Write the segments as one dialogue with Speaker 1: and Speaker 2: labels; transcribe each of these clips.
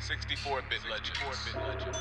Speaker 1: 64-bit legends. 64-bit legends.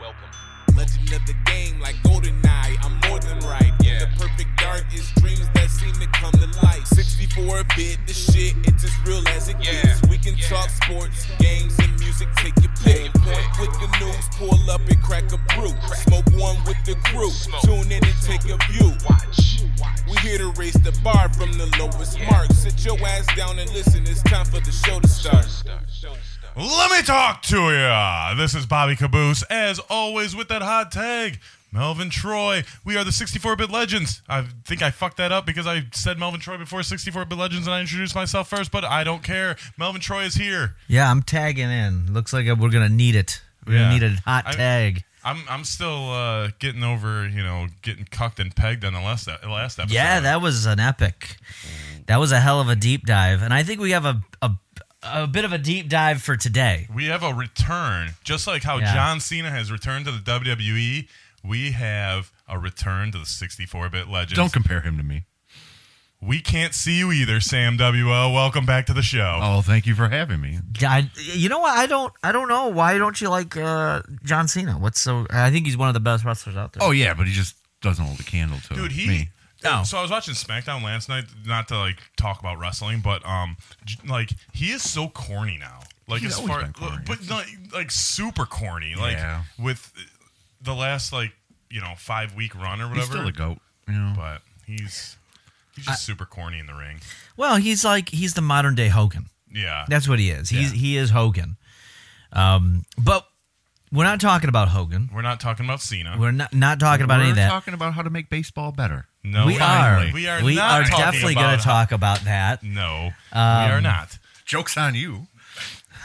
Speaker 1: Welcome.
Speaker 2: Legend of the game, like GoldenEye, I'm more than right.
Speaker 1: Yeah.
Speaker 2: In the perfect dark is dreams that seem to come to light. 64 bit, the shit, it's as real as it
Speaker 1: Yeah.
Speaker 2: gets. We can
Speaker 1: Yeah.
Speaker 2: talk sports, games, and music, take your pick.
Speaker 1: Take your
Speaker 2: Point
Speaker 1: pick.
Speaker 2: quick the news, pull up and crack a brew. Smoke one with the crew,
Speaker 1: Smoke.
Speaker 2: tune in and take a view.
Speaker 1: Watch. Watch.
Speaker 2: We here to raise the bar from the lowest
Speaker 1: Yeah.
Speaker 2: mark. Sit your ass down and listen, it's time for the show to start.
Speaker 1: Start, start, start.
Speaker 3: Let me talk to you. This is Bobby Caboose, as always, with that hot tag. Melvin Troy. We are the 64 bit legends. I think I fucked that up because I said Melvin Troy before 64 bit legends and I introduced myself first, but I don't care. Melvin Troy is here.
Speaker 4: Yeah, I'm tagging in. Looks like we're gonna need it. We're
Speaker 3: Yeah.
Speaker 4: gonna need a hot
Speaker 3: I-
Speaker 4: tag.
Speaker 3: I'm I'm still uh, getting over, you know, getting cucked and pegged on the last, e- last episode.
Speaker 4: Yeah, that was an epic. That was a hell of a deep dive, and I think we have a a, a bit of a deep dive for today.
Speaker 3: We have a return. Just like how
Speaker 4: Yeah.
Speaker 3: John Cena has returned to the WWE, we have a return to the 64 bit legends.
Speaker 5: Don't compare him to me.
Speaker 3: We can't see you either, Sam WO. Welcome back to the show.
Speaker 5: Oh, thank you for having me.
Speaker 4: I, you know what? I don't. I don't know. Why don't you like uh, John Cena? What's so? I think he's one of the best wrestlers out there.
Speaker 5: Oh yeah, but he just doesn't hold a candle to
Speaker 3: Dude, he
Speaker 5: me.
Speaker 4: No.
Speaker 3: So I was watching SmackDown last night, not to like talk about wrestling, but um j- like he is so corny now. Like
Speaker 5: He's
Speaker 3: as
Speaker 5: always
Speaker 3: far
Speaker 5: been corny.
Speaker 3: but like, like super corny. Like
Speaker 5: Yeah.
Speaker 3: with the last like, you know, 5 week run or
Speaker 5: He's
Speaker 3: whatever.
Speaker 5: still a goat. You know,
Speaker 3: but he's he's just super corny in the ring.
Speaker 4: Well, he's like he's the modern day Hogan.
Speaker 3: Yeah.
Speaker 4: That's what he is. He's
Speaker 3: Yeah.
Speaker 4: he is Hogan. Um, but we're not talking about Hogan.
Speaker 3: We're not talking about Cena.
Speaker 4: We're not not talking about
Speaker 5: we're
Speaker 4: any of that.
Speaker 5: talking about how to make baseball better.
Speaker 3: no,
Speaker 4: we
Speaker 3: finally.
Speaker 4: are.
Speaker 3: We are not talking
Speaker 4: definitely
Speaker 3: about Um,
Speaker 4: going to talk about that.
Speaker 3: No. we are not.
Speaker 5: Jokes on you.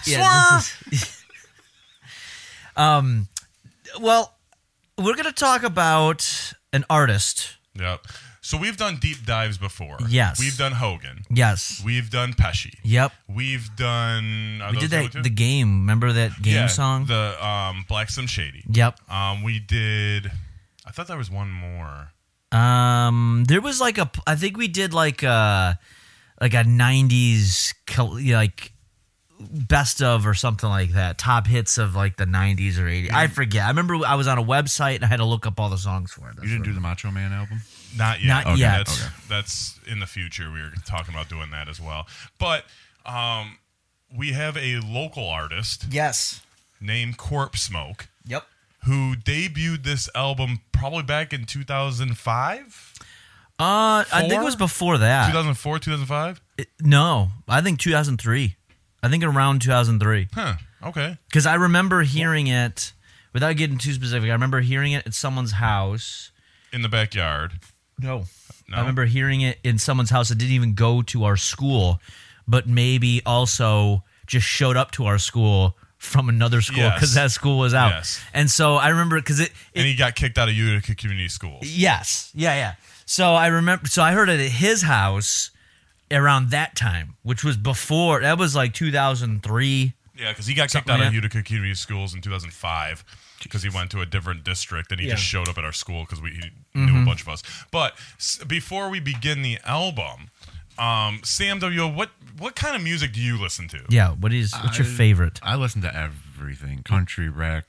Speaker 4: this is- um, well, we're going to talk about an artist.
Speaker 3: Yep. So we've done deep dives before.
Speaker 4: Yes.
Speaker 3: We've done Hogan.
Speaker 4: Yes.
Speaker 3: We've done Pesci.
Speaker 4: Yep.
Speaker 3: We've done. Are
Speaker 4: We did
Speaker 3: those
Speaker 4: that the game. Remember that game song?
Speaker 3: The um, Black Slim Shady.
Speaker 4: yep.
Speaker 3: Um, we did. I thought there was one more.
Speaker 4: Um, there was like a. I think we did like a like a '90s col- like best of or something like that. Top hits of like the '90s or '80s. I forget. I remember I was on a website and I had to look up all the songs for it.
Speaker 5: You didn't do the Macho Man album.
Speaker 3: Not yet.
Speaker 4: Not Okay. yet.
Speaker 3: That's,
Speaker 5: Okay.
Speaker 3: that's in the future. We were talking about doing that as well. But um, we have a local artist
Speaker 4: Yes.
Speaker 3: named Corp Smoke
Speaker 4: Yep.
Speaker 3: who debuted this album probably back in 2005,
Speaker 4: Uh, I think it
Speaker 3: Four?
Speaker 4: was before that.
Speaker 3: 2004, 2005.
Speaker 4: It- no, I think 2003. I think around 2003.
Speaker 3: Huh. Okay.
Speaker 4: Because I remember hearing it, without getting too specific, I remember hearing it at someone's house.
Speaker 3: In the backyard.
Speaker 4: No.
Speaker 3: No?
Speaker 4: I remember hearing it in someone's house that didn't even go to our school, but maybe also just showed up to our school from another school
Speaker 3: Yes.
Speaker 4: because that school was out.
Speaker 3: Yes.
Speaker 4: And so I remember because it, it
Speaker 3: and he got kicked out of Utica Community School.
Speaker 4: Yes. Yeah, yeah. So I remember so I heard it at his house around that time, which was before that was like 2003.
Speaker 3: Yeah, because he got kicked
Speaker 4: Something
Speaker 3: out
Speaker 4: like
Speaker 3: of
Speaker 4: that.
Speaker 3: Utica Community Schools in 2005 because he went to a different district and he just showed up at our school because we he
Speaker 5: Mm-hmm.
Speaker 3: knew a bunch of us. But s- before we begin the album, um, Sam W, what what kind of music do you listen to?
Speaker 4: Yeah, what is what's your
Speaker 5: I-
Speaker 4: favorite?
Speaker 5: I listen to everything: country, rack,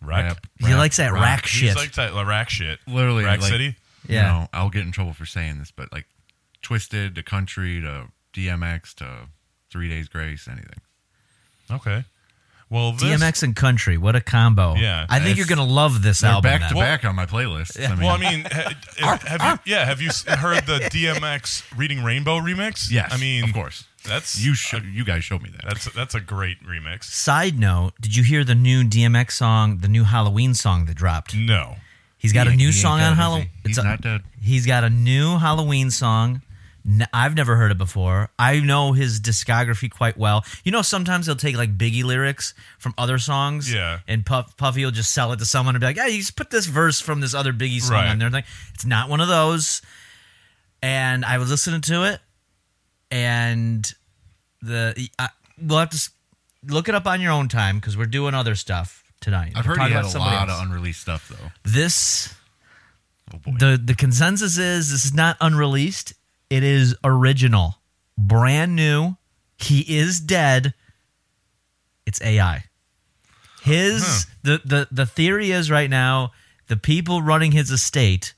Speaker 3: Rack?
Speaker 5: rap.
Speaker 4: He likes that
Speaker 5: rock.
Speaker 4: rack
Speaker 3: He's
Speaker 4: shit.
Speaker 3: like that like rack shit.
Speaker 5: Literally,
Speaker 3: rack
Speaker 5: like,
Speaker 3: city.
Speaker 4: Yeah.
Speaker 5: You know, I'll get in trouble for saying this, but like, twisted to country to DMX to Three Days Grace, anything.
Speaker 3: Okay. Well, this,
Speaker 4: DMX and country, what a combo!
Speaker 3: Yeah,
Speaker 4: I think you're
Speaker 5: it's-
Speaker 4: gonna love this
Speaker 5: They're
Speaker 4: album.
Speaker 5: back
Speaker 4: then.
Speaker 5: to back on my playlist. I mean,
Speaker 3: Well, I mean, ha- have you? Yeah, have you s- heard the DMX "Reading Rainbow" remix?
Speaker 5: yes.
Speaker 3: I mean,
Speaker 5: of course.
Speaker 3: That's
Speaker 5: You show, you guys showed me that.
Speaker 3: That's that's a great remix.
Speaker 4: Side note: Did you hear the new DMX song, the new Halloween song that dropped?
Speaker 3: No.
Speaker 4: He's got
Speaker 5: He
Speaker 4: a
Speaker 5: ain't-
Speaker 4: new
Speaker 5: he ain't
Speaker 4: song
Speaker 5: dead,
Speaker 4: on
Speaker 5: is he?
Speaker 4: Halloween.
Speaker 5: He's not dead.
Speaker 4: He's got a new Halloween song. N- I've never heard it before. I know his discography quite well. You know, sometimes they'll take like Biggie lyrics from other songs,
Speaker 3: Yeah.
Speaker 4: and Puff Puffy will just sell it to someone and be like, "Yeah, you just put this verse from this other Biggie song
Speaker 3: Right.
Speaker 4: on there." Like, it's not one of those. And I was listening to it, and the I, we'll have to s- look it up on your own time because we're doing other stuff tonight.
Speaker 5: I've
Speaker 4: We're
Speaker 5: heard he
Speaker 4: talking
Speaker 5: had a
Speaker 4: about somebody
Speaker 5: lot
Speaker 4: else.
Speaker 5: of unreleased stuff though.
Speaker 4: this
Speaker 5: Oh boy.
Speaker 4: the the consensus is this is not unreleased. It is original, brand new. He is dead. it's AI. His the, the the theory is right now the people running his estate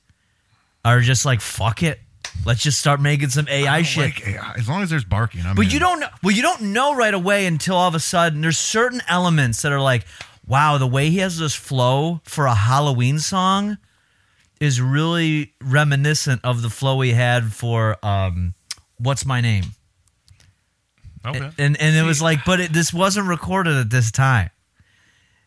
Speaker 4: are just like fuck it. Let's just start making some AI shit.
Speaker 5: Like, AI, as long as there's barking, I'm.
Speaker 4: But
Speaker 5: in.
Speaker 4: you don't know. Well, you don't know right away until all of a sudden there's certain elements that are like, wow, the way he has this flow for a Halloween song is really reminiscent of the flow he had for um, what's my name,
Speaker 3: Okay.
Speaker 4: and and it was like, but it, this wasn't recorded at this time,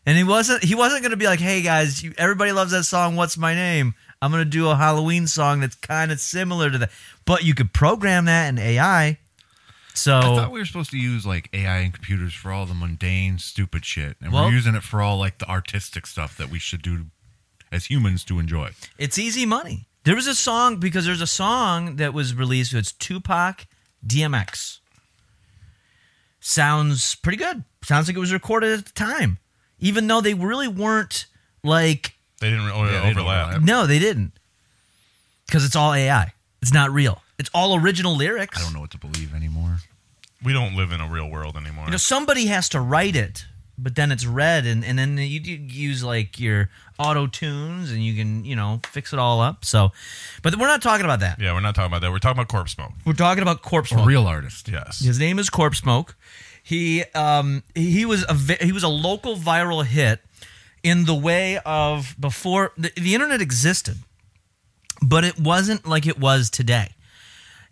Speaker 4: and he wasn't he wasn't gonna be like, hey guys, you, everybody loves that song, what's my name. I'm gonna do a Halloween song that's kind of similar to that, but you could program that in AI. So
Speaker 5: I thought we were supposed to use like AI and computers for all the mundane, stupid shit, and
Speaker 4: Well-
Speaker 5: we're using it for all like the artistic stuff that we should do as humans to enjoy.
Speaker 4: It's easy money. There was a song because there's a song that was released. It's Tupac, DMX. Sounds pretty good. Sounds like it was recorded at the time, even though they really weren't like.
Speaker 3: They didn't really
Speaker 5: Yeah, they didn't
Speaker 3: overlap.
Speaker 5: overlap.
Speaker 4: No, they didn't. Because it's all AI. It's not real. It's all original lyrics.
Speaker 5: I don't know what to believe anymore.
Speaker 3: We don't live in a real world anymore.
Speaker 4: You know, somebody has to write it, but then it's read, and, and then you do use like your auto tunes, and you can you know fix it all up. So, but we're not talking about that.
Speaker 3: yeah, we're not talking about that. We're talking about corpse smoke.
Speaker 4: We're talking about corpse.
Speaker 5: A
Speaker 4: Smoke.
Speaker 5: real artist.
Speaker 3: Yes.
Speaker 4: His name is Corpse Smoke. He um he he was a vi- he was a local viral hit in the way of before the, the internet existed, but it wasn't like it was today.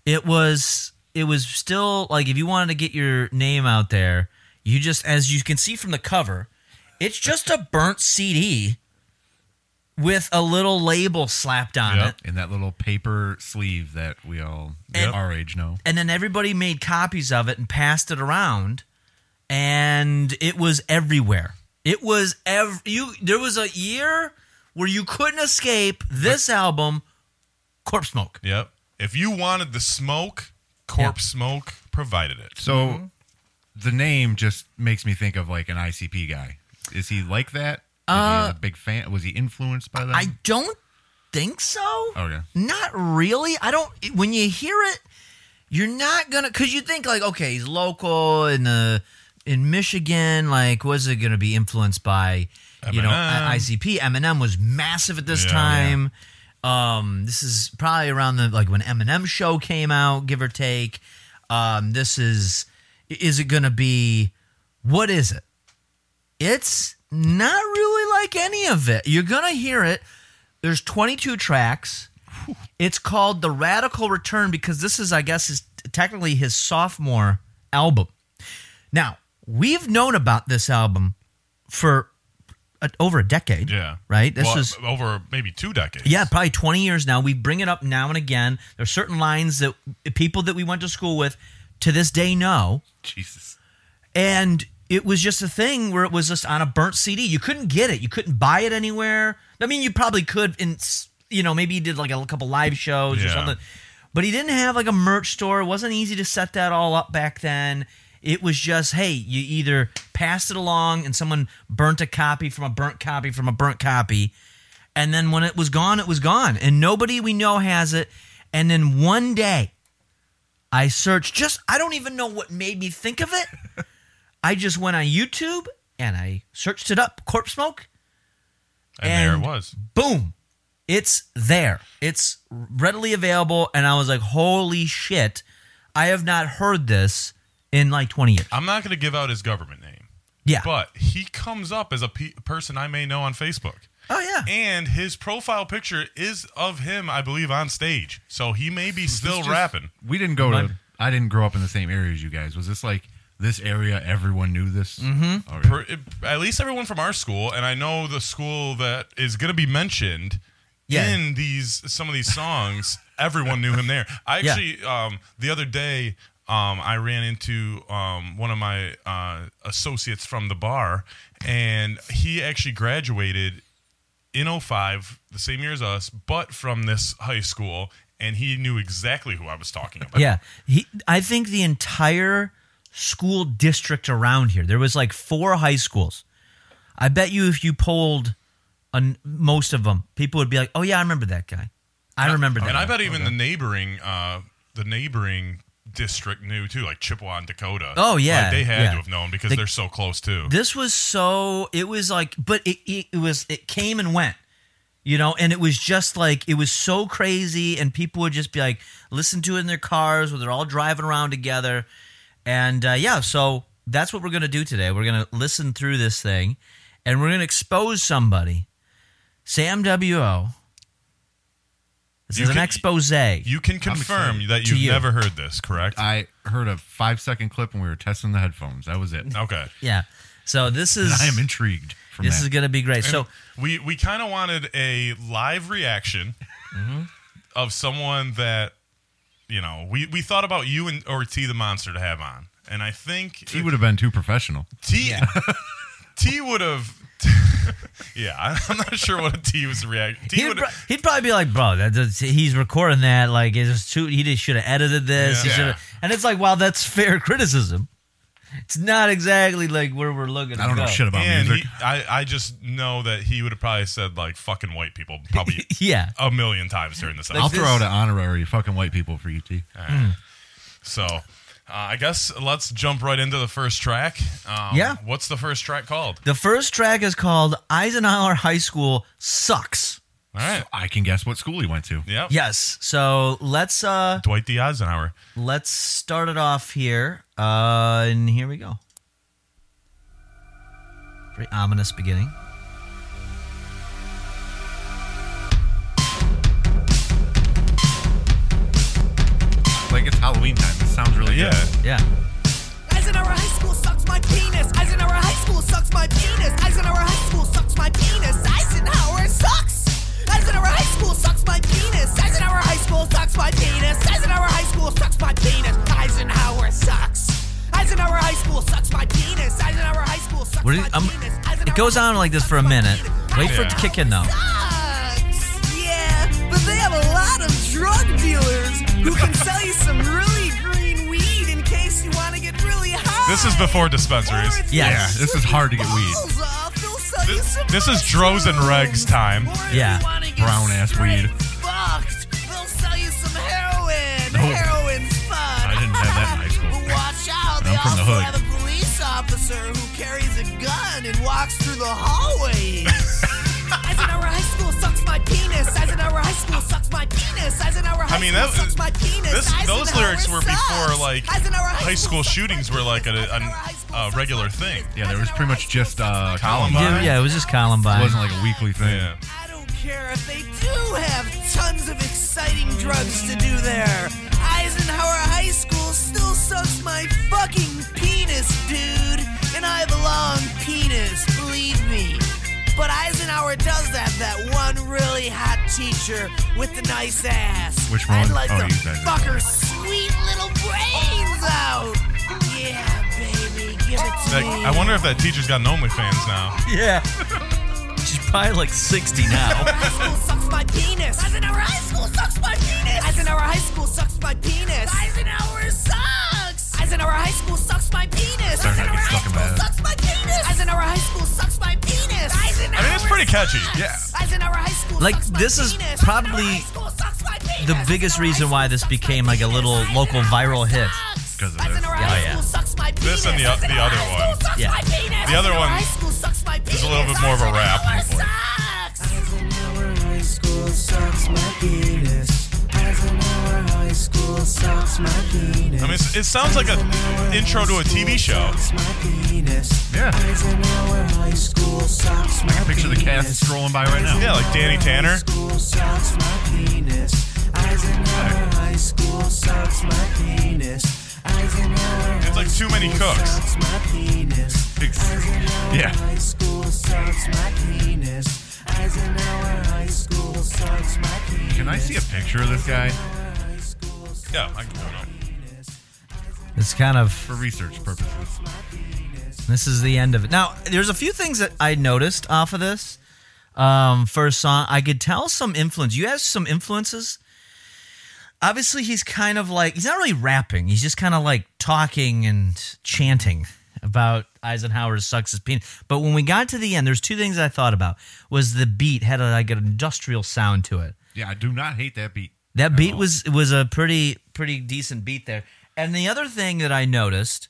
Speaker 4: It was it was still like if you wanted to get your name out there, you just as you can see from the cover, it's just a burnt CD with a little label slapped on
Speaker 3: Yep.
Speaker 4: it.
Speaker 5: In that little paper sleeve that we all
Speaker 3: Yep.
Speaker 5: our age know.
Speaker 4: and then everybody made copies of it and passed it around and it was everywhere it was ev- you there was a year where you couldn't escape this album corpse smoke
Speaker 3: Yep. If you wanted the smoke, corpse smoke provided it.
Speaker 5: So
Speaker 4: Mm-hmm.
Speaker 5: the name just makes me think of like an ICP guy. Is he like that? Is he a big fan? Was he influenced by that?
Speaker 4: Uh, i don't think so
Speaker 5: Okay.
Speaker 4: not really i don't when you hear it you're not gonna because you think like okay he's local in the in michigan like was it gonna be influenced by you know
Speaker 3: Eminem.
Speaker 4: I- icp eminem was massive at this
Speaker 3: Yeah,
Speaker 4: time um this is probably around the like when eminem show came out give or take um this is is it gonna be what is it it's not really like any of it you're gonna hear it there's 22 tracks it's called The Radical Return because this is, I guess, is technically his sophomore album. Now, we've known about this album for uh over a decade.
Speaker 3: Yeah.
Speaker 4: Right? This
Speaker 3: Well,
Speaker 4: is.
Speaker 3: over maybe two decades.
Speaker 4: Yeah, probably 20 years now. We bring it up now and again. There's certain lines that people that we went to school with to this day know.
Speaker 5: Jesus.
Speaker 4: And it was just a thing where it was just on a burnt CD. You couldn't get it. You couldn't buy it anywhere. I mean, you probably could in s- you know, maybe he did like a couple live shows or
Speaker 3: Yeah.
Speaker 4: something. But he didn't have like a merch store. It wasn't easy to set that all up back then. It was just, hey, you either passed it along and someone burnt a copy from a burnt copy from a burnt copy. And then when it was gone, it was gone. And nobody we know has it. And then one day, I searched just, I don't even know what made me think of it. I just went on YouTube and I searched it up, Corpse Smoke.
Speaker 3: And, there
Speaker 4: And-
Speaker 3: it was.
Speaker 4: Boom. It's there. It's readily available. And I was like, holy shit. I have not heard this in like 20 years.
Speaker 3: I'm not going to give out his government name,
Speaker 4: Yeah.
Speaker 3: but he comes up as a pe- person I may know on Facebook.
Speaker 4: oh, yeah.
Speaker 3: And his profile picture is of him, I believe, on stage. So he may be
Speaker 5: This
Speaker 3: still
Speaker 5: just-
Speaker 3: rapping.
Speaker 5: We didn't go
Speaker 4: Mine-
Speaker 5: to. I didn't grow up in the same area as you guys. Was this like this area? Everyone knew this. Mm-hmm. Okay.
Speaker 3: Per, at least everyone from our school, and I know the school that is going to be mentioned
Speaker 4: Yeah.
Speaker 3: in these some of these songs. everyone knew him there. I
Speaker 4: Yeah.
Speaker 3: actually um, the other day um, I ran into um, one of my uh, associates from the bar, and he actually graduated in 05, the same year as us, but from this high school, and he knew exactly who I was talking about.
Speaker 4: Yeah. He I think the entire school district around here. There was like four high schools. I bet you if you polled on most of them, people would be like, "Oh yeah, I remember that guy. I remember that."
Speaker 3: and I
Speaker 4: guy."
Speaker 3: bet even the neighboring uh, the neighboring district knew too, like Chippewa and Dakota.
Speaker 4: Oh, yeah,
Speaker 3: Like, they had
Speaker 4: yeah.
Speaker 3: to have known because
Speaker 4: They-
Speaker 3: they're so close too.
Speaker 4: This was so it was like but it, it it was it came and went. You know, and it was just like it was so crazy and people would just be like listen to it in their cars where they're all driving around together. And uh, yeah, so that's what we're going to do today. We're going to listen through this thing and we're going to expose somebody. Sam W.O. This
Speaker 3: You
Speaker 4: is
Speaker 3: can-
Speaker 4: an expose.
Speaker 3: you can confirm
Speaker 5: excited.
Speaker 3: that
Speaker 4: To
Speaker 3: you've
Speaker 4: you.
Speaker 3: never heard this, correct?
Speaker 5: I heard a five second clip when we were testing the headphones. That was it.
Speaker 3: okay.
Speaker 4: yeah. So this is
Speaker 5: I am intrigued. From
Speaker 4: this
Speaker 5: that.
Speaker 4: is going to be great. So
Speaker 3: we we kind of wanted a live reaction
Speaker 4: Mm-hmm.
Speaker 3: of someone that you know we we thought about you and or T the monster to have on, and I think
Speaker 5: he would have been too professional.
Speaker 3: T T would have. yeah, I'm not sure what a T was react. T
Speaker 4: He'd,
Speaker 3: would
Speaker 4: pro- he'd probably be like, "Bro, that, that's, he's recording that. Like, it's just too. He just should have edited this. He
Speaker 3: Yeah.
Speaker 4: shoulda- And it's like, wow, that's fair criticism. It's not exactly like where we're looking.
Speaker 5: I don't
Speaker 4: to
Speaker 5: know
Speaker 4: go.
Speaker 5: shit about
Speaker 3: and
Speaker 5: music.
Speaker 3: he, I I just know that he would have probably said like fucking white people probably
Speaker 4: Yeah,
Speaker 3: a million times during this.
Speaker 5: I'll
Speaker 3: episode.
Speaker 5: throw out an honorary fucking white people for you, T.
Speaker 3: So. Uh, I guess let's jump right into the first track. Um,
Speaker 4: Yeah.
Speaker 3: What's the first track called?
Speaker 4: the first track is called Eisenhower High School Sucks.
Speaker 3: All right.
Speaker 5: I can guess what school he went to.
Speaker 3: Yep.
Speaker 4: Yes, so let's uh
Speaker 3: Dwight D. Eisenhower.
Speaker 4: let's start it off here. Uh, and here we go. Pretty ominous beginning.
Speaker 5: Like it's Halloween time. This sounds really
Speaker 3: Yeah.
Speaker 5: good.
Speaker 4: Yeah,
Speaker 6: Eisenhower High School sucks my penis. Eisenhower High School sucks my penis. Eisenhower High School sucks my penis. Eisenhower sucks. Eisenhower High School sucks my penis. Eisenhower High School sucks my penis. Eisenhower High School sucks my penis. Eisenhower sucks. Eisenhower High School sucks my penis. Eisenhower High School sucks
Speaker 4: What do you-
Speaker 6: my
Speaker 4: um,
Speaker 6: penis.
Speaker 4: it goes on like this for a minute. Wait for it to kick in though.
Speaker 6: Sucks. Yeah, but they have a lot of drug dealers who can sell you some really green weed in case you want to get really high.
Speaker 3: This is before dispensaries.
Speaker 6: Or if
Speaker 4: Yeah,
Speaker 6: you
Speaker 4: yeah,
Speaker 5: this is hard to get weed.
Speaker 6: balls off, they'll sell you
Speaker 3: This-
Speaker 6: some
Speaker 3: this is Droz and Reg's time.
Speaker 6: mushrooms. Or if
Speaker 4: Yeah.
Speaker 6: you wanna get
Speaker 5: Brown ass
Speaker 6: straight
Speaker 5: weed.
Speaker 6: Fucked. They'll sell you some heroin.
Speaker 5: No.
Speaker 6: Heroin's fun.
Speaker 5: I didn't have that in high school.
Speaker 6: But watch out.
Speaker 5: And
Speaker 6: They
Speaker 5: I'm from the
Speaker 6: also
Speaker 5: hood.
Speaker 6: have a police officer who carries a gun and walks through the hallways. Eisenhower High School sucks my penis. Eisenhower High School sucks my penis. Eisenhower High
Speaker 3: I mean,
Speaker 6: School
Speaker 3: that-
Speaker 6: sucks my penis.
Speaker 3: this- those
Speaker 6: Eisenhower
Speaker 3: lyrics were
Speaker 6: sucks.
Speaker 3: before, like,
Speaker 6: Eisenhower
Speaker 3: high school
Speaker 6: sucks my
Speaker 3: shootings were like a,
Speaker 6: penis.
Speaker 3: an-
Speaker 6: Eisenhower High School
Speaker 3: a
Speaker 6: sucks
Speaker 3: regular
Speaker 6: my
Speaker 3: thing.
Speaker 6: penis.
Speaker 5: Yeah, there was pretty much just uh,
Speaker 3: Columbine.
Speaker 5: Columbine.
Speaker 4: Yeah, yeah, it was just Columbine.
Speaker 5: It wasn't like a weekly thing.
Speaker 3: Yeah.
Speaker 6: I don't care if they do have tons of exciting drugs to do there. Eisenhower High School still sucks my fucking penis, dude. And I have a long penis, believe me. But Eisenhower does have that one really hot teacher with the nice ass.
Speaker 5: Which one?
Speaker 6: I'd like
Speaker 5: Oh,
Speaker 6: to
Speaker 5: you said-
Speaker 6: fuck her sweet little brains out. Yeah, baby, give it to
Speaker 3: Like,
Speaker 6: me.
Speaker 3: I wonder if that teacher's got an OnlyFans now.
Speaker 4: Yeah. She's probably like 60 now.
Speaker 6: High school sucks my penis. Eisenhower High School sucks my penis. Eisenhower High School sucks my penis. Eisenhower sucks. Eisenhower High School sucks my penis.
Speaker 5: Sorry, I
Speaker 6: Eisenhower
Speaker 5: get stuck
Speaker 6: High
Speaker 5: in my
Speaker 6: School
Speaker 5: head.
Speaker 6: sucks my penis. Eisenhower High School sucks my penis. Eisenhower
Speaker 3: I mean, it's pretty catchy.
Speaker 6: sucks.
Speaker 3: Yeah.
Speaker 6: Eisenhower High School
Speaker 4: Like,
Speaker 6: sucks my
Speaker 4: this is
Speaker 6: penis.
Speaker 4: probably
Speaker 6: Eisenhower High School sucks my penis.
Speaker 4: the biggest
Speaker 6: Eisenhower
Speaker 4: reason
Speaker 6: High
Speaker 4: why this
Speaker 6: School sucks my
Speaker 4: became, like, a
Speaker 6: penis.
Speaker 4: little local
Speaker 6: Eisenhower
Speaker 4: viral hit.
Speaker 6: sucks.
Speaker 5: 'Cause of this.
Speaker 6: Eisenhower
Speaker 4: Yeah. Oh,
Speaker 6: High
Speaker 4: yeah.
Speaker 6: School sucks my
Speaker 3: This and the-
Speaker 6: penis.
Speaker 3: the
Speaker 6: Eisenhower
Speaker 3: other one.
Speaker 6: High School sucks
Speaker 4: Yeah.
Speaker 6: my penis.
Speaker 3: The other
Speaker 6: Eisenhower
Speaker 3: one
Speaker 6: High School sucks my
Speaker 3: a little
Speaker 6: penis.
Speaker 3: bit more of a
Speaker 6: Eisenhower
Speaker 3: rap.
Speaker 6: sucks.
Speaker 7: Eisenhower High School sucks my penis. Eisenhower High School sucks my penis.
Speaker 3: I mean, it's, it sounds like a intro to a TV show.
Speaker 7: Sucks my penis.
Speaker 5: Yeah.
Speaker 7: Eisenhower High School sucks my
Speaker 5: I can picture the cast scrolling by right now.
Speaker 3: Yeah, like Danny Tanner.
Speaker 7: School sucks my penis. Eisenhower High School sucks my penis. Eisenhower
Speaker 3: It's like
Speaker 7: High
Speaker 3: too many
Speaker 7: School
Speaker 3: cooks.
Speaker 7: Sucks my penis. Eisenhower
Speaker 5: Yeah.
Speaker 7: High School sucks my penis. Eisenhower High School sucks my penis.
Speaker 5: Can I see a picture of this guy
Speaker 3: Yeah, I can do it.
Speaker 4: It's kind of
Speaker 5: for research purposes?
Speaker 4: this is the end of it. Now, there's a few things that I noticed off of this um, first song. I could tell some influence. You have some influences. Obviously, he's kind of like he's not really rapping. He's just kind of like talking and chanting about Eisenhower sucks his penis. But when we got to the end, there's two things I thought about. Was the beat had a, like an industrial sound to it.
Speaker 5: Yeah, I do not hate that beat.
Speaker 4: That beat was was a pretty pretty decent beat there. And the other thing that I noticed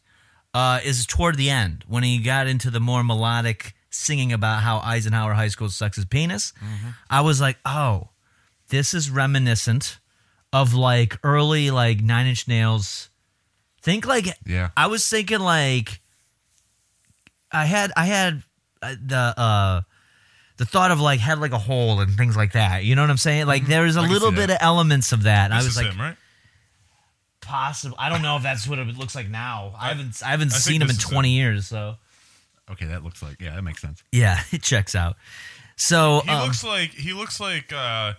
Speaker 4: uh, is toward the end when he got into the more melodic singing about how Eisenhower High School sucks his penis.
Speaker 5: Mm-hmm.
Speaker 4: I was like, oh, this is reminiscent of like early like Nine Inch Nails. Think like
Speaker 5: Yeah.
Speaker 4: I was thinking like I had I had uh, the uh the thought of like had like a hole and things like that. You know what I'm saying? Like there is a
Speaker 5: Mm-hmm. can
Speaker 4: little
Speaker 5: see
Speaker 4: bit of elements of that. And I
Speaker 3: This
Speaker 4: was
Speaker 3: is
Speaker 4: like,
Speaker 3: him, right?
Speaker 4: possible. I don't know if that's what it looks like now. I haven't I haven't
Speaker 3: I think
Speaker 4: seen him in
Speaker 3: this is
Speaker 4: 20 years, so
Speaker 5: Okay, that looks like yeah, that makes sense.
Speaker 4: yeah, it checks out. So
Speaker 3: He
Speaker 4: um,
Speaker 3: looks like he looks like uh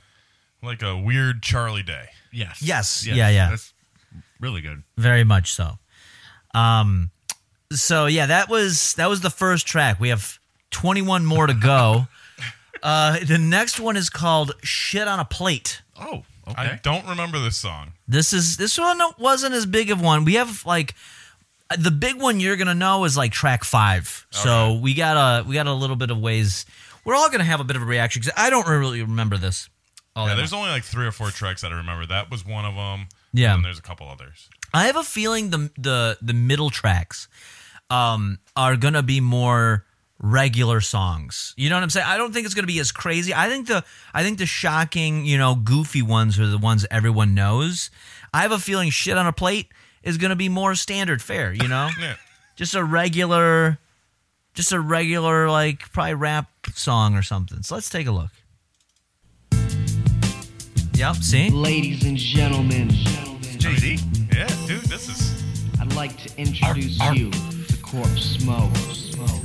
Speaker 3: like a weird Charlie Day.
Speaker 5: Yes.
Speaker 4: Yes, yeah, yeah.
Speaker 5: That's really good.
Speaker 4: very much so. Um, so yeah, that was that was the first track. We have 21 more to go. uh, the next one is called "Shit on a Plate."
Speaker 5: Oh, okay.
Speaker 3: I don't remember this song.
Speaker 4: This is this one wasn't as big of one. We have like the big one you're gonna know is like track five. So we got a we got a little bit of ways. We're all gonna have a bit of a reaction because I don't really remember this. Oh, all
Speaker 3: Yeah,
Speaker 4: that
Speaker 3: there's only like three or four tracks that I remember. That was one of them.
Speaker 4: Yeah.
Speaker 3: and there's a couple others.
Speaker 4: I have a feeling the the the middle tracks um, are gonna be more regular songs. You know what I'm saying? I don't think it's gonna be as crazy. I think the I think the shocking, you know, goofy ones are the ones everyone knows. I have a feeling shit on a plate is gonna be more standard fare. You know,
Speaker 3: Yeah,
Speaker 4: just a regular, just a regular like probably rap song or something. So let's take a look. Yep. See.
Speaker 8: Ladies and gentlemen,
Speaker 5: Jay Z.
Speaker 3: yeah, dude, this is
Speaker 8: I'd like to introduce you to Corpse Smoke. Smoke.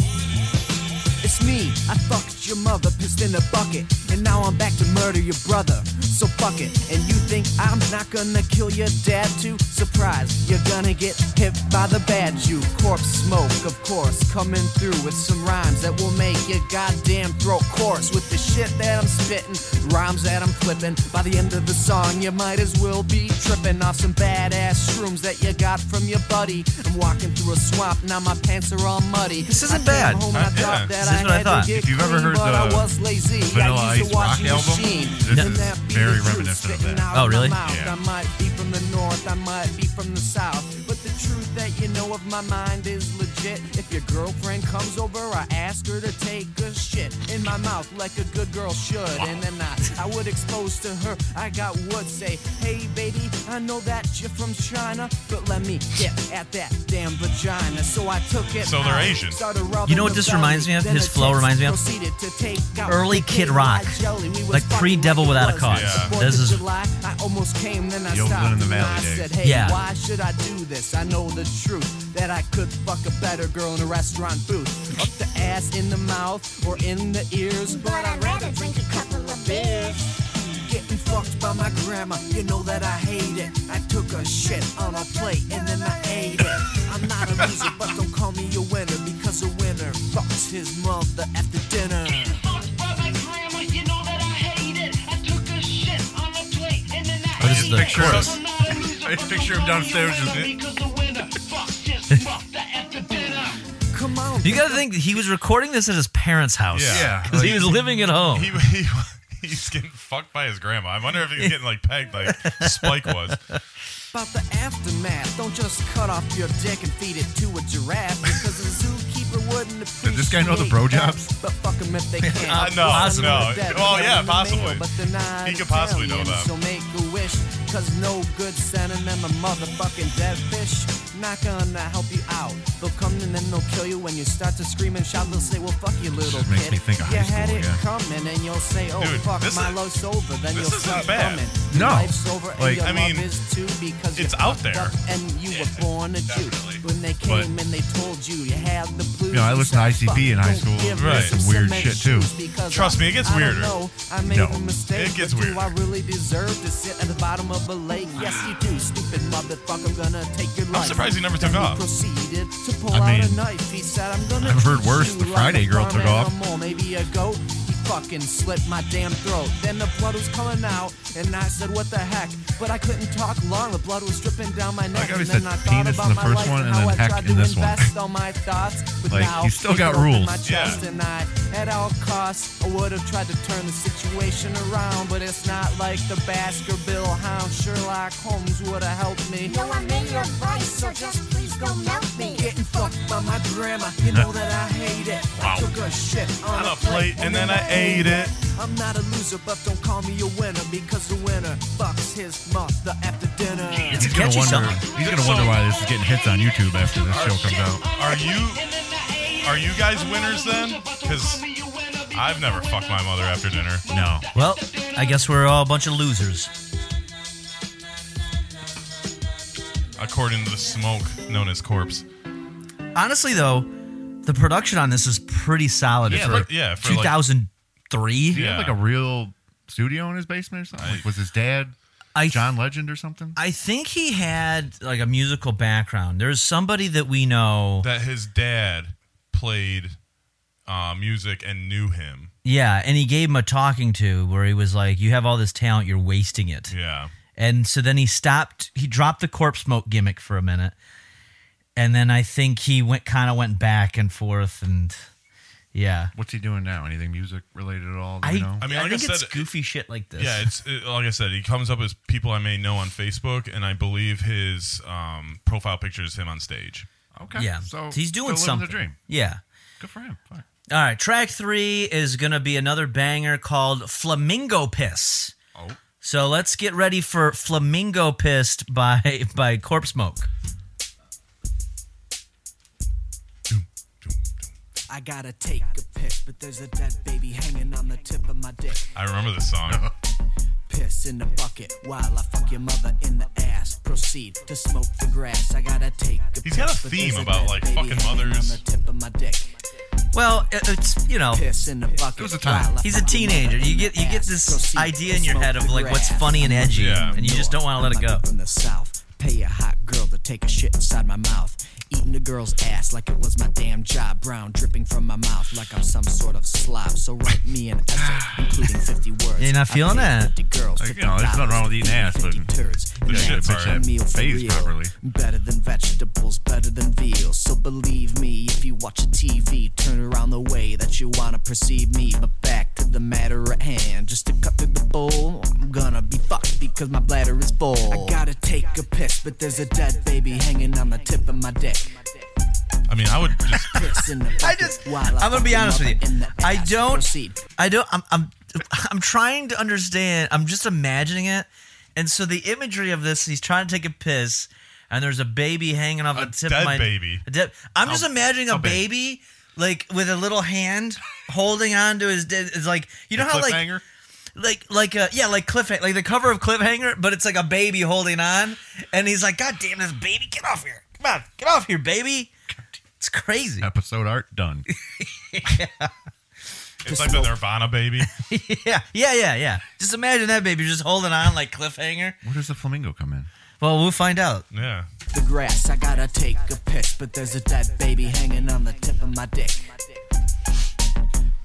Speaker 6: It's me, I fucked your mother, pissed in a bucket, and now I'm back to murder your brother. So fuck it, and you think I'm not gonna kill your dad too? Surprise, you're gonna get hit by the bad Jew. Corpse smoke, of course, coming through with some rhymes that will make your goddamn throat coarse with the shit that I'm spitting, rhymes that I'm flipping. By the end of the song, you might as well be tripping off some badass shrooms that you got from your buddy. I'm walking through a swamp, now my pants are all muddy.
Speaker 4: This isn't
Speaker 6: I came
Speaker 4: bad.
Speaker 6: home
Speaker 3: Uh, yeah.
Speaker 6: thought that
Speaker 4: This is what I
Speaker 6: had to
Speaker 4: thought.
Speaker 6: get
Speaker 5: If you've ever
Speaker 6: clean,
Speaker 5: heard
Speaker 6: but I
Speaker 5: the
Speaker 6: was lazy.
Speaker 5: Vanilla
Speaker 6: I used
Speaker 5: Ice
Speaker 6: to wash
Speaker 5: rock
Speaker 6: in
Speaker 5: album,
Speaker 6: machine.
Speaker 5: this
Speaker 6: Then
Speaker 5: is
Speaker 6: that be
Speaker 5: very
Speaker 6: the truth
Speaker 5: reminiscent of
Speaker 6: spitting
Speaker 5: that.
Speaker 6: out
Speaker 4: Oh,
Speaker 6: my
Speaker 4: really?
Speaker 6: mouth.
Speaker 5: Yeah.
Speaker 6: I might be from the north, I might be from the south, but the truth that you know of my mind is legit. If your girlfriend comes over, I ask her to take a shit in my mouth like a good girl should, and then I I would expose to her. I got would say, hey baby, I know that you're from China, but let me get at that damn vagina. So I took it.
Speaker 3: So they're
Speaker 6: out,
Speaker 3: Asian.
Speaker 6: started rubbing
Speaker 4: You know what
Speaker 6: the
Speaker 4: this
Speaker 6: belly,
Speaker 4: reminds me of?
Speaker 6: then
Speaker 4: His
Speaker 6: the
Speaker 4: flow
Speaker 6: tits
Speaker 4: reminds me of?
Speaker 6: proceeded to take out
Speaker 4: Early
Speaker 6: the
Speaker 4: Kid
Speaker 6: big
Speaker 4: Rock.
Speaker 6: white jelly. We was
Speaker 4: Like
Speaker 6: fucking
Speaker 4: pre-Devil
Speaker 6: it
Speaker 4: Without a
Speaker 6: was.
Speaker 4: Cause.
Speaker 3: Yeah.
Speaker 6: Fourth
Speaker 4: This
Speaker 6: of
Speaker 4: is-
Speaker 6: July, I almost came, then I
Speaker 5: The Oakland
Speaker 6: stopped.
Speaker 5: and the
Speaker 6: and
Speaker 5: Valley
Speaker 6: I
Speaker 5: days.
Speaker 6: said, hey,
Speaker 4: Yeah.
Speaker 6: why should I do this? I know the truth that I could fuck a better girl in a restaurant booth. Up the ass, in the mouth, or in the ears, but I'd rather drink a couple of beers. Getting fucked by my grandma, you know that I hate it. I took a shit on a plate and then I ate it. I'm not a loser, but don't call me a winner because a winner fucks his mother after dinner.
Speaker 4: What is the chorus?
Speaker 5: I picture him downstairs just-
Speaker 6: Come on,
Speaker 4: You gotta think that he was recording this at his parents' house.
Speaker 3: Yeah. Yeah,
Speaker 4: Because he
Speaker 5: like-
Speaker 4: was living at home.
Speaker 3: he, he he's getting fucked by his grandma. I wonder if he's getting like pegged like Spike was.
Speaker 6: about the aftermath. Don't just cut off your dick and feed it to a giraffe because a zookeeper wouldn't appreciate
Speaker 5: this guy know the bro
Speaker 6: that.
Speaker 5: jobs?
Speaker 6: But fuck 'em if they can.
Speaker 3: Uh, no,
Speaker 6: Possibly.
Speaker 3: no.
Speaker 6: Dead
Speaker 3: Oh,
Speaker 6: letter
Speaker 3: yeah,
Speaker 6: in the mail,
Speaker 3: possibly.
Speaker 6: but they're not
Speaker 3: He could possibly know that.
Speaker 6: Italian, So make a wish, cause no good sending them a motherfucking dead fish. Not gonna help you out. They'll come and then they'll kill you when you start to scream and shout. They'll say, well, fuck you, little
Speaker 5: makes
Speaker 6: kid.
Speaker 5: me think of
Speaker 6: you
Speaker 5: high
Speaker 6: had
Speaker 5: school,
Speaker 6: it
Speaker 5: yeah.
Speaker 6: coming and you'll say, oh,
Speaker 3: Dude,
Speaker 6: fuck,
Speaker 3: this
Speaker 6: my
Speaker 3: is-
Speaker 6: life's over. Then
Speaker 3: this
Speaker 6: you'll
Speaker 3: isn't
Speaker 6: start
Speaker 3: bad.
Speaker 6: coming.
Speaker 5: No.
Speaker 6: Life's over and
Speaker 5: Like,
Speaker 6: your
Speaker 3: I
Speaker 6: love
Speaker 3: mean,
Speaker 6: is too because
Speaker 3: it's
Speaker 6: you
Speaker 3: out
Speaker 6: fucked
Speaker 3: there.
Speaker 6: up And you
Speaker 3: Yeah,
Speaker 6: were born a Jew.
Speaker 3: definitely.
Speaker 6: When they
Speaker 5: But-
Speaker 6: came and they told you you had the blues.
Speaker 5: know, I
Speaker 6: you
Speaker 5: listened to
Speaker 6: said,
Speaker 5: ICP in
Speaker 6: "Fuck,
Speaker 5: high
Speaker 6: don't
Speaker 5: school.
Speaker 6: give
Speaker 3: Right.
Speaker 6: me some
Speaker 5: Weird
Speaker 6: cement
Speaker 5: shit, too.
Speaker 6: shoes because
Speaker 3: Trust me, it gets
Speaker 6: I don't
Speaker 3: weirder.
Speaker 6: know, I made
Speaker 5: No.
Speaker 6: a mistake,
Speaker 3: It gets
Speaker 6: but
Speaker 3: weirder.
Speaker 6: Do I really deserve to sit at the bottom of a lake? Yes, you do, stupid motherfucker. I'm gonna take your life.
Speaker 3: surprised he never
Speaker 6: Then
Speaker 3: took
Speaker 6: he
Speaker 3: off.
Speaker 6: Proceeded to pull
Speaker 5: I
Speaker 6: out a
Speaker 5: mean,
Speaker 6: knife. He said, "I'm gonna."
Speaker 5: I've heard
Speaker 6: treat
Speaker 5: worse.
Speaker 6: you
Speaker 5: The
Speaker 6: like
Speaker 5: Friday
Speaker 6: a
Speaker 5: girl
Speaker 6: farm
Speaker 5: took off.
Speaker 6: animal, Maybe a goat. He fucking slit my damn throat. Then the blood was coming out, and I said, "What the heck?" but I couldn't talk long. The blood was dripping down my neck.
Speaker 5: how he
Speaker 6: and
Speaker 5: said
Speaker 6: then I thought
Speaker 5: penis
Speaker 6: about
Speaker 5: in the
Speaker 6: my
Speaker 5: first
Speaker 6: life
Speaker 5: one and
Speaker 6: how
Speaker 5: then
Speaker 6: I
Speaker 5: heck
Speaker 6: tried
Speaker 5: in
Speaker 6: to
Speaker 5: this one.
Speaker 6: invest all my thoughts. But
Speaker 5: Like,
Speaker 6: now
Speaker 5: he's still
Speaker 6: it
Speaker 5: got
Speaker 6: opened
Speaker 5: rules.
Speaker 6: My
Speaker 3: Yeah.
Speaker 6: chest and I, at all costs, I would have tried to turn the situation around, but it's not like the Baskerville hound Sherlock Holmes would have helped me.
Speaker 9: No, I'm in your vice, so just please don't melt me.
Speaker 6: Getting fucked by my grandma, you know that I hate it.
Speaker 3: Wow.
Speaker 6: I took a shit on
Speaker 3: On a plate and then I ate it.
Speaker 6: I'm not a loser, but don't call me a winner because the winner fucks his mother after dinner.
Speaker 4: It's a
Speaker 5: He's
Speaker 4: catchy
Speaker 5: gonna wonder.
Speaker 4: song.
Speaker 5: He's gonna wonder why this is getting hits on YouTube after this show comes out.
Speaker 3: Are you are you guys winners then? Because I've never fucked my mother after dinner.
Speaker 5: No,
Speaker 4: Well, I guess we're all a bunch of losers.
Speaker 3: According to the smoke known as corpse.
Speaker 4: Honestly, though, the production on this is pretty solid
Speaker 3: Yeah,
Speaker 4: for,
Speaker 3: like- yeah, for, like-
Speaker 4: 2003.
Speaker 5: do you
Speaker 3: Yeah.
Speaker 5: have like a real studio in his basement or something? Like, was his dad
Speaker 4: I
Speaker 5: John Legend or something?
Speaker 4: I think he had like a musical background. There's somebody that we know.
Speaker 3: That his dad played uh, music and knew him.
Speaker 4: Yeah, and he gave him a talking to where he was like, "You have all this talent, you're wasting it."
Speaker 3: Yeah.
Speaker 4: And so then he stopped. He dropped the corpse smoke gimmick for a minute, and then I think he went kind of went back and forth, and yeah.
Speaker 5: What's he doing now? Anything music related at all? Do
Speaker 4: I,
Speaker 5: you know?
Speaker 4: I
Speaker 3: I
Speaker 4: mean,
Speaker 3: mean,
Speaker 4: I
Speaker 3: like I
Speaker 4: think it's
Speaker 3: said,
Speaker 4: goofy shit like this.
Speaker 3: Yeah, it's it, like I said, he comes up as people I may know on Facebook, and I believe his um, profile picture is him on stage.
Speaker 5: Okay.
Speaker 4: yeah.
Speaker 5: So
Speaker 4: he's doing
Speaker 5: still
Speaker 4: something.
Speaker 5: living The dream.
Speaker 4: Yeah.
Speaker 5: Good for him. Fuck.
Speaker 4: All right, track three is gonna be another banger called "Flamingo Piss."
Speaker 5: Oh.
Speaker 4: So let's get ready for "Flamingo Pissed" by by Corpse Smoke.
Speaker 6: I gotta take a piss, but there's a dead baby hanging on the tip of my dick.
Speaker 3: I remember this song.
Speaker 6: Piss in the bucket while I fuck your mother in the ass. Proceed to smoke the grass. I gotta take a
Speaker 3: He's got a
Speaker 6: piss, but
Speaker 3: theme
Speaker 6: there's
Speaker 3: about,
Speaker 6: dead
Speaker 3: like,
Speaker 6: baby
Speaker 3: fucking
Speaker 6: hanging on
Speaker 3: mothers.
Speaker 6: the tip of my dick.
Speaker 4: Well, it- it's you know,
Speaker 6: Piss in the bucket.
Speaker 5: was a time.
Speaker 6: while I
Speaker 4: he's a
Speaker 6: fuck your mother
Speaker 4: teenager.
Speaker 6: in
Speaker 4: You
Speaker 6: the
Speaker 4: get you get
Speaker 6: ass.
Speaker 4: this
Speaker 6: Proceed
Speaker 4: idea
Speaker 6: to
Speaker 4: in your
Speaker 6: smoke
Speaker 4: head of
Speaker 6: the
Speaker 4: like what's
Speaker 6: grass.
Speaker 4: funny and edgy,
Speaker 3: Yeah.
Speaker 4: and you just don't want to let it
Speaker 6: I'm
Speaker 4: go.
Speaker 6: like From the south, pay a hot girl to take a shit inside my mouth. Eating a girl's ass like it was my damn job. Brown dripping from my mouth like I'm some sort of slob. So write me an essay, including 50 words.
Speaker 4: You're not
Speaker 6: I
Speaker 4: feeling
Speaker 6: paid
Speaker 4: that?
Speaker 6: 50 girls,
Speaker 5: Like, you know, there's nothing wrong with eating ass, but
Speaker 6: 50 turds. And
Speaker 5: you
Speaker 6: that's
Speaker 5: gotta pitch
Speaker 6: a
Speaker 5: that
Speaker 6: meal for
Speaker 5: phase
Speaker 6: real.
Speaker 5: properly.
Speaker 6: Better than vegetables, better than veal. So believe me, if you watch a TV, turn around the way that you wanna perceive me. But back to the matter at hand, just to cut through the bowl, I'm gonna be fucked because my bladder is full. I gotta take a piss, but there's a dead baby hanging on the tip of my dick.
Speaker 3: I mean, I would just
Speaker 6: Piss in the
Speaker 4: I
Speaker 6: bucket
Speaker 4: just,
Speaker 6: while
Speaker 4: I'm gonna be
Speaker 6: fuck
Speaker 4: honest with
Speaker 6: another in
Speaker 4: you.
Speaker 6: the
Speaker 4: I
Speaker 6: ass.
Speaker 4: don't,
Speaker 6: Proceed.
Speaker 4: I don't, I'm, I'm, I'm trying to understand. I'm just imagining it, and so the imagery of this, he's trying to take a piss, and there's a baby hanging off
Speaker 3: A
Speaker 4: the tip
Speaker 3: dead
Speaker 4: of my
Speaker 3: baby.
Speaker 4: a dead- I'm just imagining a
Speaker 5: how big?
Speaker 4: baby like with a little hand holding on to his. dead- It's like you know how like
Speaker 5: cliffhanger.
Speaker 4: like like uh yeah like cliffhanger like the cover of cliffhanger but it's like a baby holding on and he's like god damn this baby get off here come on get off here baby it's crazy
Speaker 5: Episode art done.
Speaker 3: it's like the Nirvana baby.
Speaker 4: yeah yeah yeah yeah just imagine that baby just holding on like cliffhanger
Speaker 5: Where does the flamingo come in?
Speaker 4: well we'll find out
Speaker 3: Yeah.
Speaker 6: the grass. I gotta take a piss, but there's a dead baby hanging on the tip of my dick.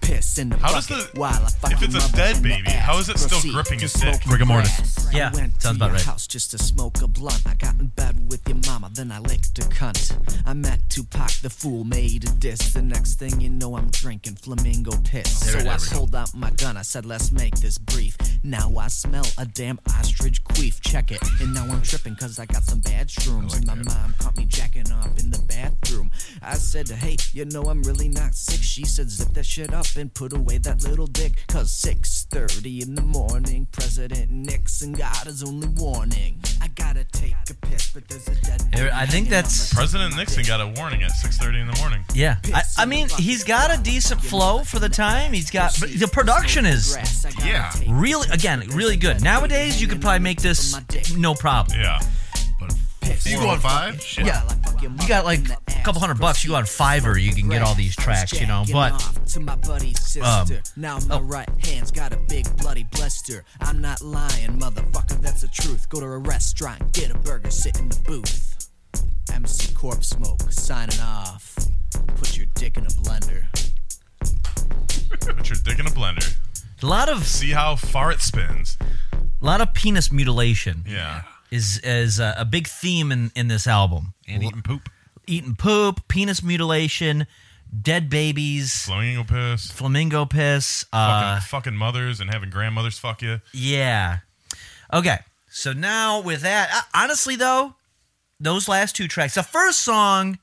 Speaker 6: Piss in the
Speaker 3: How does
Speaker 6: bucket
Speaker 3: the-
Speaker 6: while I fuck
Speaker 3: if
Speaker 6: my
Speaker 3: it's a
Speaker 6: mother
Speaker 3: dead
Speaker 6: in the
Speaker 3: baby,
Speaker 6: ass.
Speaker 3: how is it still
Speaker 6: Proceed
Speaker 3: gripping
Speaker 6: to
Speaker 3: his
Speaker 6: smoke
Speaker 3: dick?
Speaker 6: the
Speaker 5: Rigor mortis.
Speaker 6: grass.
Speaker 4: Yeah,
Speaker 6: I went
Speaker 4: sounds
Speaker 6: to
Speaker 4: about
Speaker 6: your
Speaker 4: right.
Speaker 6: house just to smoke a blunt. I got in bed with your mama, then I licked a cunt. I met Tupac, the fool made a diss. The next thing you know, I'm drinking flamingo piss.
Speaker 5: There it
Speaker 6: so I
Speaker 5: is.
Speaker 6: pulled out my gun. I said, let's make this brief. Now I smell a damn ostrich queef. Check it. And now I'm tripping because I got some bad shrooms. and my mom caught me jacking off in the bathroom. I said, hey, you know I'm really not sick. She said, zip that shit up and put away that little dick. Cause 6.30 in the morning, President Nixon got his only warning. I gotta take a piss, but there's a dead
Speaker 4: Yeah, I
Speaker 6: body
Speaker 4: think
Speaker 6: hanging
Speaker 4: that's-
Speaker 6: on the
Speaker 3: President Nixon got a warning at 6:30 in the morning.
Speaker 4: yeah I, I mean he's got a decent flow for the time he's got but the production is
Speaker 6: grass. I gotta
Speaker 5: Yeah.
Speaker 6: take a
Speaker 4: really
Speaker 6: piss,
Speaker 4: again
Speaker 6: but there's
Speaker 4: really
Speaker 6: a
Speaker 4: good
Speaker 6: dead
Speaker 4: nowadays
Speaker 6: baby
Speaker 4: you could
Speaker 6: hanging
Speaker 4: probably
Speaker 6: on the
Speaker 4: make
Speaker 6: tip of
Speaker 4: this
Speaker 6: my dick.
Speaker 4: no problem
Speaker 3: Yeah.
Speaker 5: But
Speaker 6: Piss.
Speaker 5: you go on five? Shit.
Speaker 6: Yeah,
Speaker 4: You got like a couple hundred bucks. You go on Fiverr, you can get all these tracks, you know. But um, oh.
Speaker 6: to my buddy's sister. now my right hand's got a big bloody blister. I'm not lying, motherfucker. That's the truth. Go to a restaurant, get a burger, sit in the booth. MC Corp Smoke signing off. Put your dick in a blender.
Speaker 3: Put your dick in a blender.
Speaker 4: a lot of
Speaker 3: See how far it spins.
Speaker 4: A lot of penis mutilation
Speaker 3: Yeah.
Speaker 4: is is a, a big theme in in this album.
Speaker 5: and eating poop.
Speaker 4: Eating poop, penis mutilation, dead babies,
Speaker 3: Flamingo piss.
Speaker 4: flamingo piss. Uh,
Speaker 3: fucking, fucking mothers and having grandmothers fuck you.
Speaker 4: Yeah. Okay. So now with that, I- honestly though, those last two tracks. The first song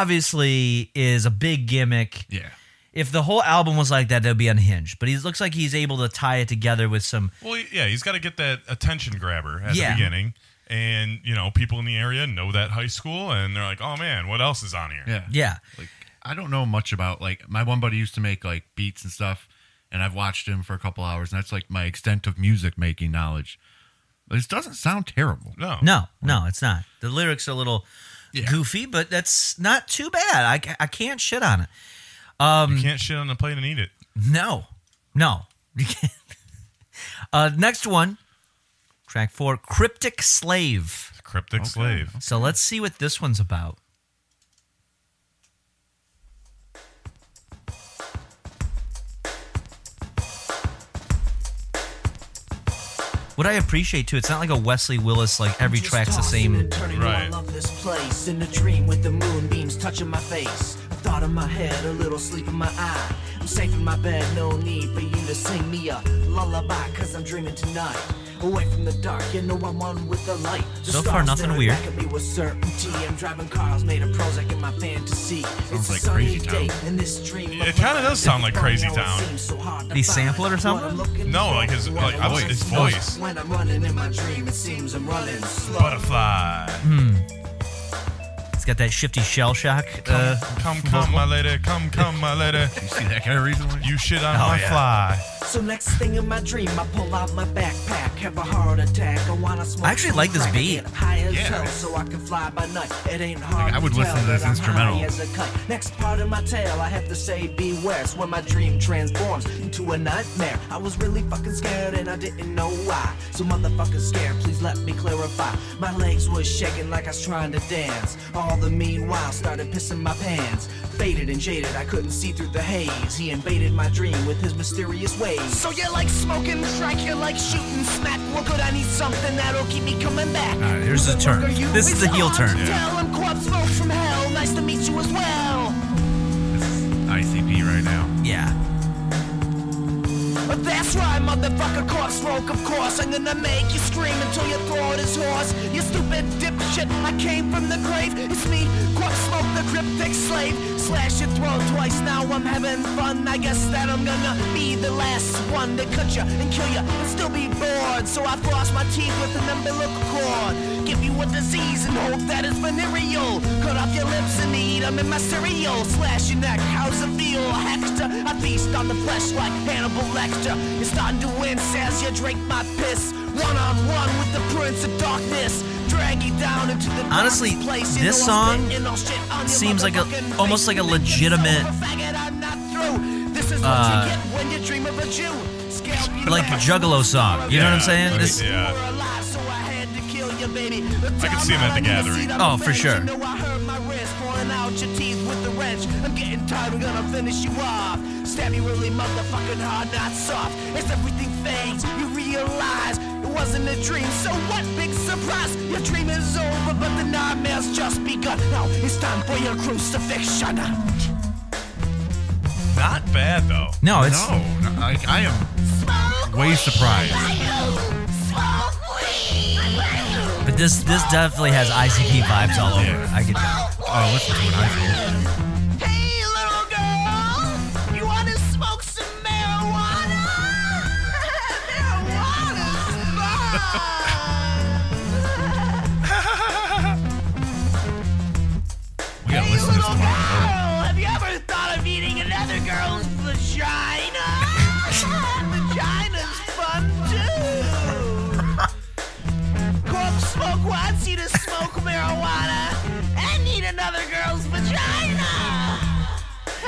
Speaker 4: obviously is a big gimmick.
Speaker 5: Yeah.
Speaker 4: If the whole album was like that, that'd be unhinged. But he looks like he's able to tie it together with some
Speaker 3: Well, yeah, he's got to get that attention grabber at
Speaker 4: Yeah.
Speaker 3: the beginning. And, you know, people in the area know that high school and they're like, oh man, what else is on here?
Speaker 5: Yeah.
Speaker 4: yeah.
Speaker 5: Like I don't know much about like my one buddy used to make like beats and stuff, and I've watched him for a couple hours, and that's like my extent of music making knowledge. But this doesn't sound terrible.
Speaker 3: No.
Speaker 4: No, no, it's not. The lyrics are a little
Speaker 5: Yeah.
Speaker 4: goofy, but that's not too bad. I, ca- I can't shit on it.
Speaker 3: You can't shit on a plate and eat it.
Speaker 4: No, no. You can't. uh, next one, track four, Cryptic Slave.
Speaker 3: Cryptic slave.
Speaker 4: So let's see what this one's about. What I appreciate too, it's not like a Wesley Willis, like every
Speaker 10: Just
Speaker 4: track's the
Speaker 10: tossing
Speaker 4: same.
Speaker 10: and turning,
Speaker 3: Right.
Speaker 10: oh, I love this place. In a dream with the moonbeams touching my face. A thought in my head, a little sleep in my eye. I'm safe in my bed, no need for you to sing me a lullaby, cause I'm dreaming tonight. Away from the dark, you know I'm one with the light. The
Speaker 4: So far,
Speaker 10: stars
Speaker 4: nothing
Speaker 10: staring
Speaker 4: weird.
Speaker 10: Back at me with certainty. I'm driving cars made of Prozac in my fantasy. it's a
Speaker 5: like
Speaker 10: sunny
Speaker 5: Crazy Town.
Speaker 10: day, and this dream
Speaker 3: It kinda does sound like Crazy Town.
Speaker 10: Did
Speaker 4: he sample it or something?
Speaker 3: No, like his- like, I was- his voice.
Speaker 10: When I'm running in my dream, it seems I'm running slow.
Speaker 3: Butterfly.
Speaker 4: It's got that shifty shell shock. Uh,
Speaker 3: Come, come, my lady. Come, come, my lady.
Speaker 5: You see that guy recently?
Speaker 3: You shit on
Speaker 4: Oh,
Speaker 3: my
Speaker 4: yeah.
Speaker 3: fly.
Speaker 10: So next thing in my dream, I pull out my backpack, have a heart attack. I wanna smoke.
Speaker 4: I actually
Speaker 10: some
Speaker 4: like this
Speaker 10: crack,
Speaker 4: beat.
Speaker 10: get High as
Speaker 5: Yeah.
Speaker 10: hell, so I can fly by night. It ain't hard.
Speaker 5: I would
Speaker 10: to
Speaker 5: listen
Speaker 10: tell
Speaker 5: to this
Speaker 10: that I'm
Speaker 5: instrumental.
Speaker 10: high as a kite. Next part of my tale, I have to say beware. It's when my dream transforms into a nightmare. I was really fucking scared and I didn't know why. So motherfucking scared, please let me clarify. My legs were shaking like I was trying to dance. All the meanwhile started pissing my pants. Faded and jaded, I couldn't see through the haze. He invaded my dream with his mysterious ways.
Speaker 6: So you like smoking crack, you like shooting smack. Well, good, I need something that'll keep me coming back.
Speaker 4: right, here's the turn. This is the heel turn.
Speaker 6: Tell him Quab smoke from hell. Nice to meet you as well.
Speaker 5: This is ICP right now.
Speaker 4: yeah.
Speaker 6: But that's right, motherfucker, corpse smoke, of course. I'm gonna make you scream until your throat is hoarse. You stupid dipshit, I came from the grave. It's me, corpse smoke, the cryptic slave. Slash your throat twice, now I'm having fun. I guess that I'm gonna be the last one to cut you and kill you and still be bored. So I floss my teeth with an umbilical cord. Give you a disease and hope that it's venereal. Cut off your lips and eat 'em in my cereal. Slash your neck, how's it feel? Hector, I feast on the flesh like Hannibal Lecter. You're starting to wince as you drink my piss. One on one with the Prince of Darkness. Drag you down into the
Speaker 4: Honestly,
Speaker 6: darkest place.
Speaker 4: this
Speaker 6: You know I'll
Speaker 4: song
Speaker 6: spit and I'll shit on your
Speaker 4: seems like a-
Speaker 6: motherfucking
Speaker 4: almost
Speaker 6: face.
Speaker 4: like a
Speaker 6: You think you're so
Speaker 4: legitimate-
Speaker 6: a faggot, I'm not through. This is what
Speaker 4: uh,
Speaker 6: you get when you dream of a Jew. Scalp you
Speaker 4: Like a
Speaker 6: back.
Speaker 4: Juggalo song. You know what I'm
Speaker 3: Yeah,
Speaker 4: saying?
Speaker 3: like,
Speaker 4: This,
Speaker 3: yeah.
Speaker 6: I
Speaker 3: could see him at The Gathering.
Speaker 4: Oh, for sure.
Speaker 6: I'm getting tired. I'm gonna finish you off. Stab you really motherfucking hard, not soft. As everything fades, you realize it wasn't a dream. So what big surprise? Your dream is over, but the nightmare's just begun. Now it's time for your crucifixion.
Speaker 3: Not bad, though.
Speaker 4: No, it's
Speaker 5: No, no, like I am way surprised.
Speaker 4: but this this definitely has ICP vibes all over. it. I could
Speaker 5: Oh, listen to it. I
Speaker 6: Hey, little girl, you want to smoke some marijuana? marijuana smoke.
Speaker 5: we gotta
Speaker 6: hey,
Speaker 5: listen to this
Speaker 6: little
Speaker 5: tomorrow.
Speaker 6: girl, have you ever thought of eating another girl's vagina? Vagina's fun too. Corp smoke wants you to smoke marijuana and eat another girl's vagina.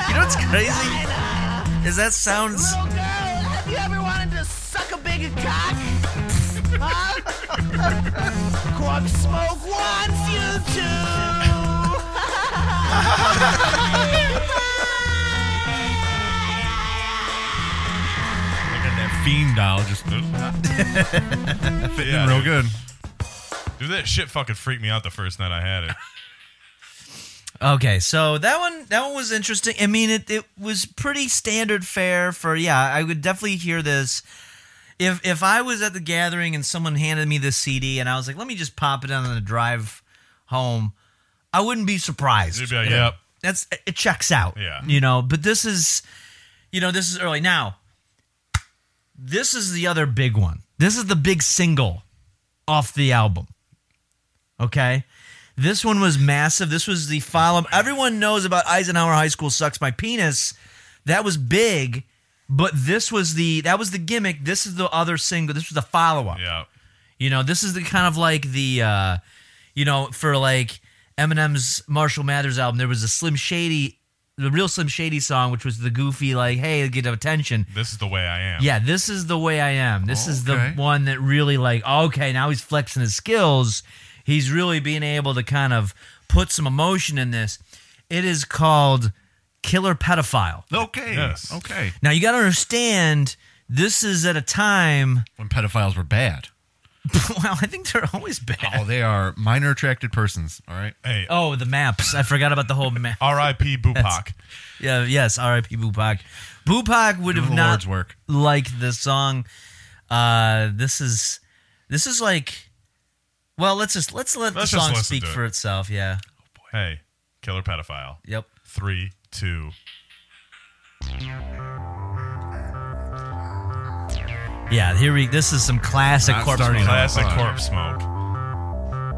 Speaker 4: You know what's crazy?
Speaker 6: Vagina.
Speaker 4: Is that sounds
Speaker 6: Little girl, have you ever wanted to suck a big cock? Huh? Corpse smoke wants you to.
Speaker 5: Look at that fiend doll just fitting
Speaker 3: Yeah,
Speaker 5: real good.
Speaker 3: Dude, that shit fucking freaked me out the first night I had it.
Speaker 4: Okay, so that one that one was interesting. I mean, it it was pretty standard fare for yeah. I would definitely hear this. If if I was at the gathering and someone handed me this CD and I was like, let me just pop it on the drive home, I wouldn't be surprised.
Speaker 3: You'd be like, yep.
Speaker 4: That's it checks out.
Speaker 3: Yeah.
Speaker 4: you know. But this is, you know, this is early now. This is the other big one. This is the big single off the album. Okay. This one was massive. This was the follow up. Everyone knows about Eisenhower High School Sucks My Penis. That was big, but this was the that was the gimmick. This is the other single. This was the follow up.
Speaker 3: Yeah.
Speaker 4: You know, this is the kind of like the uh you know, for like Eminem's Marshall Mathers album, there was a Slim Shady the real Slim Shady song, which was the goofy like, hey, get attention.
Speaker 3: This is the way I am.
Speaker 4: Yeah, this is the way I am. This is the
Speaker 5: Oh, Okay.
Speaker 4: one that really like okay, now he's flexing his skills. He's really being able to kind of put some emotion in this. It is called Killer Pedophile.
Speaker 5: Okay.
Speaker 3: Yes.
Speaker 5: Okay.
Speaker 4: Now you got to understand this is at a time
Speaker 5: When pedophiles were bad.
Speaker 4: well, I think they're always bad.
Speaker 5: Oh, they are minor attracted persons. All right.
Speaker 3: Hey,
Speaker 4: Oh, the maps. I forgot about the whole map.
Speaker 3: R.I.P. Bupac.
Speaker 4: Yeah, yes, R.I.P. Bupac. Bupac would
Speaker 5: Doing
Speaker 4: have
Speaker 5: the
Speaker 4: not
Speaker 5: Lord's work.
Speaker 4: like the song. Uh, this is this is like. Well, let's just let's let
Speaker 3: Let's
Speaker 4: the
Speaker 3: just
Speaker 4: song
Speaker 3: listen
Speaker 4: speak
Speaker 3: to it.
Speaker 4: for itself. Yeah.
Speaker 3: Hey, killer pedophile.
Speaker 4: Yep.
Speaker 3: Three, two.
Speaker 4: Yeah. Here we. This is some classic
Speaker 5: Not
Speaker 4: corpse.
Speaker 5: starting
Speaker 4: Rock.
Speaker 3: Classic
Speaker 5: Pedophile.
Speaker 3: corpse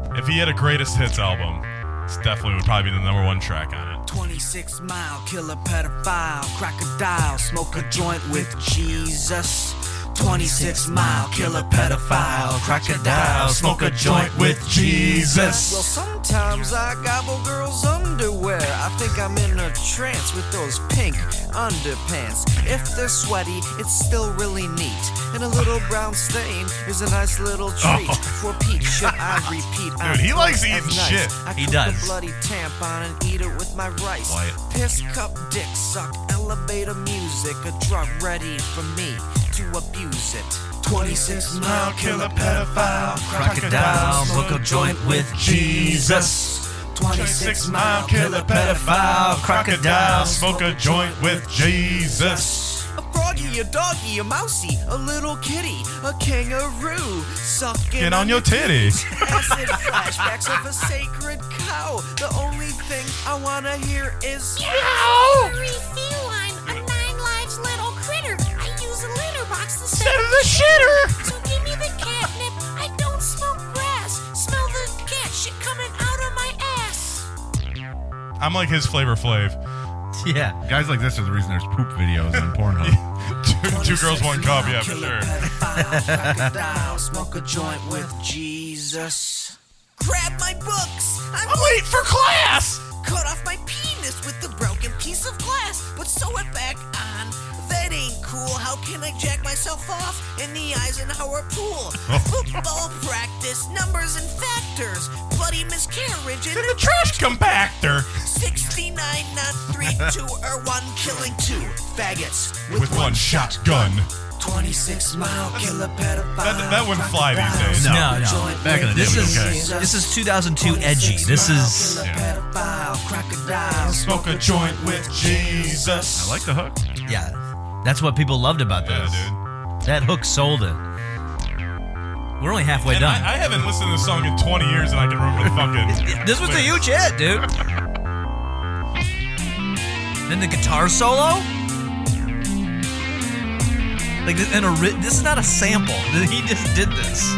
Speaker 3: smoke. If he had a greatest hits album, it's definitely would probably be the number one track on it.
Speaker 6: 26 mile killer pedophile crocodile smoke a joint with jesus 26 mile killer pedophile crocodile smoke a joint with well
Speaker 3: Jesus.
Speaker 6: sometimes i gobble girls underwear i think i'm in a trance with those pink underpants if they're sweaty it's still really neat and a little brown stain is a nice little treat for Pete. Should I repeat? I'm
Speaker 3: he likes
Speaker 6: drunk as
Speaker 3: eating
Speaker 6: nice.
Speaker 3: shit.
Speaker 6: I
Speaker 4: He
Speaker 6: cook
Speaker 4: does.
Speaker 6: A bloody tampon and eat it with my rice.
Speaker 5: Wyatt.
Speaker 6: Piss cup, dick suck, elevator music, a drug ready for me to abuse it. 26 mile killer pedophile, crocodile, smoke a joint with Jesus. 26 mile killer pedophile, crocodile,
Speaker 3: Smoke a joint with Jesus.
Speaker 6: a froggy, a doggy, a mousey, a little kitty, a kangaroo, sucking
Speaker 3: Get on your titty.
Speaker 6: acid flashbacks of a sacred cow. The only thing I wanna hear is
Speaker 9: No! Refill on a nine lives little critter. I use a litter box instead of the shitter. So give me the catnip. I don't smoke grass. Smell the cat shit coming out of my ass.
Speaker 3: I'm like his flavor flav.
Speaker 4: Yeah.
Speaker 5: Guys like this are the reason there's poop videos on Pornhub.
Speaker 3: Two, two girls, one cup. Yeah, for sure.
Speaker 6: crocodile. Smoke a joint with Jesus. Grab my books. I'm, late for class. Cut off my penis with a broken piece of glass, but sew it back on. That ain't cool. How can I jack myself off in the Eisenhower pool? Football practice, numbers and factors, bloody miscarriage in the
Speaker 3: Trash compactor
Speaker 6: 69, not 3, 2, or 1, killing 2 faggots
Speaker 3: with one shotgun.
Speaker 6: 26 mile killer pedophile.
Speaker 3: That- that wouldn't fly these days.
Speaker 4: No, no.
Speaker 5: Back in the day,
Speaker 4: This
Speaker 5: it
Speaker 4: is
Speaker 5: was okay.
Speaker 4: this is 2002 edgy. This is
Speaker 3: Smoke a joint with Jesus.
Speaker 5: I like the hook.
Speaker 4: yeah. That's what people loved about
Speaker 3: Yeah,
Speaker 4: this.
Speaker 3: dude.
Speaker 4: That hook sold it. We're only halfway
Speaker 3: And
Speaker 4: done.
Speaker 3: I, I haven't listened to this song in 20 years, and I can remember the fucking.
Speaker 4: This was a huge hit, dude. then the guitar solo. Like this, and a ri- this is not a sample. He just did this.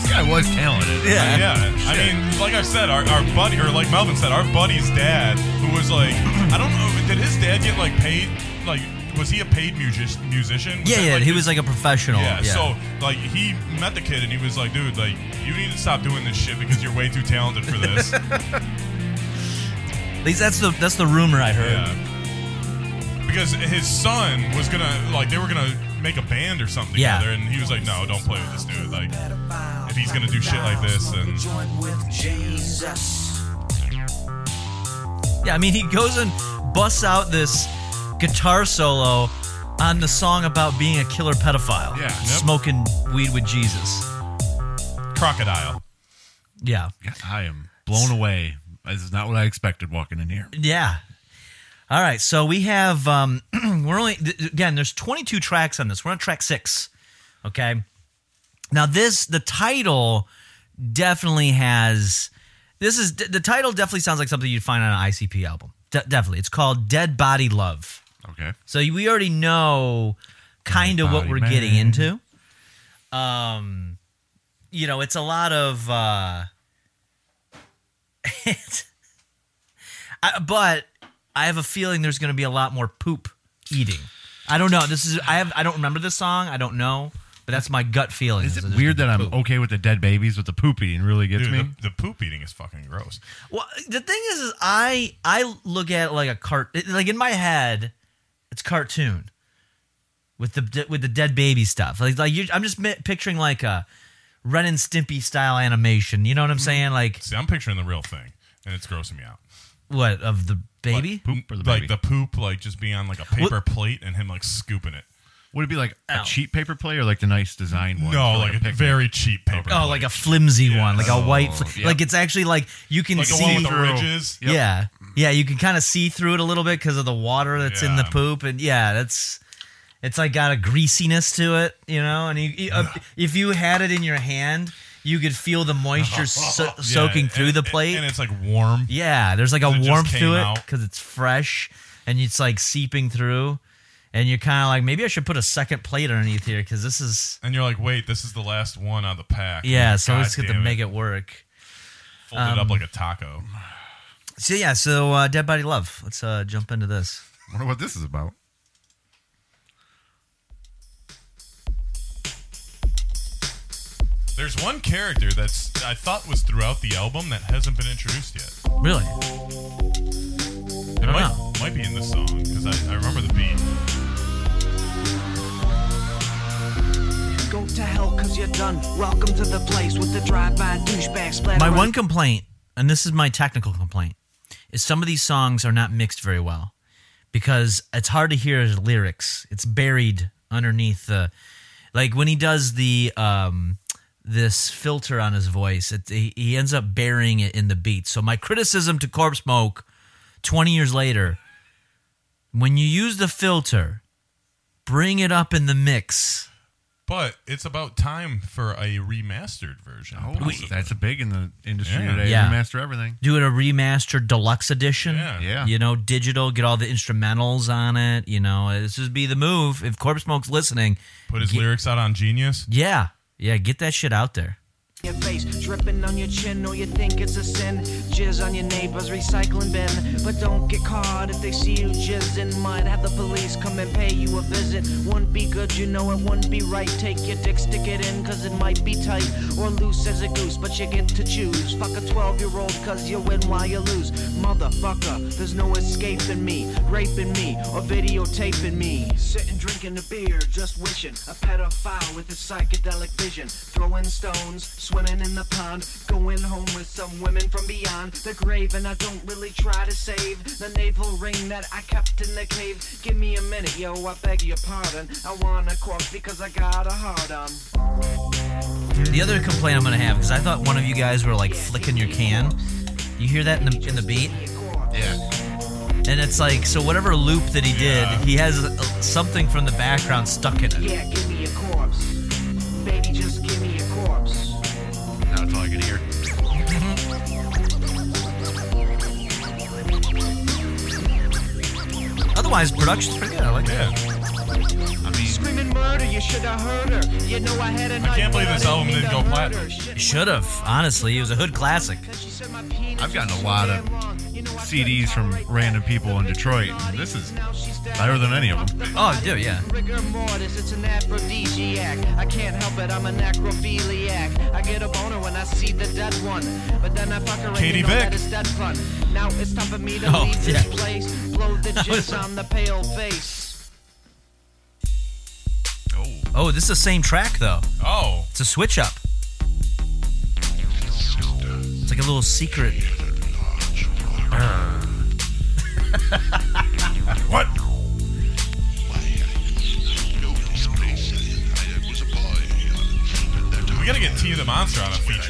Speaker 5: This guy was talented.
Speaker 4: Yeah.
Speaker 3: Yeah, I mean, like I said, our, our buddy, or like Melvin said, our buddy's dad, who was like, I don't know, did his dad get like paid? Like, was he a paid music- musician?
Speaker 4: Yeah,
Speaker 3: that,
Speaker 4: yeah.
Speaker 3: like,
Speaker 4: He
Speaker 3: his-
Speaker 4: was like a professional.
Speaker 3: Yeah, so like he met the kid and he was like, dude, like you need to stop doing this shit because you're way too talented for this.
Speaker 4: At least that's the that's the rumor I heard.
Speaker 3: yeah. Because his son was gonna like they were gonna make a band or something
Speaker 4: Yeah.
Speaker 3: together, and he was like, no, don't play with this dude. Like, if he's gonna do shit like this, and
Speaker 4: Yeah, I mean, he goes and busts out this guitar solo on the song about being a killer pedophile.
Speaker 5: Yeah. Yep.
Speaker 4: Smoking weed with Jesus.
Speaker 3: Crocodile.
Speaker 4: Yeah.
Speaker 5: Yeah, I am blown away. This is not what I expected walking in here.
Speaker 4: Yeah. All right. So we have, um, we're only, th- th- again, there's 22 tracks on this. We're on track six. Okay. Now, this, the title definitely has, this is, the title definitely sounds like something you'd find on an ICP album. De- definitely. It's called Dead Body Love.
Speaker 5: Okay.
Speaker 4: So we already know kind of what
Speaker 5: Body
Speaker 4: we're
Speaker 5: man.
Speaker 4: getting into. Um, you know, it's a lot of. Uh, it's- I, but I have a feeling there's going to be a lot more poop eating. I don't know. This is I have I don't remember this song. I don't know, but that's my gut feeling.
Speaker 5: Is it
Speaker 4: There's-
Speaker 5: weird that I'm okay with the dead babies with the poopy and really gets
Speaker 3: Dude,
Speaker 5: me?
Speaker 3: the, the poop eating is fucking gross.
Speaker 4: Well, the thing is, is I I look at it like a cart it- like in my head, it's cartoon with the de- with the dead baby stuff. Like like you I'm just mi- picturing like a Ren and Stimpy style animation. You know
Speaker 3: Mm-hmm.
Speaker 4: what I'm saying? Like
Speaker 3: See, I'm picturing the real thing, and it's grossing me out.
Speaker 4: what of the baby?
Speaker 5: Poop or the
Speaker 3: like
Speaker 5: baby?
Speaker 3: the poop, like just being on like a paper plate and him like scooping it.
Speaker 5: Would it be like
Speaker 4: Ow.
Speaker 5: a cheap paper plate or like the nice design one?
Speaker 3: No,
Speaker 5: for,
Speaker 3: like, a
Speaker 5: picnic?
Speaker 3: very cheap paper.
Speaker 4: Oh, like a flimsy one, like a white, fl-
Speaker 5: yeah.
Speaker 4: like it's actually like you can
Speaker 3: Oh, like the
Speaker 4: see
Speaker 3: one with the
Speaker 5: see-through.
Speaker 3: ridges.
Speaker 5: Yep.
Speaker 4: Yeah. Yeah, you can kind of see through it a little bit because of the water that's in the
Speaker 3: Yeah.
Speaker 4: poop. And yeah, that's it's like got a greasiness to it, you know. And you, you- uh, if you had it in your hand, you could feel the moisture so-
Speaker 3: Yeah,
Speaker 4: soaking
Speaker 3: and-
Speaker 4: through the
Speaker 3: and-
Speaker 4: plate.
Speaker 3: and, it's like warm.
Speaker 4: yeah, there's like a
Speaker 3: it just
Speaker 4: warmth
Speaker 3: came
Speaker 4: to it
Speaker 3: out.
Speaker 4: because it's fresh and it's like seeping through. And you're kind of like, maybe I should put a second plate underneath here because this is,
Speaker 3: And you're like, wait, this is the last one on the pack.
Speaker 4: yeah. So
Speaker 3: God
Speaker 4: let's get to
Speaker 3: damn
Speaker 4: make um, it work.
Speaker 3: fold it up like a taco.
Speaker 4: So yeah, so uh, Dead Body Love. Let's uh, jump into this.
Speaker 5: wonder what this is about.
Speaker 3: There's one character that's I thought was throughout the album that hasn't been introduced yet.
Speaker 4: Really?
Speaker 3: It
Speaker 4: don't
Speaker 3: might
Speaker 4: know.
Speaker 3: might be in this song because I, I remember the beat.
Speaker 6: Go to hell cause you're done. Welcome to the place with the drive-by douchebag splatter.
Speaker 4: My one complaint, and this is my technical complaint, is some of these songs are not mixed very well because it's hard to hear his lyrics. It's buried underneath the, like when he does the um, this filter on his voice, it, he, he ends up burying it in the beat. So my criticism to Corpse Smoke, twenty years later, when you use the filter, bring it up in the mix.
Speaker 3: But it's about time for a remastered version.
Speaker 5: Oh,
Speaker 3: possibly.
Speaker 5: that's a big in the industry
Speaker 3: Yeah.
Speaker 5: today.
Speaker 4: Yeah.
Speaker 5: Remaster everything.
Speaker 4: Do it a remastered deluxe edition.
Speaker 3: yeah.
Speaker 5: Yeah.
Speaker 4: you know, digital, get all the instrumentals on it. You know, this would be the move. If Corpse Smoke's listening,
Speaker 3: Put his
Speaker 4: Get-
Speaker 3: lyrics out on Genius.
Speaker 4: yeah, yeah, get that shit out there.
Speaker 6: your face dripping on your chin or you think it's a sin jizz on your neighbor's recycling bin but don't get caught if they see you jizz in mud have the police come and pay you a visit wouldn't be good you know it wouldn't be right take your dick stick it in cause it might be tight or loose as a goose but you get to choose fuck a 12 year old cause you win while you lose motherfucker there's no escaping me raping me or videotaping me sitting drinking a beer just wishing a pedophile with a psychedelic vision throwing stones swimming in the pond going home with some women from beyond the grave and i don't really try to save the navel ring that i kept in the cave give me a minute yo i beg your pardon i want a corpse because i got a hard on
Speaker 4: The other complaint I'm gonna have because I thought one of you guys were like flicking your can. You hear that in the in the beat,
Speaker 5: Yeah.
Speaker 4: and it's like so whatever loop that he did,
Speaker 3: Yeah.
Speaker 4: he has uh, something from the background stuck in it.
Speaker 6: yeah give me a corpse baby just give me a corpse
Speaker 5: Now that's all I can hear.
Speaker 4: Otherwise, production's pretty good. I like that.
Speaker 3: Yeah.
Speaker 5: I mean,
Speaker 6: Screaming murder, you should have heard her. You know I had a knife,
Speaker 3: can't believe
Speaker 6: but
Speaker 3: this
Speaker 6: didn't
Speaker 3: album
Speaker 6: mean
Speaker 3: didn't
Speaker 6: to
Speaker 3: go
Speaker 6: hurt
Speaker 3: platinum.
Speaker 6: her. Shit
Speaker 4: Should have honestly. It was a hood classic.
Speaker 6: that she said my penis
Speaker 5: I've gotten
Speaker 6: was
Speaker 5: a lot
Speaker 6: so
Speaker 5: of
Speaker 6: damn long. You know I couldn't
Speaker 5: CDs from
Speaker 6: tolerate
Speaker 5: random
Speaker 6: that.
Speaker 5: people
Speaker 6: The
Speaker 5: in
Speaker 6: bitch
Speaker 5: Detroit,
Speaker 6: was naughty,
Speaker 5: this is
Speaker 6: now she's down.
Speaker 5: better than any of them.
Speaker 6: Fuck the
Speaker 4: Oh, dude, yeah.
Speaker 6: Rigor mortis, it's an aphrodisiac. I can't help it, I'm a necrophiliac. I get a boner when I see the dead one. But then I fuck her and
Speaker 3: Katie
Speaker 6: you know
Speaker 3: Vick.
Speaker 6: that it's dead fun. Now it's time for me to
Speaker 4: Oh,
Speaker 6: leave
Speaker 4: yeah.
Speaker 6: this place. Blow the
Speaker 4: was-
Speaker 6: jizz on the pale face.
Speaker 5: oh,
Speaker 4: Oh, this is the same track though.
Speaker 3: Oh,
Speaker 4: It's a switch up. It's like a little secret.
Speaker 3: what?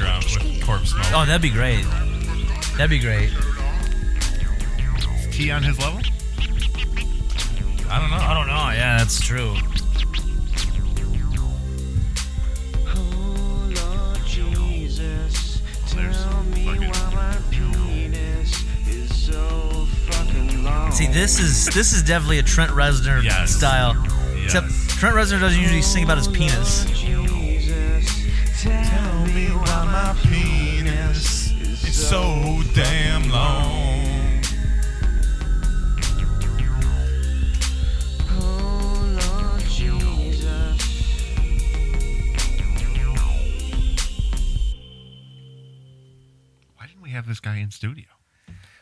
Speaker 3: background with corpse smoke.
Speaker 4: Oh, that'd be great. That'd be great.
Speaker 5: Is T on his level?
Speaker 3: I don't know.
Speaker 4: I don't know. Yeah, that's true.
Speaker 5: There's fucking
Speaker 4: See, this is this is definitely a Trent Reznor
Speaker 5: Yes.
Speaker 4: style.
Speaker 5: Yes.
Speaker 4: Except Trent Reznor doesn't usually sing about his penis.
Speaker 3: It's so damn long.
Speaker 5: Why didn't we have this guy in studio?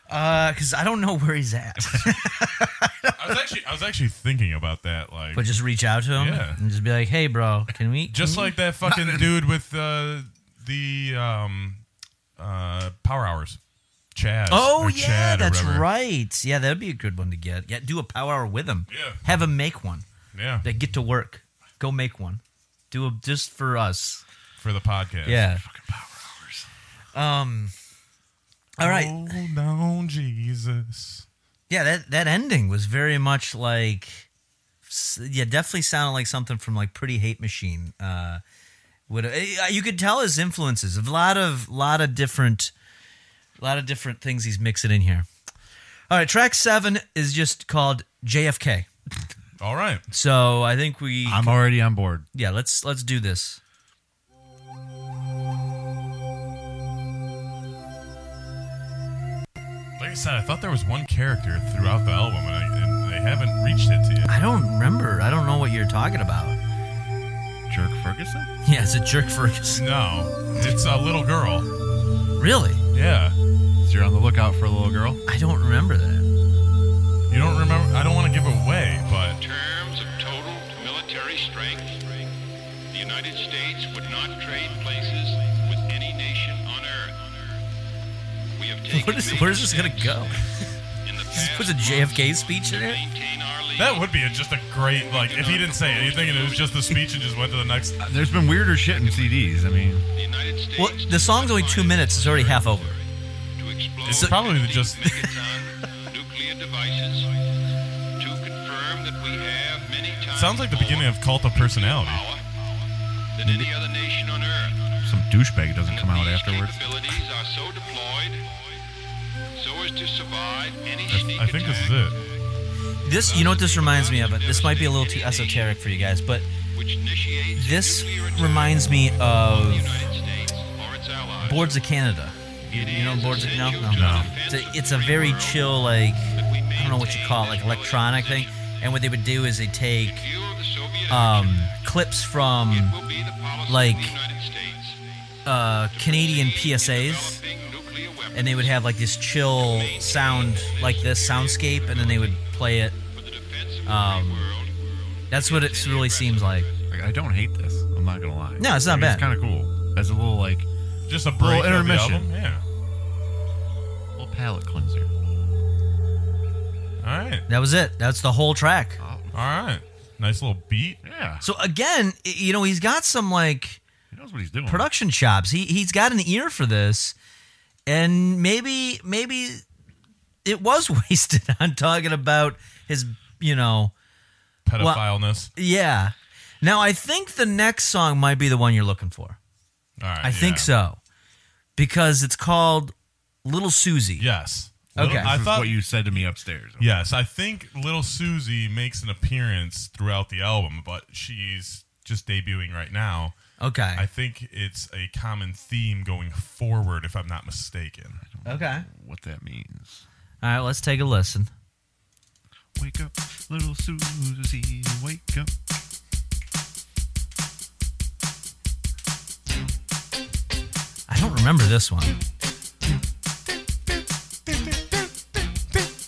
Speaker 4: Uh, cause I don't know where he's at.
Speaker 3: I was actually I was actually thinking about that like
Speaker 4: but just reach out to him
Speaker 3: Yeah.
Speaker 4: and just be like, "Hey, bro, can we?"
Speaker 3: just
Speaker 4: can
Speaker 3: like that fucking dude with uh, the um, uh, power hours. Chaz.
Speaker 4: Oh
Speaker 3: or
Speaker 4: yeah,
Speaker 3: Chad or
Speaker 4: that's
Speaker 3: whatever.
Speaker 4: right. Yeah, that'd be a good one to get. Yeah, do a power hour with him.
Speaker 3: Yeah.
Speaker 4: Have him make one.
Speaker 3: Yeah,
Speaker 4: Like, get to work. Go make one. Do a just for us.
Speaker 3: for the podcast.
Speaker 4: Yeah.
Speaker 5: Fucking power hours.
Speaker 4: Um. All right.
Speaker 3: Hold on, Jesus.
Speaker 4: Yeah. That that ending was very much like. s- Yeah, definitely sounded like something from like Pretty Hate Machine. Uh, would eh, you could tell his influences. A lot of lot of different, lot of different things he's mixing in here. All right, track seven is just called JFK.
Speaker 3: All right.
Speaker 4: So I think we
Speaker 5: I'm already on board.
Speaker 4: yeah let's let's do this.
Speaker 3: Like I said, I thought there was one character throughout the album, and, I, and they haven't reached it to you.
Speaker 4: I don't remember. I don't know what you're talking about.
Speaker 5: Jerk Ferguson?
Speaker 4: Yeah, it's a jerk Ferguson.
Speaker 3: No, it's a little girl.
Speaker 4: Really?
Speaker 3: Yeah,
Speaker 5: So you're on the lookout for a little girl?
Speaker 4: I don't remember that.
Speaker 3: you don't remember. I don't want to give away, but
Speaker 11: terms of total military strength, the United States would not trade places with any nation on earth. We have taken
Speaker 4: What is,
Speaker 11: major
Speaker 4: where is this gonna
Speaker 11: steps
Speaker 4: go?
Speaker 11: in the
Speaker 4: Just
Speaker 11: past
Speaker 4: put a
Speaker 11: months
Speaker 4: JFK speech
Speaker 11: to
Speaker 4: in it.
Speaker 11: maintain our lead.
Speaker 3: that would be a, just a great like if he didn't say anything and it was just the speech and just went to the next.
Speaker 5: Uh, There's been weirder shit in CDs. I mean,
Speaker 11: The United States
Speaker 4: Well, the song's only two minutes. It's already half over.
Speaker 11: to explode
Speaker 3: It's probably
Speaker 11: 50
Speaker 3: just-
Speaker 11: megaton nuclear devices to confirm that we have many times
Speaker 3: Sounds like the
Speaker 11: more
Speaker 3: beginning of Cult of Personality.
Speaker 11: power than any other nation on earth.
Speaker 5: some douchebag doesn't come out
Speaker 11: These
Speaker 5: afterwards.
Speaker 11: Capabilities are so deployed so as to survive any sneak
Speaker 3: I think this is
Speaker 11: attack
Speaker 3: it.
Speaker 4: This, you know what this reminds me of? This might be a little too esoteric for you guys, but
Speaker 11: which initiates a
Speaker 4: this
Speaker 11: nuclear attack
Speaker 4: reminds me
Speaker 11: on the
Speaker 4: of
Speaker 11: United States or its allies.
Speaker 4: Boards of Canada. You, you know Boards of no, no,
Speaker 11: No.
Speaker 4: It's a, it's a very chill, like I don't know what you call it, like electronic thing. And what they would do is they take
Speaker 11: In view of the Soviet
Speaker 4: um,
Speaker 11: action,
Speaker 4: clips
Speaker 11: it
Speaker 4: from
Speaker 11: will be the policy
Speaker 4: like,
Speaker 11: of the United States
Speaker 4: uh, Canadian PSAs,
Speaker 11: developing nuclear weapons
Speaker 4: and they would have like this chill sound, like this soundscape, and then they would play it.
Speaker 11: for the defense of
Speaker 4: Um, that's what it really seems like.
Speaker 5: Like, I don't hate this. I'm not gonna lie.
Speaker 4: No, it's not
Speaker 5: I mean,
Speaker 4: bad.
Speaker 5: It's kind of cool. As a little like
Speaker 3: Just a break. of the
Speaker 5: intermission.
Speaker 3: album. Yeah.
Speaker 5: little palate cleanser.
Speaker 3: All right.
Speaker 4: That was it. That's the whole track.
Speaker 3: All right. Nice little beat.
Speaker 5: Yeah,
Speaker 4: So again, i- you know, he's got some like
Speaker 5: he knows what he's doing.
Speaker 4: production chops. He he's got an ear for this, and maybe maybe it was wasted on talking about his you know
Speaker 3: Pedophileness.
Speaker 4: yeah. Now I think the next song might be the one you're looking for.
Speaker 3: All right.
Speaker 4: I think
Speaker 3: yeah.
Speaker 4: so because it's called Little Susie.
Speaker 3: Yes.
Speaker 4: Okay.
Speaker 3: Little- I
Speaker 5: Oh, This is
Speaker 3: thought
Speaker 5: what you said to me upstairs.
Speaker 3: Yes, I think Little Susie makes an appearance throughout the album, but she's just debuting right now.
Speaker 4: Okay.
Speaker 3: I think it's a common theme going forward, if I'm not mistaken.
Speaker 4: okay.
Speaker 5: What that means.
Speaker 4: All right. Let's take a listen.
Speaker 5: Wake up, little Susie. Wake up.
Speaker 4: I don't remember this one.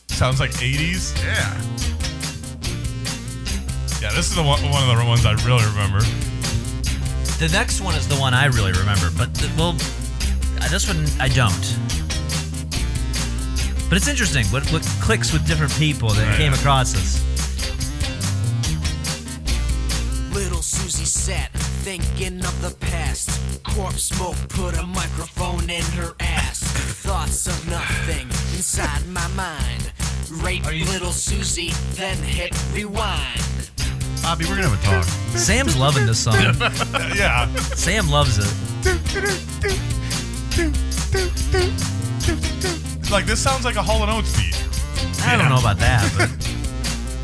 Speaker 3: Sounds like 80s.
Speaker 5: Yeah.
Speaker 3: Yeah, this is the one, one of the ones I really remember.
Speaker 4: The next one is the one I really remember, but th- well, uh, this one I don't. But it's interesting what, what clicks with different people that
Speaker 3: Right.
Speaker 4: came across this.
Speaker 6: Little Susie sat thinking of the past. Corpse smoke put a microphone in her ass. Thoughts of nothing inside my mind. Rape little Susie, then hit rewind.
Speaker 5: Bobby, we're gonna have a talk.
Speaker 4: Sam's loving this song.
Speaker 3: yeah.
Speaker 4: Sam loves it.
Speaker 3: Like this sounds like a Hall and Oates beat.
Speaker 4: I don't know about that.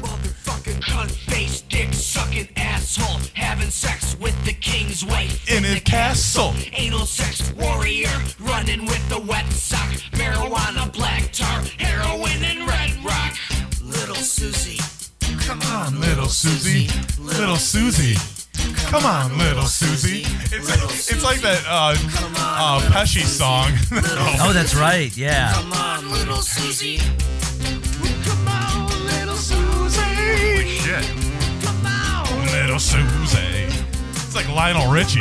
Speaker 4: But
Speaker 6: Motherfucking cunt face, dick sucking asshole. Having sex with the king's wife.
Speaker 3: In a castle.
Speaker 6: Anal sex warrior, running with the wet sock. Marijuana, black tar, heroin, and red rock. Little Susie, come on,
Speaker 3: Little Susie, little Susie. Come on, little Susie. It's it's like that uh, uh, Pesci song.
Speaker 4: oh, that's right. Yeah.
Speaker 6: Come on, little Susie.
Speaker 5: Holy shit.
Speaker 3: little Susie. It's like Lionel Richie.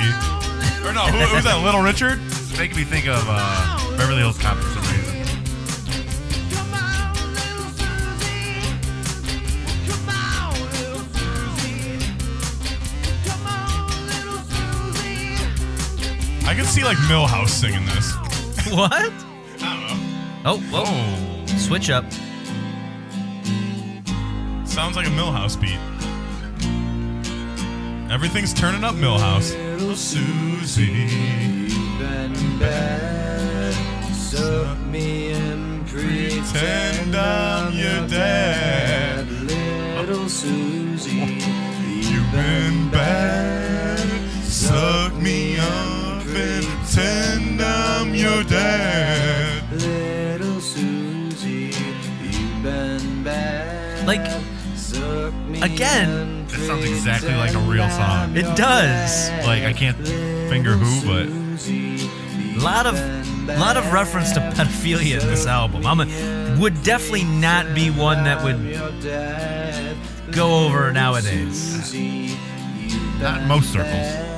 Speaker 3: Or no, who, who's that? Little Richard?
Speaker 5: It's making me think of uh, Beverly Hills Cop for some reason.
Speaker 3: I can see like Millhouse singing this.
Speaker 4: What? Oh, whoa.
Speaker 5: Oh,
Speaker 4: Switch up.
Speaker 3: Sounds like a Millhouse beat. Everything's turning up, Millhouse. Little Susie. Pretend I'm your dad.
Speaker 8: Little Susie,
Speaker 3: You've been bad. Suck me up and pretend I'm your dad.
Speaker 8: little Susie, you've been bad.
Speaker 4: Like,
Speaker 8: Suck me
Speaker 4: again,
Speaker 8: in,
Speaker 5: that sounds exactly like a real song.
Speaker 4: it does.
Speaker 5: Like I can't finger who, but
Speaker 8: Susie,
Speaker 4: A lot of, lot of reference to pedophilia in this album. I'm a, would definitely not be one that would
Speaker 8: your dad.
Speaker 4: go over nowadays.
Speaker 8: Susie, you've
Speaker 5: not in
Speaker 8: been
Speaker 5: most circles.
Speaker 8: bad.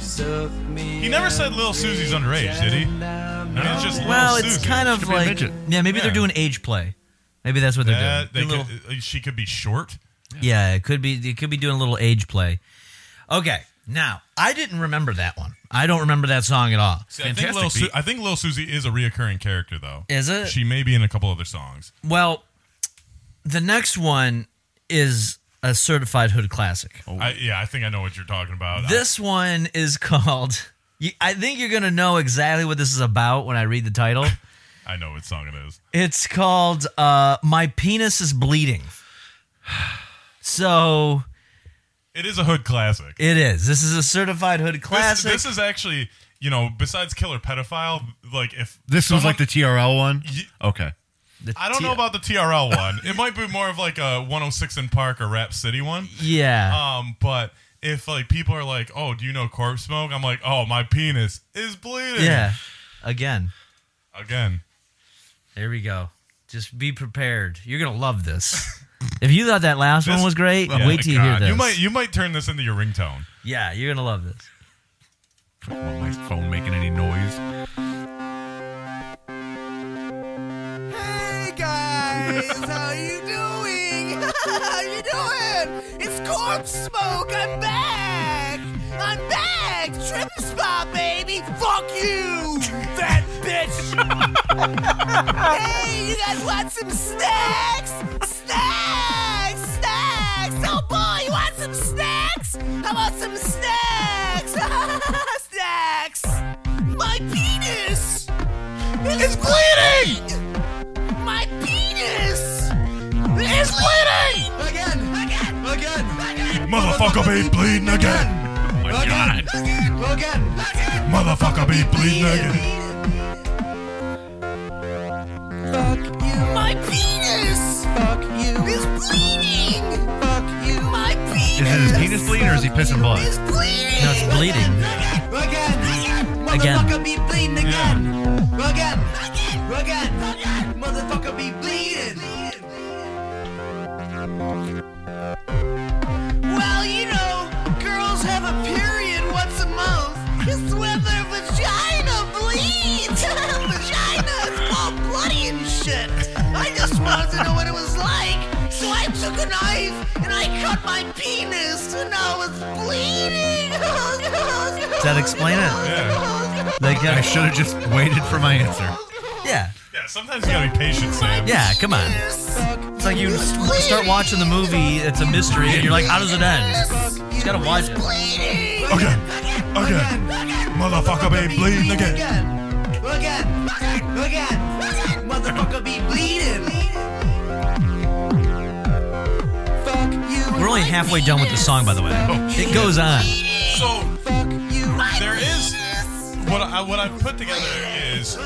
Speaker 8: Suck me
Speaker 3: He never said Little Susie's underage, did he? I mean, it's just Little
Speaker 4: Well, it's
Speaker 3: Susie.
Speaker 4: kind of
Speaker 5: be a
Speaker 4: like,
Speaker 5: midget.
Speaker 4: yeah, maybe
Speaker 3: Yeah.
Speaker 4: they're doing age play. Maybe that's what they're
Speaker 3: That- they
Speaker 4: doing. Doing a
Speaker 3: could- uh, she could be short.
Speaker 4: little- yeah, it could be. It could be doing a little age play. Okay, now I didn't remember that one. I don't remember that song at all.
Speaker 3: See, I, think
Speaker 5: Fantastic
Speaker 3: Lil Su-
Speaker 5: beat.
Speaker 3: I think Lil Susie is a reoccurring character, though.
Speaker 4: Is it?
Speaker 3: She may be in a couple other songs.
Speaker 4: Well, the next one is a certified hood classic.
Speaker 3: I, yeah, I think I know what you're talking about.
Speaker 4: This one is called. You, I think you're gonna know exactly what this is about when I read the title.
Speaker 3: I, I know what song it is.
Speaker 4: It's called uh, "My Penis Is Bleeding." So
Speaker 3: It is a hood classic.
Speaker 4: it is. This is a certified hood
Speaker 3: This,
Speaker 4: classic.
Speaker 3: this is actually, you know, besides Killer Pedophile, like if
Speaker 5: This was
Speaker 3: someone-
Speaker 5: like the TRL one.
Speaker 3: Ye-
Speaker 5: Okay.
Speaker 4: The
Speaker 3: I don't know
Speaker 4: T-
Speaker 3: about the TRL one. it might be more of like a 106 in Park or Rap City one.
Speaker 4: Yeah.
Speaker 3: Um, but if like people are like, "Oh, do you know Corpse Smoke?" I'm like, "Oh, my penis is bleeding."
Speaker 4: yeah. Again,
Speaker 3: Again.
Speaker 4: there we go. Just be prepared. You're gonna love this. if you thought that last one
Speaker 3: This-
Speaker 4: was great,
Speaker 3: Oh my
Speaker 4: wait till you hear
Speaker 3: God.
Speaker 4: this.
Speaker 3: You might you might turn this into your ringtone.
Speaker 4: yeah, you're gonna love this.
Speaker 5: I don't want my phone making any noise.
Speaker 6: Hey guys, how you doing? how you doing? It's Corpse Smoke. I'm back. I'm back. Trip spot, baby. Fuck you, fat bitch. hey, you guys want some snacks? Snacks, snacks. Oh boy, you want some snacks? I want some snacks. snacks. My penis. It's bleeding. My penis is bleeding! Again! Again! Again! Again!
Speaker 3: Motherfucker be bleeding again.
Speaker 5: Oh my god.
Speaker 6: Again! Again!
Speaker 3: Motherfucker be bleeding again.
Speaker 6: Fuck you!
Speaker 9: My penis
Speaker 6: Fuck you!
Speaker 9: is bleeding.
Speaker 6: Fuck you!
Speaker 9: My penis
Speaker 5: Is it his penis bleeding or is he pissing blood?
Speaker 9: is bleeding.
Speaker 4: No, it's bleeding.
Speaker 6: Again! Again!
Speaker 4: Again.
Speaker 6: Motherfucker be bleeding again! Again! Again! Again! Motherfucker be bleeding! Well, you know, girls have a period once a month. It's when their vagina bleeds. vagina is all bloody and shit. I just wanted to know what it was like, so I I took a knife and I cut my penis and now it's bleeding. Does
Speaker 4: that explain it? Like, uh,
Speaker 5: I should have just waited for my answer.
Speaker 4: yeah,
Speaker 3: Yeah, sometimes you gotta be patient, Sam.
Speaker 4: yeah. Come on. It's like you s- start watching the movie. It's a mystery, and you're like, how does it end? You just gotta watch it.
Speaker 6: Bleeding.
Speaker 3: Okay, okay. Motherfucker be bleeding again.
Speaker 6: Again. Again. Again. Again. Motherfucker be bleeding. Fuck you.
Speaker 4: We're only halfway done with the song, by the way. It goes on.
Speaker 3: So
Speaker 6: Fuck you.
Speaker 3: there is what I what I put together is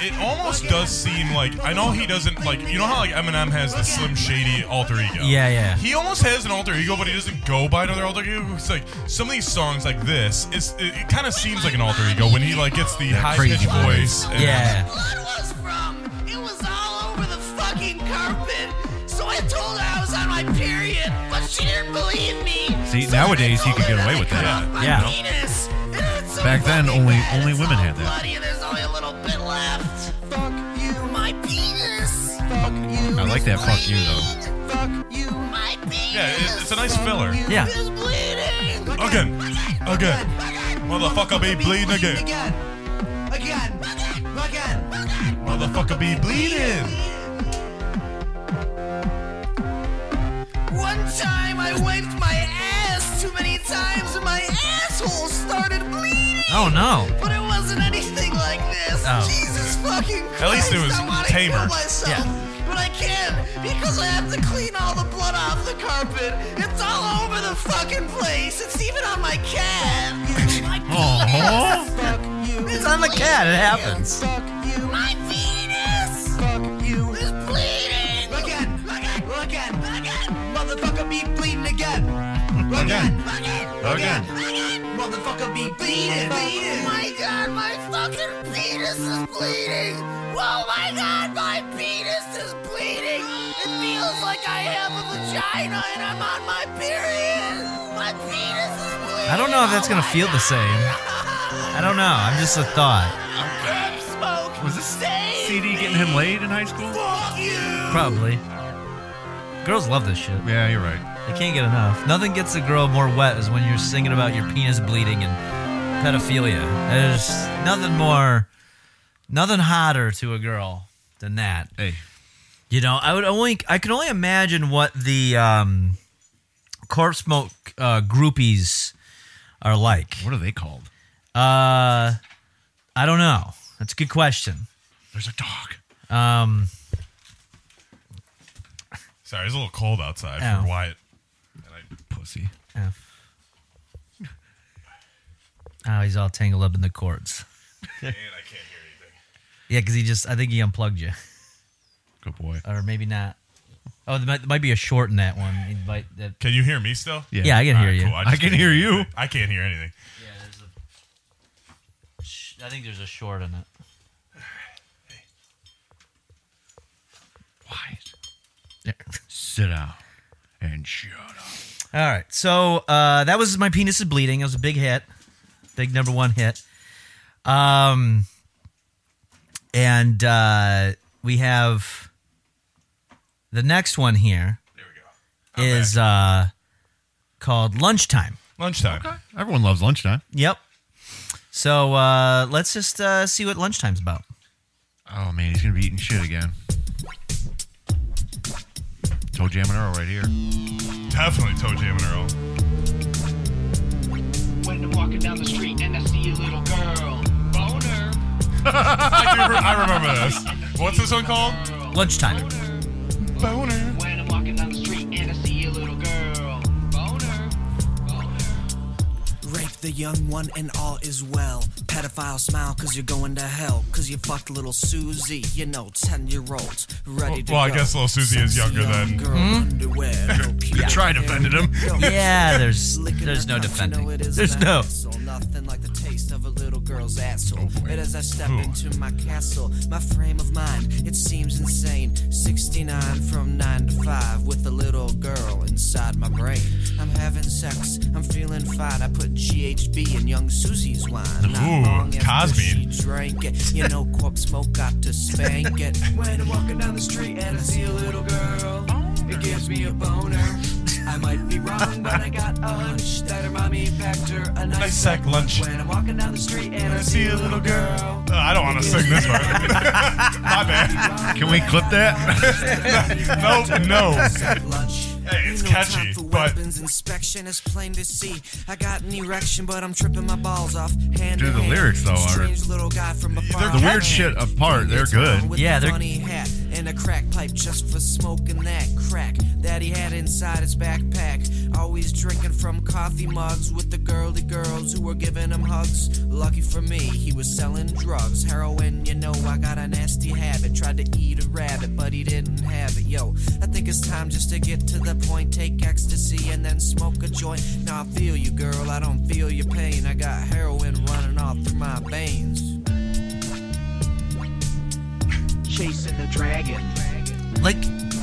Speaker 3: it almost does seem like I know he doesn't like you know how like Eminem has the Slim Shady alter ego.
Speaker 4: Yeah, yeah.
Speaker 3: He almost has an alter ego, but he doesn't go by another alter ego. It's like some of these songs like this. It's it, it kind of seems like an alter ego when he like gets the high pitched
Speaker 5: crazy
Speaker 3: voice. and-
Speaker 4: Yeah.
Speaker 6: blood was from. It was all over the fucking carpet. So I told her I was on my period, but she didn't believe me.
Speaker 5: See,
Speaker 6: So then
Speaker 5: nowadays
Speaker 6: I
Speaker 5: you
Speaker 6: told
Speaker 5: could
Speaker 6: her
Speaker 5: get away
Speaker 6: I
Speaker 5: with
Speaker 6: cut
Speaker 5: that.
Speaker 6: off my
Speaker 4: Yeah.
Speaker 6: penis. And it's so
Speaker 5: Back then,
Speaker 6: fucking
Speaker 5: only-
Speaker 6: bad.
Speaker 5: only
Speaker 6: It's
Speaker 5: women
Speaker 6: all
Speaker 5: had that.
Speaker 6: Bloody and there's only a little bit left. Fuck you, my penis. Fuck you.
Speaker 5: I like that fuck you, though.
Speaker 6: though. Fuck you, my penis.
Speaker 3: Yeah, it- it's a nice filler.
Speaker 4: Yeah.
Speaker 6: It's bleeding.
Speaker 3: Again. Again. Motherfucker be bleeding again.
Speaker 6: Again. Again. Again. Again.
Speaker 3: Motherfucker be bleeding.
Speaker 6: One time I wiped my ass too many times and my asshole started bleeding.
Speaker 4: Oh no.
Speaker 6: But it wasn't anything like this.
Speaker 4: Oh.
Speaker 6: Jesus fucking Christ.
Speaker 3: At least it was
Speaker 6: I wanna
Speaker 3: tamer.
Speaker 6: Kill myself, But I can't because I have to clean all the blood off the carpet. It's all over the fucking place. It's even on my cat. my
Speaker 5: Oh,
Speaker 6: Fuck you.
Speaker 4: It's on the cat. It happens.
Speaker 6: Fuck you. My penis. Fuck you. It's bleeding. Again. Again. Again. Again. Motherfucker be bleeding again. Again. Again.
Speaker 5: Again.
Speaker 6: Motherfucker be bleeding. Bleeding. Oh my god, my fucking penis is bleeding. Oh my god, my penis is bleeding. It feels like I have a vagina and I'm on my period. My penis is bleeding.
Speaker 4: I don't know if that's
Speaker 6: Oh
Speaker 4: gonna
Speaker 6: my
Speaker 4: feel the same. I don't know. I'm just a thought.
Speaker 6: Crab smoke.
Speaker 5: was this
Speaker 6: Save
Speaker 5: CD getting him laid in high school?
Speaker 6: Fuck you.
Speaker 4: Probably. Girls love this shit.
Speaker 5: Yeah, you're right.
Speaker 4: They can't get enough. Nothing gets a girl more wet is when you're singing about your penis bleeding and pedophilia. There's nothing more, nothing hotter to a girl than that.
Speaker 5: Hey,
Speaker 4: You know, I would only, I can only imagine what the um, corpse smoke uh, groupies are like.
Speaker 5: what are they called?
Speaker 4: Uh, I don't know. That's a good question.
Speaker 5: There's a dog.
Speaker 4: Um,
Speaker 3: Sorry, it's a little cold outside
Speaker 4: Ow.
Speaker 3: for Wyatt.
Speaker 5: Pussy.
Speaker 4: oh, he's all tangled up in the cords.
Speaker 3: And I can't hear anything.
Speaker 4: Yeah, because he just, I think he unplugged you.
Speaker 5: Good boy.
Speaker 4: or maybe not. Oh, there might, there might be a short in that one. It might, that,
Speaker 3: Can you hear me still?
Speaker 5: Yeah.
Speaker 4: yeah, I can hear
Speaker 3: Alright,
Speaker 4: you.
Speaker 3: cool.
Speaker 5: I
Speaker 3: just
Speaker 5: can
Speaker 3: can't
Speaker 5: hear you.
Speaker 3: anything. I can't hear anything.
Speaker 4: Yeah, there's a. Sh- I think there's a short in it.
Speaker 5: Quiet.
Speaker 4: Yeah.
Speaker 5: Sit down and shut up.
Speaker 4: All right, so uh, that was my penis is bleeding. It was a big hit, big number one hit. Um, and uh, we have the next one here
Speaker 3: There we
Speaker 4: is
Speaker 3: go. I'm back.
Speaker 4: uh, called lunchtime.
Speaker 3: lunchtime.
Speaker 5: Everyone loves lunchtime.
Speaker 4: Yep. So uh, let's just uh, see what lunchtime's about.
Speaker 5: Oh man, he's gonna be eating shit again. Toe Jam and Earl right here.
Speaker 3: Definitely toe jam and Earl.
Speaker 12: When I'm walking down the street and I see a little girl, boner.
Speaker 3: I, do, re- I remember this. What's this one called?
Speaker 4: Lunchtime.
Speaker 3: Boner.
Speaker 12: When I'm walking down the street and I see a little girl, boner.
Speaker 13: Rape the young one and all is well. Pedophile smile cause you're going to hell. Cause you fucked little Susie, you know, 10 year olds. Ready to
Speaker 3: Well, I
Speaker 13: go.
Speaker 3: guess little Susie is
Speaker 13: Sexy
Speaker 3: younger
Speaker 13: young
Speaker 3: than- Hmm?
Speaker 13: Girl underwear, no pubic
Speaker 5: tried
Speaker 13: hair,
Speaker 5: offended him.
Speaker 13: no
Speaker 4: Yeah, there's
Speaker 13: Licking
Speaker 4: there's
Speaker 13: her
Speaker 4: no
Speaker 13: cunt, you
Speaker 4: defending.
Speaker 13: know it is
Speaker 4: There's
Speaker 13: an
Speaker 4: no.
Speaker 13: asshole, nothing like the taste of a little girl's asshole.
Speaker 4: Oh,
Speaker 13: but as I step into my castle, my frame of mind, it seems insane. 69 from 9 to 5 with a little girl inside my brain. I'm having sex, I'm feeling fine. I put GHB in young Susie's wine. Not
Speaker 3: Ooh,
Speaker 13: long after
Speaker 3: Cosby.
Speaker 13: she drank it. You know, corpse smoke got to spank it. when I'm walking down the street and I see a little girl.
Speaker 6: It gives me a boner. I might be wrong, but I got a hunch that her mommy packed her a nice,
Speaker 3: Nice sack lunch.
Speaker 6: When I'm walking down the street and I see a little girl.
Speaker 3: Uh, I don't want to sing this part. My bad.
Speaker 5: Can we clip that?
Speaker 3: Nope, no.
Speaker 6: Sack lunch.
Speaker 3: Hey, it's
Speaker 6: No
Speaker 3: catchy,
Speaker 6: time for
Speaker 3: but
Speaker 6: weapons inspection is plain to see. I got an erection, but I'm tripping my balls off. Hand
Speaker 5: Dude,
Speaker 6: in
Speaker 5: the
Speaker 6: hand.
Speaker 5: lyrics, though, are-
Speaker 6: Strange little guy from a farm
Speaker 5: the weird
Speaker 6: land.
Speaker 5: shit apart, they're
Speaker 6: It's on
Speaker 5: good.
Speaker 6: with
Speaker 4: Yeah,
Speaker 6: a
Speaker 4: they're-
Speaker 6: funny hat and a crack pipe just for smoking that crack that he had inside his backpack. Always drinking from coffee mugs with the girly girls who were giving him hugs. Lucky for me, he was selling drugs, heroin. You know I got a nasty habit. Tried to eat a rabbit, but he didn't have it. Yo, I think it's time just to get to the point. Take ecstasy and then smoke a joint. Now I feel you, girl. I don't feel your pain. I got heroin running all through my veins.
Speaker 8: Chasing the dragon.
Speaker 4: Like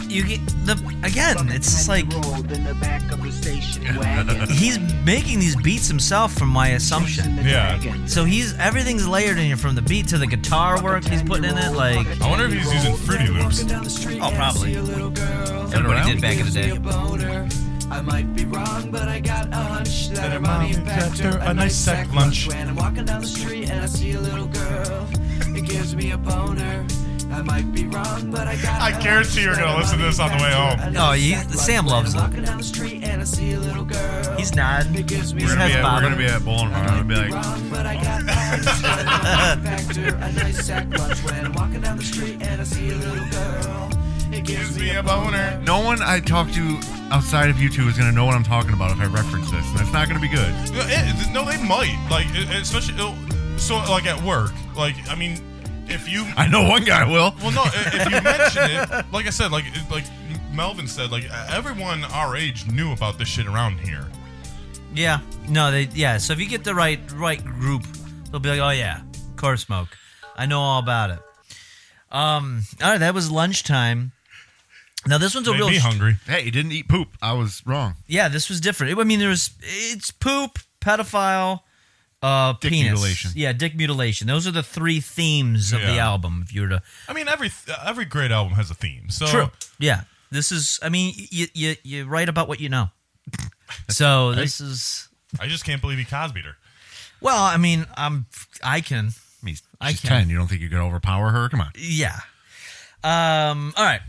Speaker 4: you get the again. It's just like
Speaker 8: rolled in the back of the station wagon.
Speaker 4: he's making these beats himself, from my
Speaker 8: Chasing
Speaker 4: assumption.
Speaker 8: the
Speaker 3: Yeah.
Speaker 8: dragon.
Speaker 4: So he's everything's layered in here from the beat to the guitar work he's putting in it. Like
Speaker 3: I wonder if he's using Fruity Loops.
Speaker 4: oh, probably
Speaker 5: around?
Speaker 4: everybody did back in the day.
Speaker 6: I might be wrong, but I got a hunch that her mommy packed her
Speaker 3: a
Speaker 6: a
Speaker 3: nice
Speaker 6: nice
Speaker 3: sack
Speaker 6: sec
Speaker 3: lunch.
Speaker 6: lunch. When I'm walking down the street and I see a little girl, it gives me a boner. I might be wrong, but I got.
Speaker 3: I
Speaker 6: a hunch
Speaker 3: guarantee you're
Speaker 6: that
Speaker 3: gonna
Speaker 6: her
Speaker 3: listen to
Speaker 6: mommy
Speaker 3: this on the way home.
Speaker 6: packed her a nice
Speaker 4: Oh, you-
Speaker 6: sack lunch.
Speaker 4: Sam
Speaker 6: When I'm
Speaker 4: loves it.
Speaker 6: Walking down the street and I see a little girl.
Speaker 4: He's nodding.
Speaker 6: It gives me
Speaker 5: We're gonna, be
Speaker 4: Head
Speaker 5: at, we're gonna
Speaker 4: bobbing.
Speaker 5: be at Bowling Green. I'm gonna be like,
Speaker 6: wrong, but I got a hunch that her mommy packed her a nice sack lunch. When I'm walking down the street and I see a little girl, it gives me a
Speaker 3: boner.
Speaker 5: no one I talk to outside of you two is gonna know what I'm talking about if I reference this, and it's not gonna be good.
Speaker 3: No, they might. Like, it- it- especially it'll- so, like at work. Like, I mean, if you
Speaker 5: I know one guy will.
Speaker 3: Well, no. i- If you mention it, like I said, like like Melvin said, like e, everyone our age knew about this shit around here.
Speaker 4: Yeah. No, they yeah. So if you get the right right group, they'll be like, oh yeah, core smoke. I know all about it. Um. All right, that was lunchtime. Now this one's a
Speaker 3: Made
Speaker 4: real
Speaker 3: me hungry.
Speaker 5: Hey, he didn't eat poop. I was wrong.
Speaker 4: yeah. This was different. I mean, there was it's poop, pedophile, uh,
Speaker 5: Dick
Speaker 4: penis.
Speaker 5: mutilation.
Speaker 4: Yeah, dick mutilation. Those are the three themes of the
Speaker 3: Yeah.
Speaker 4: album. If you were to
Speaker 3: I mean, every every great album has a theme. So
Speaker 4: Yeah. This is. I mean, you you you write about what you know. So this is.
Speaker 3: I just can't believe he Cosby'd her.
Speaker 4: Well, I mean, I'm. I can.
Speaker 5: I mean, she's
Speaker 4: I can't.
Speaker 5: ten. You don't think you could overpower her? Come on.
Speaker 4: Yeah. Um. All right.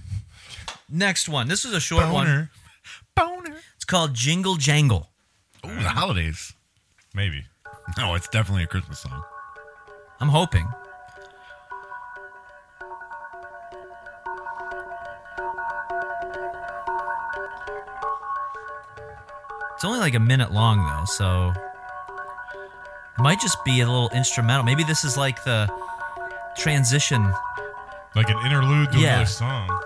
Speaker 4: Next one. This is a short one.
Speaker 3: Boner.
Speaker 5: Boner.
Speaker 4: It's called Jingle Jangle.
Speaker 5: Ooh, the holidays.
Speaker 3: Maybe.
Speaker 5: No, it's definitely a Christmas song.
Speaker 4: I'm hoping. It's only like a minute long though, so it might just be a little instrumental. Maybe this is like the transition.
Speaker 3: Like an interlude to
Speaker 4: Yeah.
Speaker 3: another song.